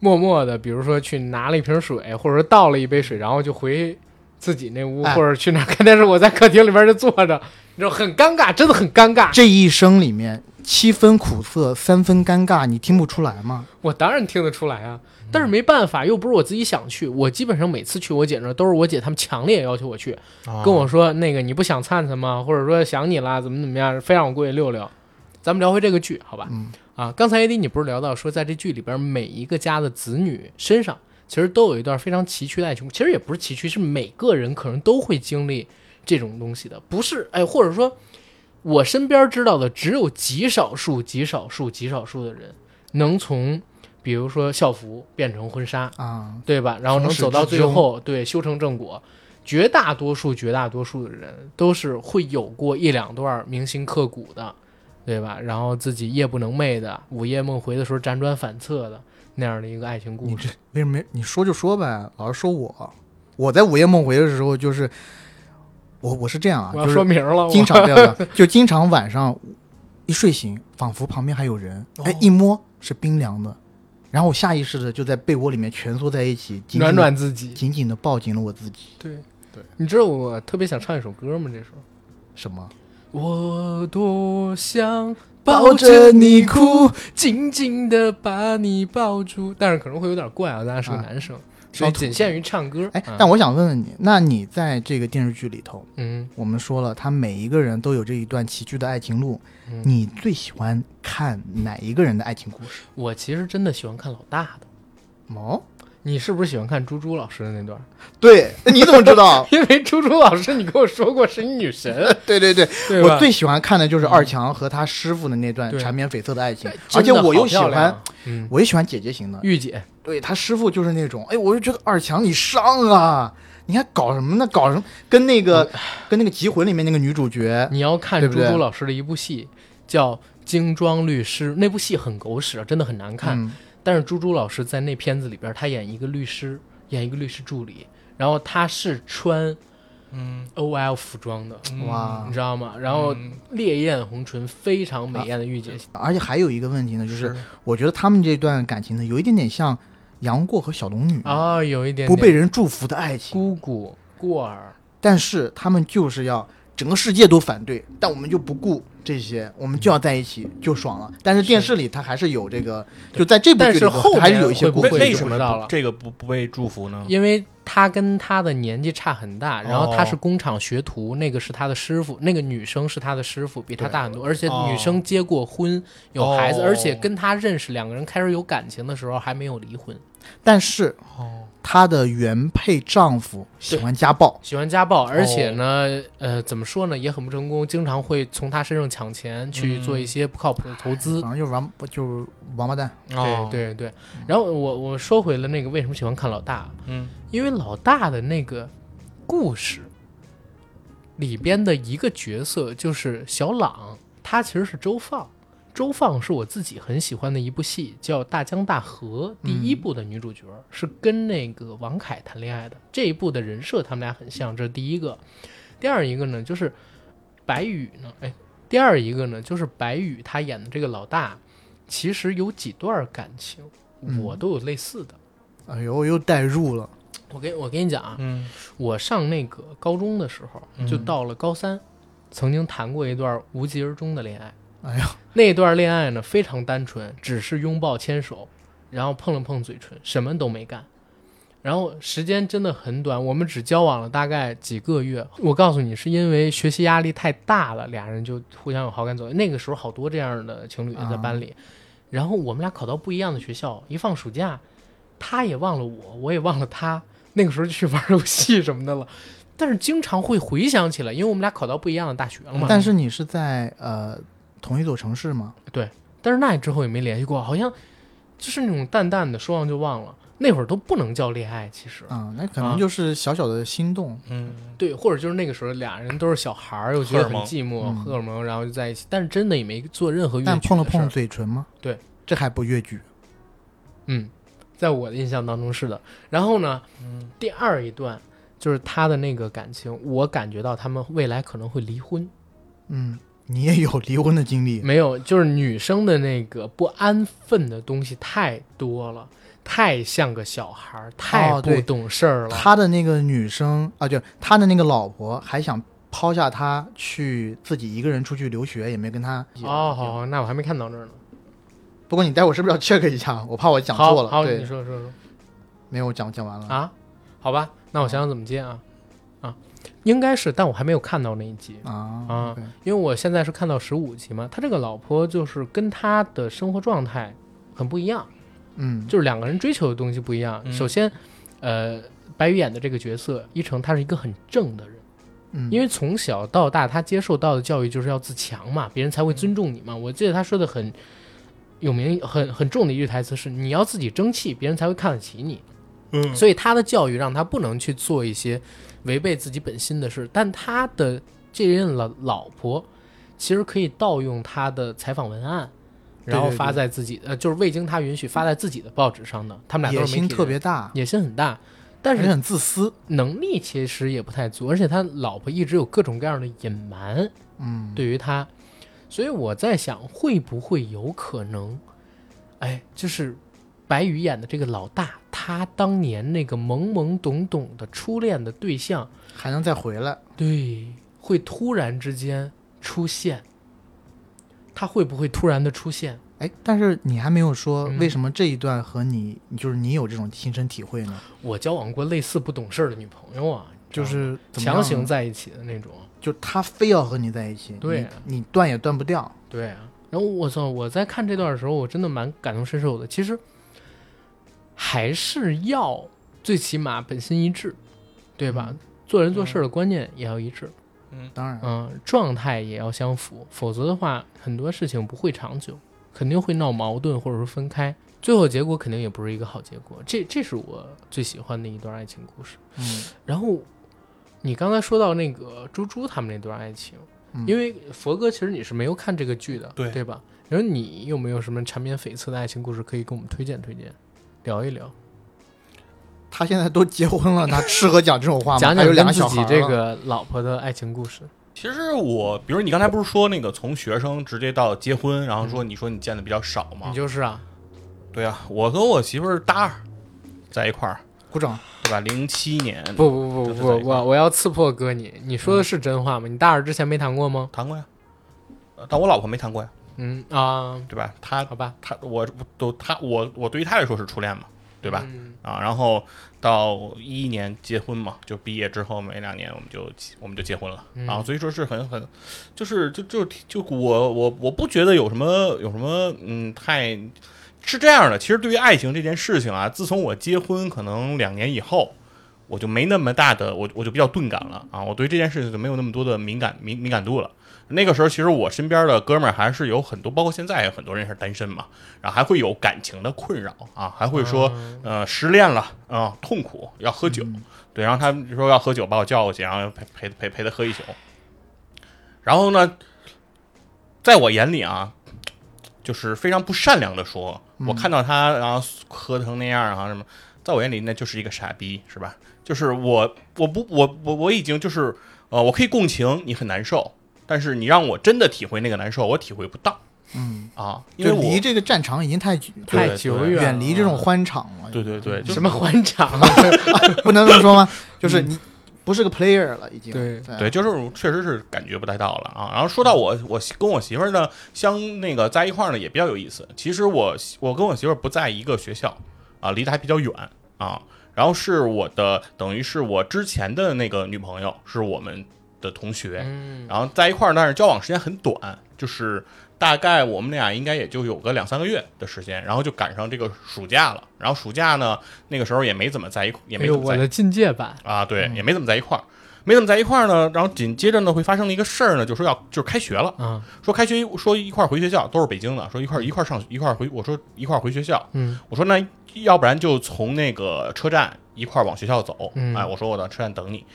默默的，比如说去拿了一瓶水，或者说倒了一杯水，然后就回自己那屋，
哎
或者去哪儿 看电视，我在客厅里边就坐着，你知道很尴尬，真的很尴尬。
这一生里面七分苦涩，三分尴尬，你听不出来吗？
我当然听得出来啊，但是没办法，又不是我自己想去，我基本上每次去我姐那儿都是我姐他们强烈要求我去。
啊
跟我说那个你不想灿灿吗？或者说想你啦，怎么怎么样，非让我过去溜溜。咱们聊回这个剧，好吧？
嗯
啊，刚才 AD 你不是聊到说，在这剧里边每一个家的子女身上，其实都有一段非常崎岖的爱情故事。其实也不是崎岖，是每个人可能都会经历这种东西的，不是？哎，或者说，我身边知道的只有极少数、极少数、极少数的人能从，比如说校服变成婚纱，
啊，
对吧？然后能
从始
走到
至
最
终
后，对，修成正果。绝大多数、绝大多数的人都是会有过一两段铭心刻骨的对吧？然后自己夜不能寐的，午夜梦回的时候辗转反侧的那样的一个爱情故事。
为什么没你说就说呗，老是说我，我在午夜梦回的时候就是，我我是这样啊，
我要
就
说
是
明了，我
经常这样的， 就经常晚上一睡醒，仿佛旁边还有人，哎
哦，
一摸是冰凉的，然后我下意识的就在被窝里面蜷缩在一起，紧紧地
暖暖自己。
紧紧的抱紧了我自己。
对
对，
你知道我特别想唱一首歌吗？这首
什么？
我多想
抱着你哭，
紧紧的把你抱住，但是可能会有点怪啊，咱俩是个
啊
男生，所
烧
以
土
仅限于唱歌。
哎
啊，
但我想问问你，那你在这个电视剧里头，
嗯，
我们说了，他每一个人都有这一段崎岖的爱情路，
嗯
你最喜欢看哪一个人的爱情故事？
我其实真的喜欢看老大的。
哦，
你是不是喜欢看猪猪老师的那段？ ？
对，你怎么知 道
因为猪猪老师，你跟我说过是你女神，
对对对，
对吧？
我最喜欢看的就是二强和他师傅的那段
对
缠绵悱恻的爱情
真的，
而且我又
好
喜
漂亮
欢，
啊，嗯，
我也喜欢姐姐型的。
御姐，
对他师傅就是那种，哎，我就觉得二强你上啊，你还搞什么呢？搞什么？跟那个跟那个《集魂》里面那个女主角，
你要看
对
猪
不对
猪老师的一部戏，叫《精装律师》，那部戏很狗屎，真的很难看。
嗯
但是猪猪老师在那片子里边，他演一个律师，演一个律师助理，然后他是穿
嗯，
OL 服装的，
哇
你知道吗？然后
嗯
烈焰红唇，非常美艳的御姐，
而且还有一个问题呢，就是我觉得他们这段感情呢，有一点点像杨过和小龙女，
啊、有一点
不被
点
人祝福的爱情。
姑姑过儿，
但是他们就是要整个世界都反对，但我们就不顾这些，我们就要在一起就爽了。但是电视里它还是有这个，就在这部
但
剧
是
里
后
头还是
面
有一些
会不
顾
会
虑
为
的。
就
为什
不
么
知道了
这个不不被祝福呢？
因为他跟他的年纪差很大，然后他
嗯哦
是工厂学徒，那个是他的师傅，那个女生是他的师傅，比他
对
大很多，而且
哦
女生结过婚，有孩子，
哦
而且跟他认识，两个人开始有感情的时候还没有离婚，
但是
哦，
她的原配丈夫喜欢家暴，
喜欢家暴，而且
哦
呢，呃，怎么说呢，也很不成功，经常会从他身上抢钱去
嗯
做一些不靠谱的投资。
反正就是王就是王八蛋。
哦
对，对对，然后我我说回了那个为什么喜欢看老大，
嗯，
因为老大的那个故事里边的一个角色就是小朗，他其实是周放。周放是我自己很喜欢的一部戏，叫《大江大河》，第一部的女主角、是跟那个王凯谈恋爱的。这一部的人设他们俩很像，这是第一个。第二一个呢，就是白宇呢，哎，第二一个呢，就是白宇他演的这个老大，其实有几段感情，
嗯
我都有类似的。
哎呦，又代入了。
我给我跟你讲啊，
嗯，
我上那个高中的时候，就到了高三，曾经谈过一段无疾而终的恋爱。
哎呀，
那段恋爱呢非常单纯，只是拥抱、牵手，然后碰了碰嘴唇，什么都没干。然后时间真的很短，我们只交往了大概几个月。我告诉你，是因为学习压力太大了，俩人就互相有好感走。那个时候好多这样的情侣在班
啊
里，然后我们俩考到不一样的学校，一放暑假，他也忘了我，我也忘了他。那个时候就去玩游戏什么的了，但是经常会回想起来，因为我们俩考到不一样的大学了嘛。
但是你是在呃同一座城市吗？
但是那之后也没联系过，好像就是那种淡淡的说忘就忘了。那会儿都不能叫恋爱，其实
啊、那可
啊
能就是小小的心动。
嗯，
对，或者就是那个时候俩人都是小孩儿，又觉得
荷尔
很
蒙
寂寞，
嗯
荷尔蒙，然后就在一起。但是真的也没做任何越
但
矩
碰了
的事
碰
儿，
嘴唇吗？
对，
这还不越矩。
嗯，在我的印象当中是的。然后呢，
嗯
第二一段就是他的那个感情，我感觉到他们未来可能会离婚。
嗯，你也有离婚的经历。
没有，就是女生的那个不安分的东西太多了，太像个小孩儿，太
哦
不
对
懂事儿了。
他的那个女生啊，就他的那个老婆还想抛下他去自己一个人出去留学，也没跟他。
哦，好，好，那我还没看到这儿呢。
不过你待会儿是不是要 check 一下？我怕我讲错
好，
了。
好你
对，嗯
说说说
没有，我讲讲完了。
啊？好吧，那我想想怎么接啊啊，应该是，但我还没有看到那一集，
啊
啊
OK
因为我现在是看到十五集嘛。他这个老婆就是跟他的生活状态很不一样，
嗯，
就是两个人追求的东西不一样。
嗯
首先，呃，白宇演的这个角色一成，他是一个很正的人。
嗯，
因
为
为从小到大，他接受到的教育就是要自强嘛，别人
嗯
才会尊重你嘛。我记得他说的很有名、很很重的一句台词是：“你要自己争气，别人才会看得起你。”
嗯
所以他的教育让他不能去做一些违背自己本心的事。但他的这任老老婆其实可以盗用他的采访文案，
对
然后
对
发
对
在自己呃，就是未经他允许发在自己的报纸上的。他们俩
野
都是媒
心
体
特
人
别大，
野心很大，但
而且
是
很自私。
能力其实也不太足，而且他老婆一直有各种各样的隐瞒
嗯，
对于他，所以我在想会不会有可能，哎，就是白宇演的这个老大，他当年那个懵懵懂懂的初恋的对象，
还能再回来。
对，会突然之间出现，他会不会突然的出现？
哎，但是你还没有说
嗯
为什么这一段和你、就是你有这种亲身体会呢？
我交往过类似不懂事儿的女朋友啊，
就是怎么样
强
呢
行，在一起的那种。
就他非要和你在一起，
对
你，你断也断不掉。
对啊，然后我操，我在看这段的时候，我真的蛮感同身受的。其实还是要最起码本心一致，对吧？
嗯
做人做事的观念也要一致，
当然，
嗯、状态也要相符，否则的话，很多事情不会长久，肯定会闹矛盾或者说分开，最后结果肯定也不是一个好结果。这这是我最喜欢的一段爱情故事。
嗯，
然后你刚才说到那个猪猪他们那段爱情，
嗯
因为佛哥其实你是没有看这个剧的，
对
对吧？然后你有没有什么缠绵悱恻的爱情故事可以给我们推荐推荐，聊一聊，
他现在都结婚了，他适合讲这种话吗？
讲
还有
讲跟
两个
自
小孩
己
了
这个老婆的爱情故事？
其实我，比如你刚才不是说那个从学生直接到结婚，然后说你说你见的比较少
你
嘛？
就是啊，
对啊，我和我媳妇儿大二在一块儿，
鼓掌，
对吧？零七年
不不不
就是
不，
在一块儿
我我要刺破哥你，你说的是真话吗？你大二之前没谈过吗？
谈过呀，呃但我老婆没谈过呀，
嗯啊，
对吧？她
好吧，
她我都她我我对于她来说是初恋嘛，对吧？
嗯
啊，然后到一一年结婚嘛，就毕业之后没两年我们就我们就结婚了、啊，所以说是很很，就是就就就我我我不觉得有什么有什么嗯太是这样的。其实对于爱情这件事情啊，自从我结婚可能两年以后，我就没那么大的我我就比较钝感了啊，我对这件事情就没有那么多的敏感敏敏感度了。那个时候，其实我身边的哥们儿还是有很多，包括现在有很多人是单身嘛，然后还会有感情的困扰啊，还会说，呃，失恋了啊、痛苦，要喝酒，对，然后他们说要喝酒，把我叫过去，然后陪陪陪陪他喝一宿，然后呢，在我眼里啊，就是非常不善良的说，我看到他然后喝成那样啊什么，在我眼里那就是一个傻逼，是吧？就是我我不我我我已经就是呃，我可以共情你很难受，但是你让我真的体会那个难受，我体会不到
嗯，
啊，因为
就
我
离这个战场已经太
对
太久远了，
远离这种欢场了，
对对对，就是
什么欢场，
不能这么说吗？就是你不是个 player 了，已经。
嗯对
对，就是确实是感觉不太到了啊。然后说到我，我媳跟我媳妇儿呢相那个在一块儿呢也比较有意思。其实我媳我跟我媳妇儿不在一个学校啊，离得还比较远啊。然后是我的，等于是我之前的那个女朋友，是我们的同学，
嗯
然后在一块儿，但是交往时间很短，就是大概我们俩应该也就有个两三个月的时间，然后就赶上这个暑假了。然后暑假呢，那个时候也没怎么在一块，也
哎
没
呦，
怎么在
我的境界版，
啊，对，也没怎么在一块儿，没怎么在一块儿呢。然后紧接着呢，会发生了一个事儿呢，就说要就是开学了，
啊，
说开学说一块儿回学校，都是北京的，说一块儿一块儿上一块儿回，我说一块儿回学校，
嗯，
我说那要不然就从那个车站一块儿往学校走，
嗯
哎，我说我到车站等你，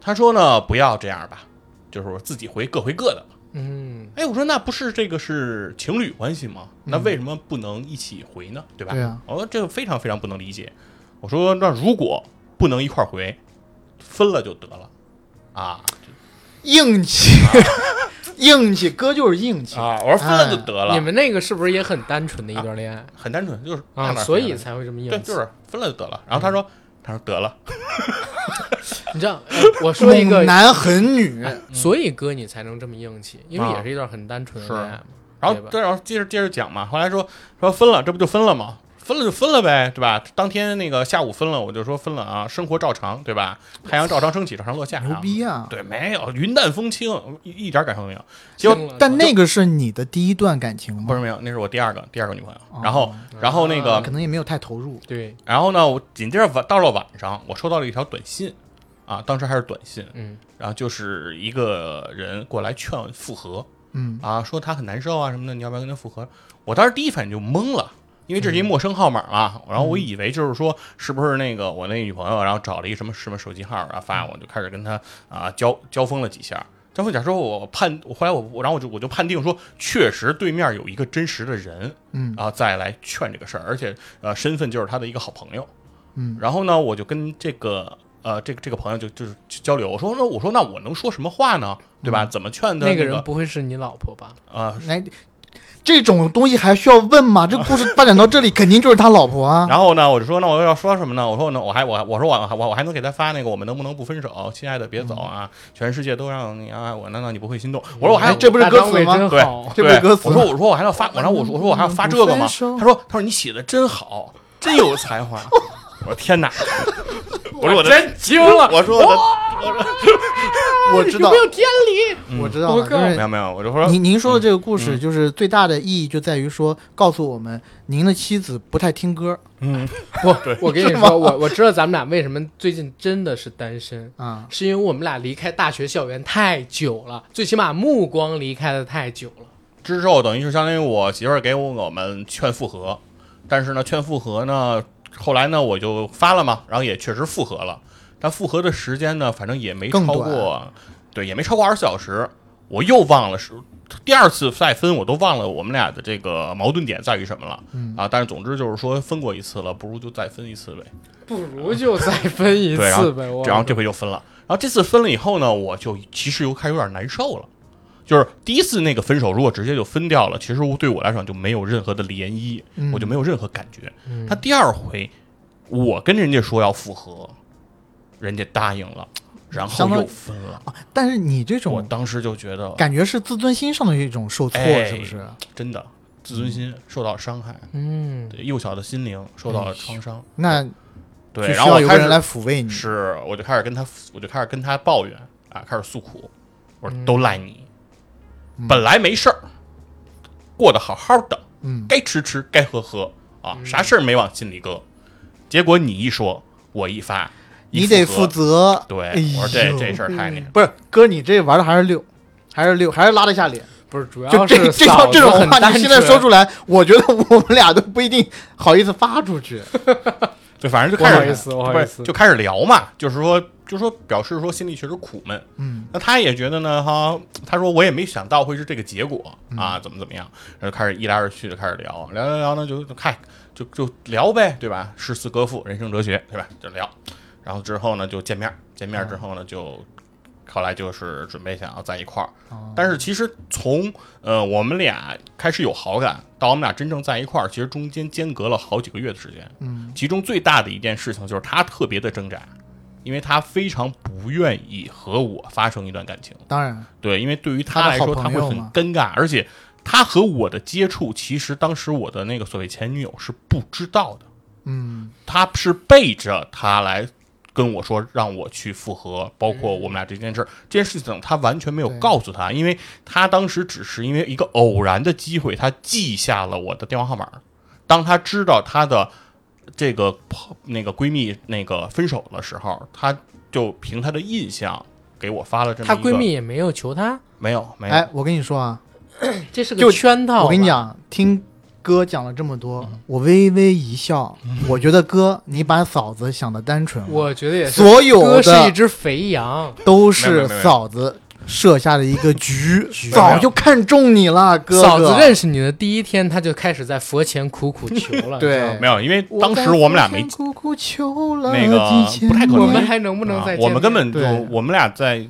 他说呢不要这样吧，就是我自己回各回各的。
嗯，
哎，我说那不是这个是情侣关系吗？那为什么不能一起回呢？对吧？
对啊
我说这个非常非常不能理解。我说那如果不能一块儿回，分了就得了啊
硬气，硬气，哥就是硬气。
啊！我说分了就得了，
你们那个是不是也很单纯的一段恋爱
很单纯，就是大
啊？
哪儿
所
分
以
哪儿
才嗯会这么硬
对，
气
就。是分了就得了。然后他说，他说得了，
你知道，哎我 说一个哎
猛，男狠女，
所以哥你才能这么硬气，因为也是一段很单纯的
啊
恋爱嘛。
然
对
后
吧
对，然后接着接着讲嘛。后来说说分了，这不就分了吗？分了就分了呗，对吧？当天那个下午分了，我就说分了啊，生活照常，对吧？太阳照常升起，照常落下、啊，
牛逼啊！
对，没有云淡风轻，一一点感受没有。结果
听了
但那个是你的第一段感情吗？
不是没有，那是我第二个第二个女朋友。然后，然后那
可
个，
能也没有太投入。
对，
然后呢，我紧接着晚到了晚上，我收到了一条短信，啊，当时还是短信，
嗯，
然后就是一个人过来劝复合，
嗯，
啊，说他很难受啊什么的，你要不要跟他复合？我当时第一反应就懵了，因为这是
嗯
一陌生号码嘛，然后我以为就是说是不是那个我那女朋友，然后找了一什么什么手机号，然后发我就开始跟他啊交交锋了几下，张凤甲说：“我判，我后来我我，然后我就我就判定说，确实对面有一个真实的人，
嗯
然后再来劝这个事儿，而且呃，身份就是他的一个好朋友，
嗯，
然后呢，我就跟这个呃这个这个朋友就就是去交流，我说那我说那我能说什么话呢？对吧？怎么劝他、
嗯那个
个
人不会是你老婆吧？
啊？
来，哎这种东西还需要问吗？这故事发展到这里，肯定就是他老婆啊。
然后呢，我就说，那我要说什么呢？我说呢，我还我我说我我我还能给他发那个，我们能不能不分手？亲爱的，别走啊！全世界都让你爱我，难道你不会心动？我说我还
嗯哎这不是歌词
大
吗
张伟真
对
好，
这不是
对
歌词
我说我说我还要发，我然后我说我说我还要发这个吗？
不分手
他说他说你写的真好，真有才华。我说天 哪！我说我的，
真惊了，
我说我
哦
的，
我知道
啊有没，有天理？
我知道
我
了，就
靠
嗯没
是
有没有，我嗯就说
您您说的这个故事，就是最大的意义就在于说，告诉我们您的妻子不太听歌
嗯，
我我跟你说，我我知道咱们俩为什么最近真的是单身，
啊。
是因为我们俩离开大学校园太久了，最起码目光离开的太久了。
之后等于是相当于我媳妇儿给我我们劝复合，但是呢，劝复合呢，后来呢我就发了嘛，然后也确实复合了，但复合的时间呢，反正也没超
更
过，对，也没超过二十四小时，我又忘了是。第二次再分，我都忘了我们俩的这个矛盾点在于什么了、啊！但是总之就是说分过一次了，不如就再分一次呗。
不如就再分一
对，然后
次呗。我
然后这回又分了。然后这次分了以后呢，我就其实又开始有点难受了。就是第一次那个分手，如果直接就分掉了，其实对我来讲就没有任何的涟漪，
嗯
我就没有任何感觉。他第二回，我跟人家说要复合，人家答应了，然后
相当于
又分了。
啊但是你这
我
种
当时就觉得，
感觉是自尊心上的一种受挫，
哎
是不是？
真的自尊心受到伤害，
嗯，
对幼小的心灵受到了创伤。
那就
对，
哎需
然后
要
我
有
开
个
始
人来抚慰你。
是，我就开始跟他，我就开始跟他抱怨啊，开始诉苦，我说都赖你，本来没事儿，过得好好的，
嗯，
该吃吃，该喝喝啊，啥事儿没往心里搁，结果你一说，我一发，一
你得
负
负
责。
责。
对，
哎呦
我说这这事儿太那什么，
不是哥，你这玩的还是溜，还是溜，还是拉得下脸。
不是主
就
要
这
是
这套
嫂子
这种
很
话，
单
你现在
纯
说出来，我觉得我们俩都不一定好意思发出去。
对，反正就
我
开始
好意思我好
不
意
是
思
就开始聊嘛，就是说就说表示说心里确实苦闷，
嗯，
那他也觉得呢，哈，他说我也没想到会是这个结果
嗯
啊，怎么怎么样，然后开始一来二去的开始聊，聊聊聊呢，就就看就就聊呗，对吧？诗词歌赋、人生哲学，对吧？就聊，然后之后呢就见面，见面
哦
之后呢就。后来就是准备想要在一块儿，
哦
但是其实从呃我们俩开始有好感到我们俩真正在一块儿，其实中间间隔了好几个月的时间。
嗯，
其中最大的一件事情就是他特别的挣扎，因为他非常不愿意和我发生一段感情。
当然，
对，因为对于他来说，
他的
他
好
会
朋友
很
嘛
尴尬，而且他和我的接触，其实当时我的那个所谓前女友是不知道的，
嗯，
他是背着他来跟我说让我去复合，包括我们俩这件事儿，这件事情他完全没有
对
告诉他，因为他当时只是因为一个偶然的机会，他记下了我的电话号码儿。当他知道他的这个朋那个闺蜜那个分手的时候，他就凭他的印象给我发了这么
她
一个
闺蜜也没有求她，
没有没有。
哎，我跟你说啊，
这是
就
个圈套。
我跟你，讲，听哥讲了这么多，
嗯
我微微一笑，我觉得哥你把嫂子想的单纯了，
我觉得也是。
所
哥
有
是一
的
只肥羊，
都
没有没
是
有没有
嫂子设下的一个局，
局
早就看中你了，哥哥。
嫂子认识你的第一天，她就开始在佛前苦苦求了。
对
你知道吗
没有，因为当时我们俩没
我在佛前苦苦求了
那个
几千
不太可能
我
年
们还能不能再见
啊
面？
我们根本就
对
我们俩在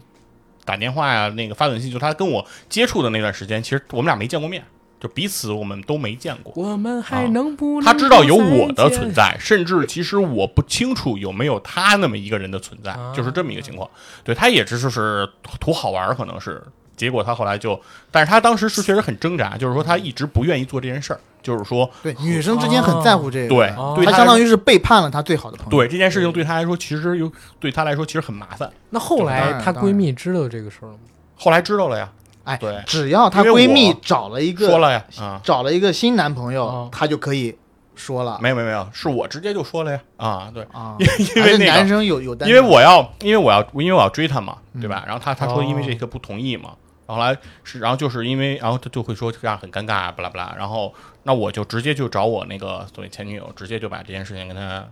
打电话呀、那个发短信，就他跟我接触的那段时间，其实我们俩没见过面，就彼此我们都没见过。
我们还能不能、
他知道有我的存，在，甚至其实我不清楚有没有他那么一个人的存在，
啊
就是这么一个情况。对他也只是是图好玩，儿，可能是。结果他后来就，但是他当时是确实很挣扎，就是说他一直不愿意做这件事儿，就是说，
对女生之间很在乎这个，
对，对
她
他
相当
于
于是背叛了她最好的朋友。
对这件事情对他来说，其实有对他来说其实很麻烦。
那后
当
来
然
她闺蜜知道这个事儿了吗？
后来知道了呀，
哎，
对
只要她
因为
闺蜜
我
找了一
说
个
了呀，啊、
找了一个新男朋友
哦，
她就可以说了
没有没有没有，是我直接就说了呀，啊，对，
啊，
因为
还是
那个
男生嗯有有担
因为我要，因为我要，因为我要追她嘛，对吧？然后她她说因为这
哦
个不同意嘛，然后来是，然后就是因为，然后她就会说这样很尴尬啊，巴拉巴拉。然后那我就直接就找我那个所谓前女友，直接就把这件事情跟她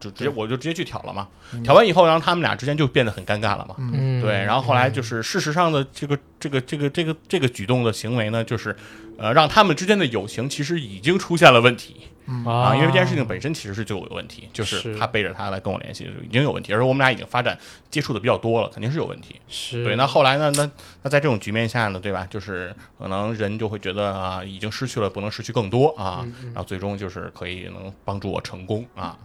就直接我就直接去挑了嘛。
嗯
挑完以后，然后他们俩之间就变得很尴尬了嘛。
嗯，
对，然后后来就是事实上的这个这个这个这个这个举动的行为呢，就是呃让他们之间的友情其实已经出现了问题
嗯
后
啊，
啊，
因为这件事情本身其实是就有问题，就是是他背着他来跟我联系就已经有问题，而且我们俩已经发展接触的比较多了，肯定是有问题。
是
对，那后来呢？那那在这种局面下呢，对吧？就是可能人就会觉得啊，已经失去了，不能失去更多啊，
嗯
然后最终就是可以能帮助我成功啊。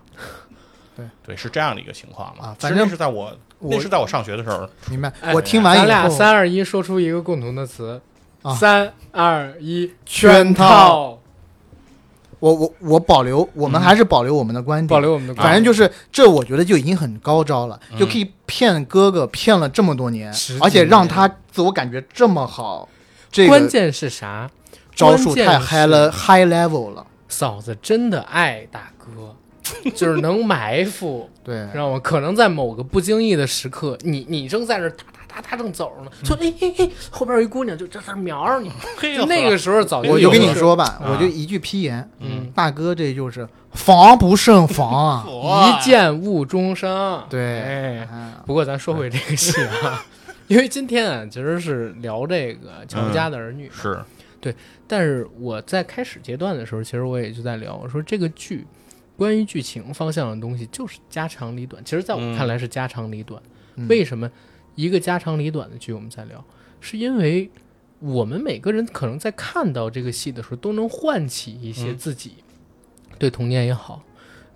对
对，是这样的一个情况嘛。
啊
其实
反正
那是在我
我
那是在我上学的时候，
明白
哎。
我听完以
咱
后，
俩三二一，说出一个共同的词
啊，
三二一，
圈
套
套，我我我保留，我们还是保留我们的观点，
嗯保留我们的观点，
反正就是这，我觉得就已经很高招了，
啊嗯
就可以骗哥哥骗了这么多年
十几，
而且让他自我感觉这么好，这
关
个
键是啥？
招数太
关键是
high 了，high level 了。
嫂子真的爱大 哥，就是能埋伏，
对
知，道吗？可能在某个不经意的时刻，你你正在这哒哒哒哒正走着
嗯
呢，就哎哎哎，后边有一姑娘就在这瞄着你，
嘿
就 那个时候早
哎
就
呦
我就跟你
有了
说吧，
啊！
我就一句批言，
嗯，哎
大哥这就是防不胜防啊
一见误终伤。
对哎
哎
啊
不过咱说回这个戏啊， 因为今天啊其实是聊这个乔家的儿女，
是
但是我在开始阶段的时候，其实我也就在聊，我说这个剧关于剧情方向的东西就是家长里短。其实，在我
嗯
看来是家长里短。
嗯
为什么一个家长里短的剧我们在聊？是因为我们每个人可能在看到这个戏的时候，都能唤起一些
嗯
自己对童年也好，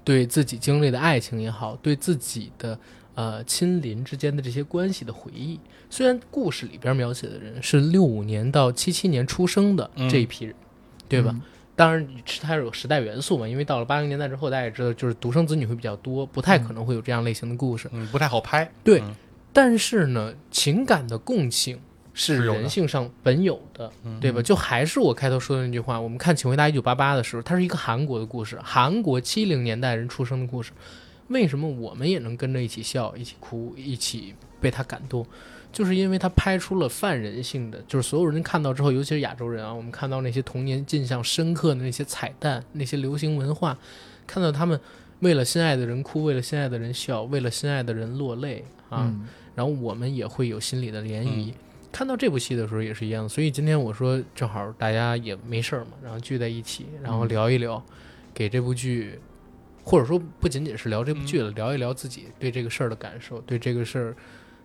对自己经历的爱情也好，对自己的呃亲邻之间的这些关系的回忆。虽然故事里边描写的人是六五年到七七年出生的
嗯
这一批人，对吧？当然，它有时代元素嘛，因为到了八零年代之后，大家也知道，就是独生子女会比较多，不太可能会有这样类型的故事。
嗯不太好拍，
对
嗯
但是呢，情感的共性是
是有的嗯
人性上本有的，对吧？就还是我开头说的那句话，我们看《请回答一九八八》的时候，它是一个韩国的故事，韩国七零年代人出生的故事，为什么我们也能跟着一起笑、一起哭、一起被他感动？就是因为他拍出了泛人性的，就是所有人看到之后，尤其是亚洲人啊，我们看到那些童年印象深刻的那些彩蛋、那些流行文化，看到他们为了心爱的人哭，为了心爱的人笑，为了心爱的人落泪啊，
嗯
然后我们也会有心理的涟漪。看到这部戏的时候也是一样，所以今天我说正好大家也没事儿嘛，然后聚在一起，然后聊一聊，给这部剧，或者说不仅仅是聊这部剧了，聊一聊自己对这个事儿的感受，对这个事儿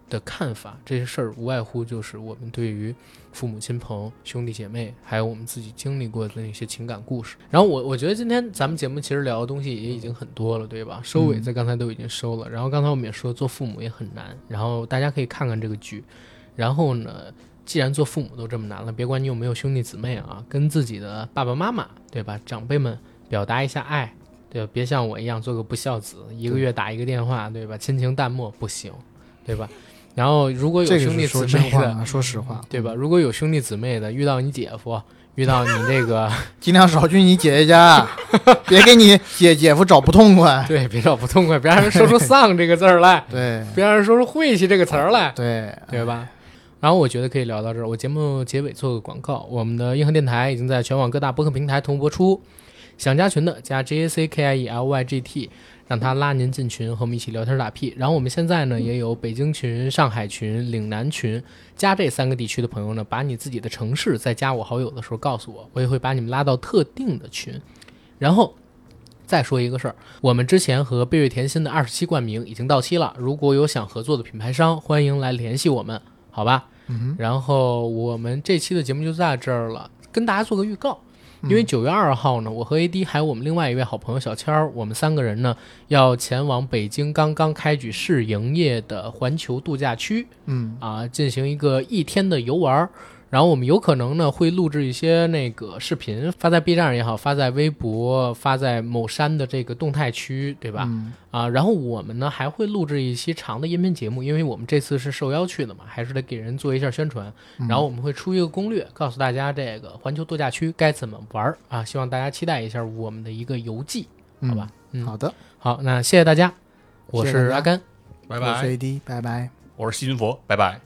的看法。这些事儿无外乎就是我们对于父母亲朋、兄弟姐妹，还有我们自己经历过的那些情感故事。然后我我觉得今天咱们节目其实聊的东西也已经很多了，对
嗯
吧？收尾在刚才都已经收了，然后刚才我们也说做父母也很难，然后大家可以看看这个剧，然后呢。既然做父母都这么难了，别管你有没有兄弟姊妹啊，跟自己的爸爸妈妈，对吧？长辈们表达一下爱，对吧？别像我一样做个不孝子，一个月打一个电话，对吧？亲情淡漠不行，对吧？然后如果有
这个
兄弟
是
姊
说
妹
真
的，
话，啊说实话，
对吧？如果有兄弟姊妹的，遇到你姐夫，遇到你这个，
尽量少去你姐姐家，别给你姐姐夫找不痛快。
对，别找不痛快，别让人说出“丧”这个字儿来，
对
别让人说出“晦气”这个词儿来，
对，
对吧？然后我觉得可以聊到这儿。我节目结尾做个广告，我们的硬核电台已经在全网各大播客平台同步播出。想加群的加 J A C K I E L Y G T，让他拉您进群，和我们一起聊天打屁。然后我们现在呢也有北京群、上海群、岭南群，加这三个地区的朋友呢，把你自己的城市在加我好友的时候告诉我，我也会把你们拉到特定的群。然后再说一个事儿，啊我们之前和贝瑞甜心的二十期冠名已经到期了，如果有想合作的品牌商，欢迎来联系我们，好吧？
嗯
然后我们这期的节目就在这儿了，跟大家做个预告。
嗯
因为九月二号呢，我和 AD 还有我们另外一位好朋友小谦儿，我们三个人呢要前往北京刚刚开举试营业的环球度假区，
嗯，
啊，进行一个一天的游玩儿。然后我们有可能呢会录制一些那个视频，发在 B 站也好，发在微博，发在某山的这个动态区，对吧？
嗯
啊，然后我们呢还会录制一期长的音频节目，因为我们这次是受邀去的嘛，还是得给人做一下宣传。
嗯
然后我们会出一个攻略，告诉大家这个环球度假区该怎么玩儿啊，希望大家期待一下我们的一个游记，好吧？嗯，
好的，
好，那谢谢大家，我
谢谢大
是
家
阿甘。
拜
我是
拜。
AD，拜拜。
我是西云佛，拜拜。